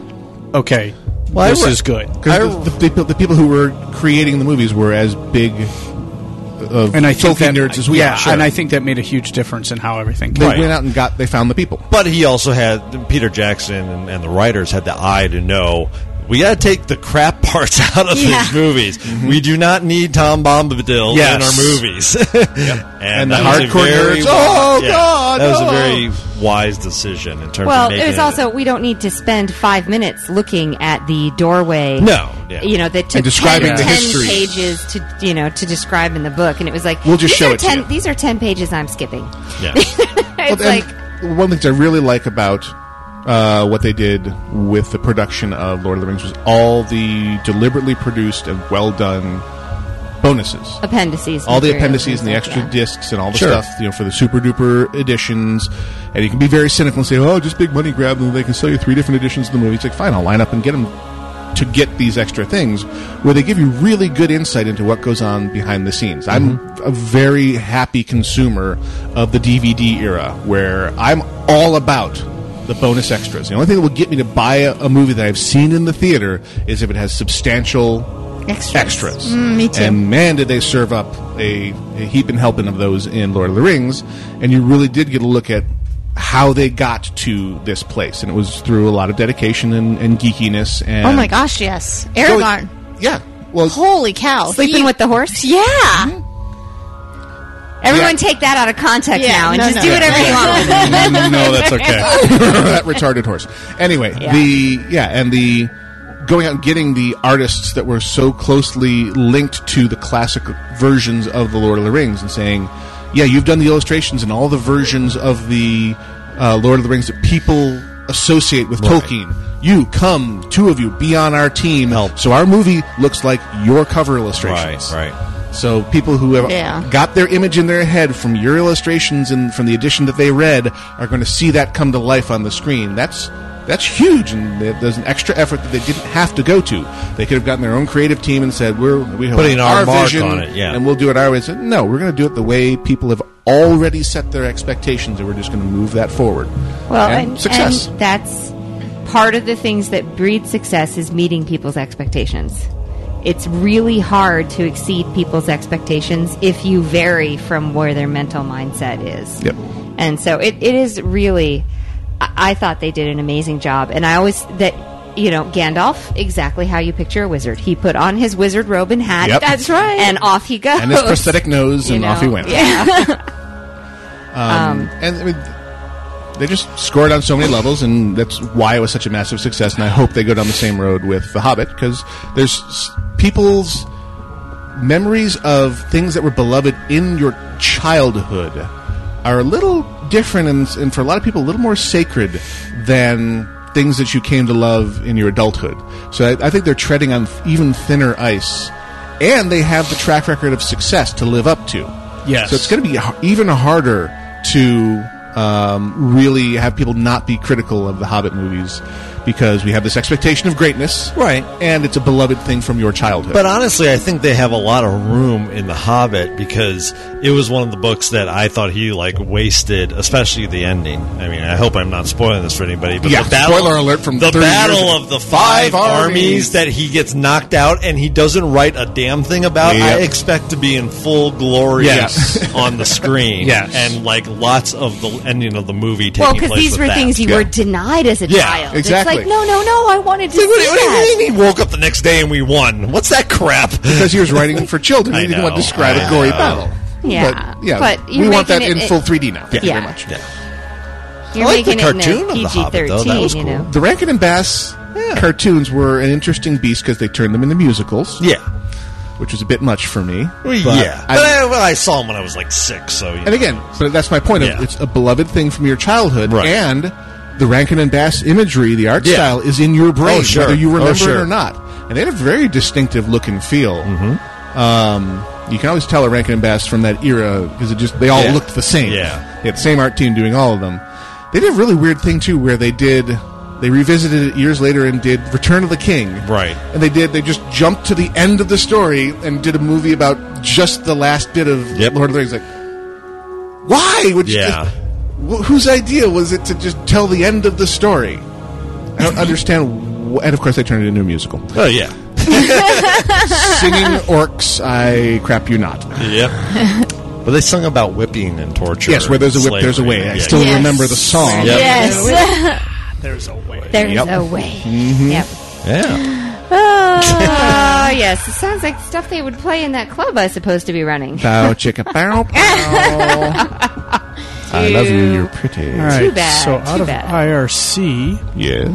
okay,
Well, I
this
re-
is good.
Because the, the, the people who were creating the movies were as big of
and I
Tolkien
think that,
nerds as we
yeah,
are. Sure.
and I think that made a huge difference in how everything.
they
came out.
went out and got they found the people.
But he also had Peter Jackson and, and the writers had the eye to know we got to take the crap parts out of
Yeah.
these movies.
Mm-hmm.
We do not need Tom Bombadil
Yes.
in our movies. And,
the
that was a
hardcore
very wi-
nerds, "Oh,
yeah,
God,
that was
oh."
a very wise decision in terms
Well,
of making
it was also we don't need to spend five minutes looking at the doorway.
No, yeah.
you know that took
And describing
ten,
the
ten
history.
pages to you know to describe in the book, and it was like
We'll just
these
show
are
it to
ten,
you.
These are ten pages I'm skipping.
Yeah.
it's
Well, and
like
one of the things I really like about uh, what they did with the production of Lord of the Rings was all the deliberately produced and well done bonuses.
appendices,
All the
material.
appendices and the extra discs and all the
Sure.
stuff, you know, for the super duper editions. And you can be very cynical and say, "Oh, just big money grab them. They can sell you three different editions of the movie." It's like, fine, I'll line up and get them to get these extra things, where they give you really good insight into what goes on behind the scenes. I'm a very happy consumer of the DVD era, where I'm all about the bonus extras. The only thing that will get me to buy a, a movie that I've seen in the theater is if it has substantial extras.
Mm, me too.
And man, did they serve up a, a heap and helping of those in Lord of the Rings. And you really did get a look at how they got to this place. And it was through a lot of dedication and, and geekiness. And
oh my gosh, yes, Aragorn.
yeah. Well,
holy cow,
Sleeping
He-
with the horse.
Yeah.
Everyone take that out of context
Yeah,
now and
no,
just
no,
do
no.
whatever you want. with it.
no, that's okay. that retarded horse. Anyway,
Yeah.
the yeah, and the going out and getting the artists that were so closely linked to the classic versions of the Lord of the Rings and saying, "Yeah, you've done the illustrations and all the versions of the uh, Lord of the Rings that people associate with Tolkien." You come, two of you, be on our team. So our movie looks like your cover illustrations.
Right,
right. So people who have
Yeah.
got their image in their head from your illustrations and from the edition that they read are going to see that come to life on the screen. That's that's huge, and there- there's an extra effort that they didn't have to go to. They could have gotten their own creative team and said, "We're we have
Putting our mark
vision,
on it, yeah.
and we'll do it our way." They Said, no, we're going to do it the way people have already set their expectations, and we're just going to move that forward.
Well,
and,
and,
success.
and that's part of the things that breed success is meeting people's expectations. It's really hard to exceed people's expectations if you vary from where their mental mindset is.
Yep.
And so it, it is really, I, I thought they did an amazing job. And I always, that, you know, Gandalf, exactly how you picture a wizard. He put on his wizard robe and hat.
Yep. That's
right. And off he goes.
And his prosthetic nose,
You
and off
know,
he went.
Yeah.
Um,
Um,
and I mean, they just scored on so many levels, and that's why it was such a massive success. And I hope they go down the same road with The Hobbit because there's s- people's memories of things that were beloved in your childhood are a little different, and, s- and for a lot of people, a little more sacred than things that you came to love in your adulthood. So I, I think they're treading on th- even thinner ice, and they have the track record of success to live up to.
Yes.
So it's going to be h- even harder to um, really have people not be critical of the Hobbit movies because we have this expectation of greatness, right? And it's a beloved thing from your childhood.
But honestly, I think they have a lot of room in The Hobbit because it was one of the books that I thought he like wasted, especially the ending. I mean, I hope I'm not spoiling this for anybody, but
yeah,
the battle,
spoiler alert from
the
30 years
battle
ago.
of the five,
Five
armies.
armies.
that he gets knocked out and he doesn't write a damn thing about.
Yep.
I expect to be in full glory
Yes.
on the screen,
Yes.
and like lots of the ending of the movie taking
Well,
place.
because these
with
were
that.
things you were denied as a
Yeah,
child.
exactly.
It's like, no, no, no, I wanted to
Like, what, do
see
you- what do
that.
you mean he woke up the next day and we won? What's that crap?
because he was writing for children,
I
he didn't
know,
want to describe
I
a gory
know.
battle.
Yeah,
but, yeah,
but
we
you're
want that
making
in
it-
full
it-
3D now. Thank
Yeah.
you very much.
You're
I like the
making
cartoon of
it
The
in a
Hobbit, though. That
PG-13,
was
you
cool.
know.
The Rankin and Bass cartoons were an interesting beast because they turned them into musicals.
Yeah,
which was a bit much for me.
Well,
but
yeah,
I-
but I, well, I saw him when I was like six. So you
And
know.
again, but that's my point. Of,
Yeah.
it's a beloved thing from your childhood, and the Rankin and Bass imagery, the art
Yeah.
style, is in your brain,
Oh, sure.
whether you
Oh,
remember it
sure.
or not. And they had a very distinctive look and feel.
Mm-hmm.
Um, you can always tell a Rankin and Bass from that era because it just they all
Yeah.
looked the same.
Yeah.
they had the same art team doing all of them. They did a really weird thing too, where they did they revisited it years later and did Return of the King,
right.
and they did. They just jumped to the end of the story and did a movie about just the last bit of Lord of the Rings. Like, why would
Yeah.
you? Wh- whose idea was it to just tell the end of the story? I don't understand. Wh- and of course, they turned it into a musical.
Oh yeah.
Singing orcs, I crap you not.
Yep. but they sung about whipping and torture.
Yes, where there's a whip,
slavery.
there's a way. I
Yeah.
still remember the
Yep.
song.
Yes.
There's a way.
There's
Yep.
a way.
Mhm.
Yep.
Yeah.
Oh, yes. It sounds like stuff they would
Oh,
play in that club I was supposed to be running.
Bow chicka bow. bow. I love you. You're pretty.
All right.
Too
bad,
So
too
out of
bad.
IRC,
yes,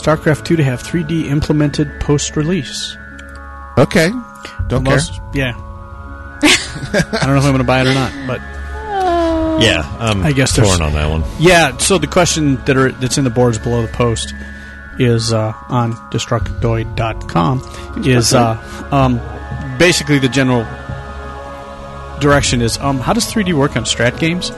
StarCraft two to have 3D implemented post release.
Okay. Don't care.
Yeah. I don't know if I'm going to buy it or not, but
Um,
Yeah, I'm
I guess there's-
torn on that one.
yeah. So the question that are that's in the boards below the post is uh, on destructoid.com is uh, um, basically the general direction is um, how does 3D work on strat games?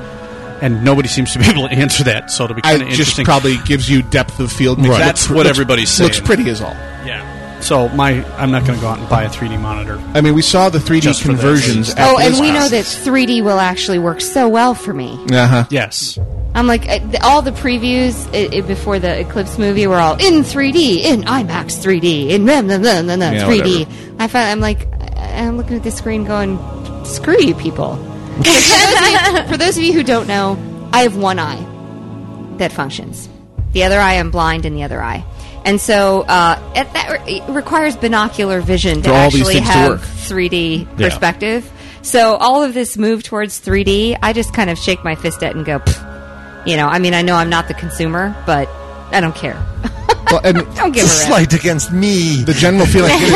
And nobody seems to be able to answer that, so it'll be
I
kind of
just
interesting.
probably gives you depth of field. makes it
That's
look pr-
what
looks-
everybody's saying.
Looks pretty is all.
Yeah. So my I'm not going to go out and buy a 3D monitor.
I mean, we saw the 3D
Just for this.
conversions. At
Oh, and
this
we know
house.
that 3D will actually work so well for me.
Uh-huh.
Yes.
I'm like, uh, th- all the previews i i before the Eclipse movie were all in 3D, in IMAX 3D, in blah, blah, blah, blah, blah,
Yeah,
3D. I found, I'm like, I- I'm looking at the screen going, screw you people. for, those of you, for those of you who don't know, I have one eye that functions. The other eye, I'm blind in the other eye. And so uh, it, that re- it requires binocular vision to
For all these
actually
things to
have
work.
3D
Yeah.
perspective. So all of this move towards 3D, I just kind of shake my fist at and go, "Pfft." you know, I mean, I know I'm not the consumer, but I don't care.
Well, and
Oh. Don't give a It's a rip.
against me. The general feeling is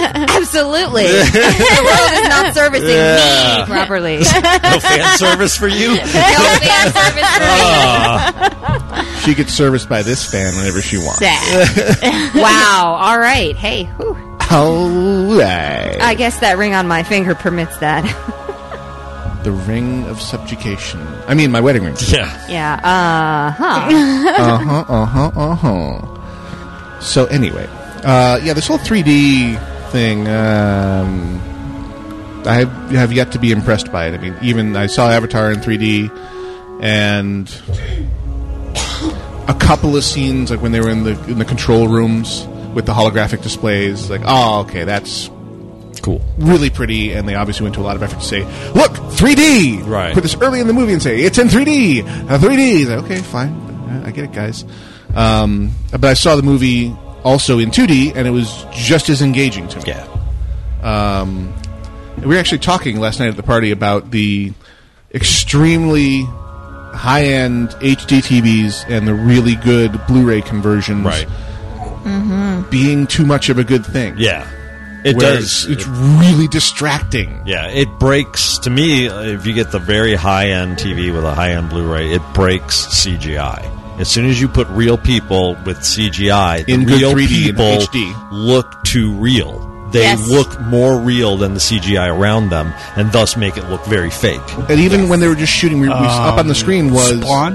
Absolutely. the world is not servicing
Yeah.
me properly.
No fan service for you.
Ah. she gets serviced by this fan whenever she wants.
Sad. wow. All right. Hey, whew.
All right.
I guess that ring on my finger permits that.
the ring of subjugation. I mean, my wedding ring.
Yeah.
yeah. uh-huh. Uh
uh
huh.
Uh-huh.
huh. Uh huh. Uh huh. uh-huh. So anyway, uh, yeah, this whole 3D thing. Um, I have, have yet to be impressed by it. I mean, even I saw Avatar in 3D, and a couple of scenes, like when they were in the in the control rooms with the holographic displays, like, oh, okay, that's
cool,
really pretty, and they obviously went to a lot of effort to say, look, 3D,
Right.
Put this early in the movie and say it's in 3D, uh, 3D. It's like, okay, fine, Uh, I get it, guys. Um, but I saw the movie also in 2D, and it was just as engaging to me. Yeah. Um, we were actually talking last night at the party about the extremely high-end HD TVs and the really good Blu-ray conversions. Right
Mm-hmm.
being too much of a good thing.
Yeah. It
Whereas
does.
It's really distracting.
Yeah, it breaks. To me, if you get the very high end TV with a high end Blu ray, it breaks CGI. As soon as you put real people with CGI, the
In good
real
3D and
people
HD.
look too real. They
Yes.
look more real than the CGI around them, and thus make it look very fake.
And even when they were just shooting, we, we, up on the
Um,
screen was
Spawn?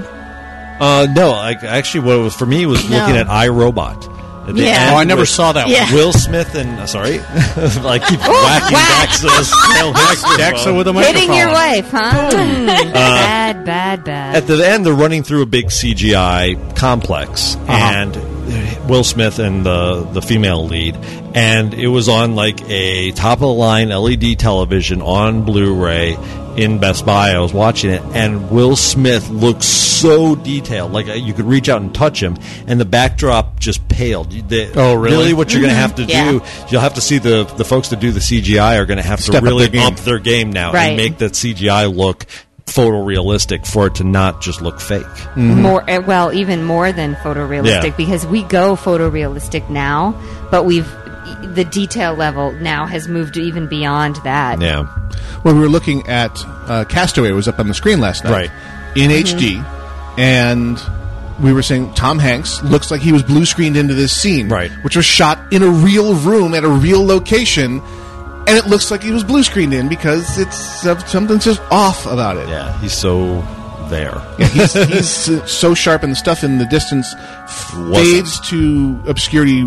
Uh, no, I, actually, what it was for me was
No.
looking at iRobot. At the
Yeah.
end
Oh, I never
with
saw that one. Oh, Yeah.
Will Smith and uh, sorry, I keep whacking Daxa's microphone.
Daxa with a Uh,
Hitting your wife, huh? Hmm. bad, bad, bad.
At the end, they're running through a big CGI complex, and Will Smith and the the female lead, and it was on like a top of the line LED television on Blu-ray in Best Buy. I was watching it, and Will Smith looked so detailed, like uh, you could reach out and touch him, and the backdrop just paled. You- the-
Oh, really?
what you're going to have to
Yeah.
do, you'll have to see the the folks that do the CGI are going to have to
Step up
really
their game.
up their game now
Right.
and make that CGI look photorealistic for it to not just look fake.
Mm-hmm.
More uh, well, even more than photorealistic
Yeah.
because we go photorealistic now, but we've the detail level now has moved even beyond that.
Yeah.
Well, we were looking at uh, Castaway was up on the screen last night, right?
Mm-hmm.
In
Mhm.
HD, and we were saying Tom Hanks looks like he was blue screened into this scene, right? Which was shot in a real room at a real location, and it looks like he was blue screened in because it's uh, something's just off about it.
Yeah, he's so there.
Yeah, he's, he's uh, so sharp, and the stuff in the distance fades to obscurity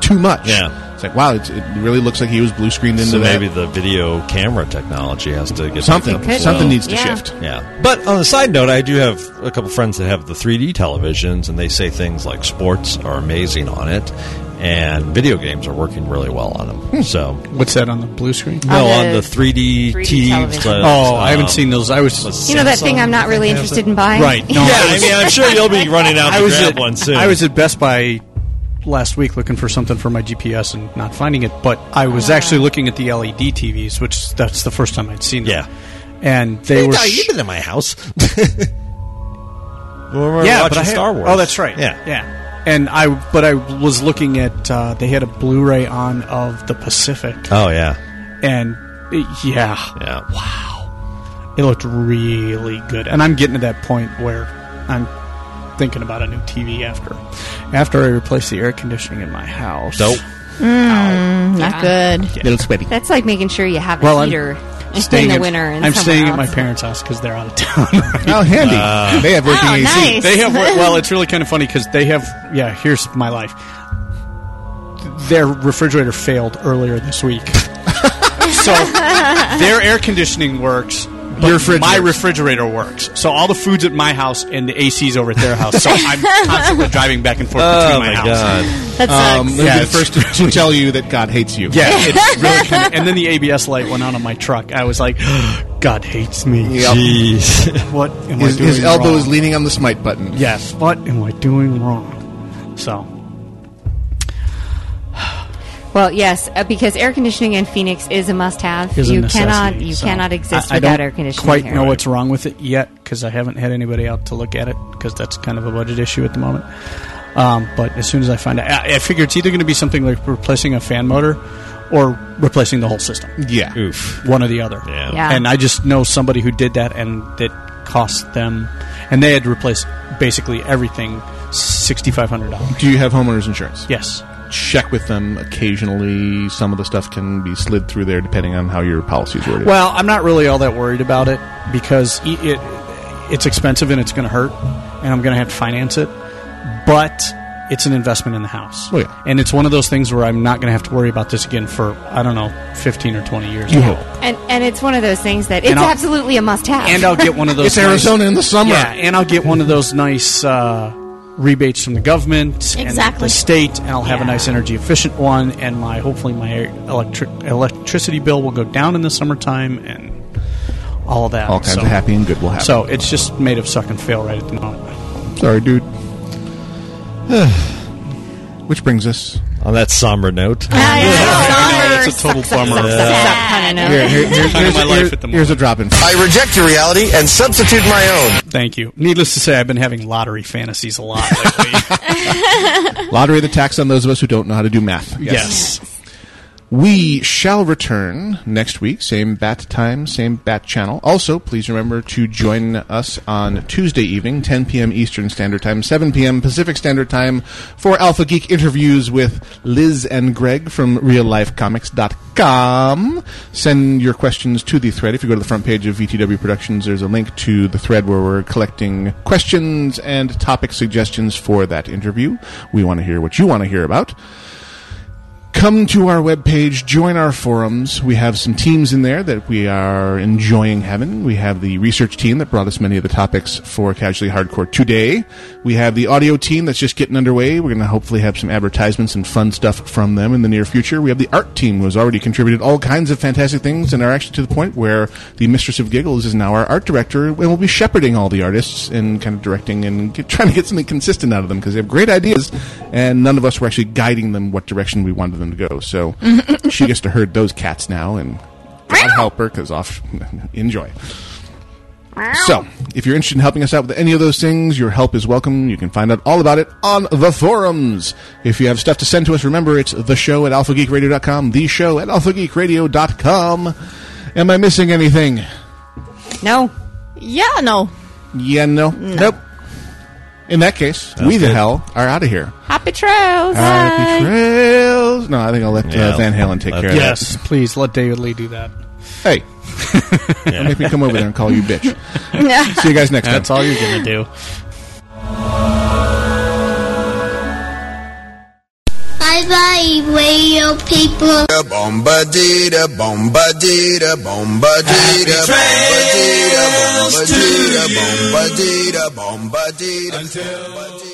too much. Yeah, it's like wow, it's, it really looks like he was blue screened into
so
that.
maybe the video camera technology has to get
Something-
picked up as
something
well.
needs to Yeah. shift.
Yeah. But on a side note, I do have a couple friends that have the 3D televisions, and they say things like sports are amazing on it, and video games are working really well on them.
Hmm.
So
What's that on the blue screen?
no, on the 3D,
3D
TVs.
television.
Oh, I
um,
haven't seen those. I was
You know that thing I'm not really interested in buying.
Right. No,
yeah, I mean, I'm sure you'll be running out
I
to
was
grab
at,
one soon.
I was at Best Buy last week looking for something for my GPS and E not finding it, but I was actually looking at the LED TVs, which that's the first time I'd seen them. Yeah. and they
Hey,
were.
now you've been in my house. when we were
yeah, but
watching
I had-
Star Wars.
Oh, that's right.
Yeah.
yeah. And I, but I was looking at. Uh, they had a Blu-ray on of the Pacific.
Oh yeah.
and it- yeah,
yeah,
wow, it looked really good. And I'm getting to that point where I'm thinking about a new TV after after I replace the air conditioning in my house.
Nope.
Mm, not good.
Little sweaty.
That's like making sure you have a
Well, I'm
heater in
Staying
the
at-
winter. And
I'm
somewhere
staying at
else.
my parents' house because they're out of town.
Oh, handy.
Uh,
they have working
Oh,
AC.
nice.
They have well, it's really kind of funny because they have yeah. Here's my life. Their refrigerator failed earlier this week, so their air conditioning works. but
Your fridge
my
works.
refrigerator works, so all the food's at my house and the AC's over at their house. So I'm constantly driving back and forth
Oh,
between my,
my
house.
God.
That
Um,
sucks.
let me
Yeah,
be the
it's-
first to tell you that God hates you.
Yeah, it's really kind of, and then the ABS light went on on my truck. I was like, God hates me.
Yep.
Jeez.
What am I
His,
doing
his elbow
wrong?
is leaning on the smite button.
Yes. What am I doing wrong? So
Well, yes, uh, because air conditioning in Phoenix is a must-have.
is a
you
necessity,
cannot, you
so.
cannot exist
I, I
without
don't
air conditioning.
Quite
here.
know what's wrong with it yet because I haven't had anybody out to look at it because that's kind of a budget issue at the moment. Um, but as soon as I find out, I, I figure it's either going to be something like replacing a fan motor or replacing the whole system,
Yeah.
Oof.
one or the other.
Yeah.
Yeah.
And I just know somebody who did that and that cost them, and they had to replace basically everything sixty five hundred dollars.
Do you have homeowners insurance?
Yes.
Check with them occasionally. Some of the stuff can be slid through there depending on how your policies worded.
Well, I'm not really all that worried about it because i- it it's expensive and it's going to hurt, and I'm going to have to finance it. But it's an investment in the house.
Oh, yeah.
and it's one of those things where I'm not going to have to worry about this again for I don't know, 15 or 20 years.
you
now.
hope.
And and it's one of those things that it's
And I'll-
absolutely a must-have.
And I'll get one of those.
It's
nice-
Arizona in the summer.
Yeah, and I'll get one of those nice uh, rebates from the government and
Exactly.
the state, and I'll have a nice energy efficient one, and my hopefully my electric electricity bill will go down in the summertime, and all that.
All kinds
So-
of happy and good will happen.
So it's just made of suck and fail right at the moment.
sorry, dude. Which brings us
On that somber note.
It's a total bummer.
Kind of
here, here- here's,
Time of
here's-
my life
here-
at the
here's a drop in.
I reject your reality and substitute my own.
Thank you. Needless to say, I've been having lottery fantasies a lot lately.
Lottery the tax on those of us who don't know how to do math.
yes.
We shall return next week, same bat time, same bat channel. Also, please remember to join us on Tuesday evening, 10 p.m. Eastern Standard Time, 7 p.m. Pacific Standard Time, for Alpha Geek interviews with Liz and Greg from reallifecomics.com. Send your questions to the thread. If you go to the front page of VTW Productions, there's a link to the thread where we're collecting questions and topic suggestions for that interview. We want to hear what you want to hear about come to our webpage, join our forums. We have some teams in there that we are enjoying having. We have the research team that brought us many of the topics for Casually Hardcore today. We have the audio team that's just getting underway. We're going to hopefully have some advertisements and fun stuff from them in the near future. We have the art team who has already contributed all kinds of fantastic things and are actually to the point where the Mistress of Giggles is now our art director and will be shepherding all the artists and kind of directing and get, trying to get something consistent out of them because they have great ideas and none of us were actually guiding them what direction we wanted them to go. So she gets to herd those cats now and God help her because off enjoy. So, if you're interested in helping us out with any of those things, your help is welcome. You can find out all about it on the forums. If you have stuff to send to us, remember it's the show at alphageekradio.com, the show at alphageekradio.com. Am I missing anything?
no.
Yeah, no.
Yeah, no. Nope. In that case, we the hell are out of here.
Happy trails.
Happy trails. No, I think I'll let
Yeah,
uh, Van Halen take
let-
care of that.
Yes, please let David Lee do that.
Hey,
Yeah.
make me come over there and call you bitch. See you guys next time.
That's all you're going to do.
Bye bye, radio people.
Da bomba dee da bomba dee da bomba dee da bomba dee da bomba dee da bomba dee da bomba dee da bomba dee da.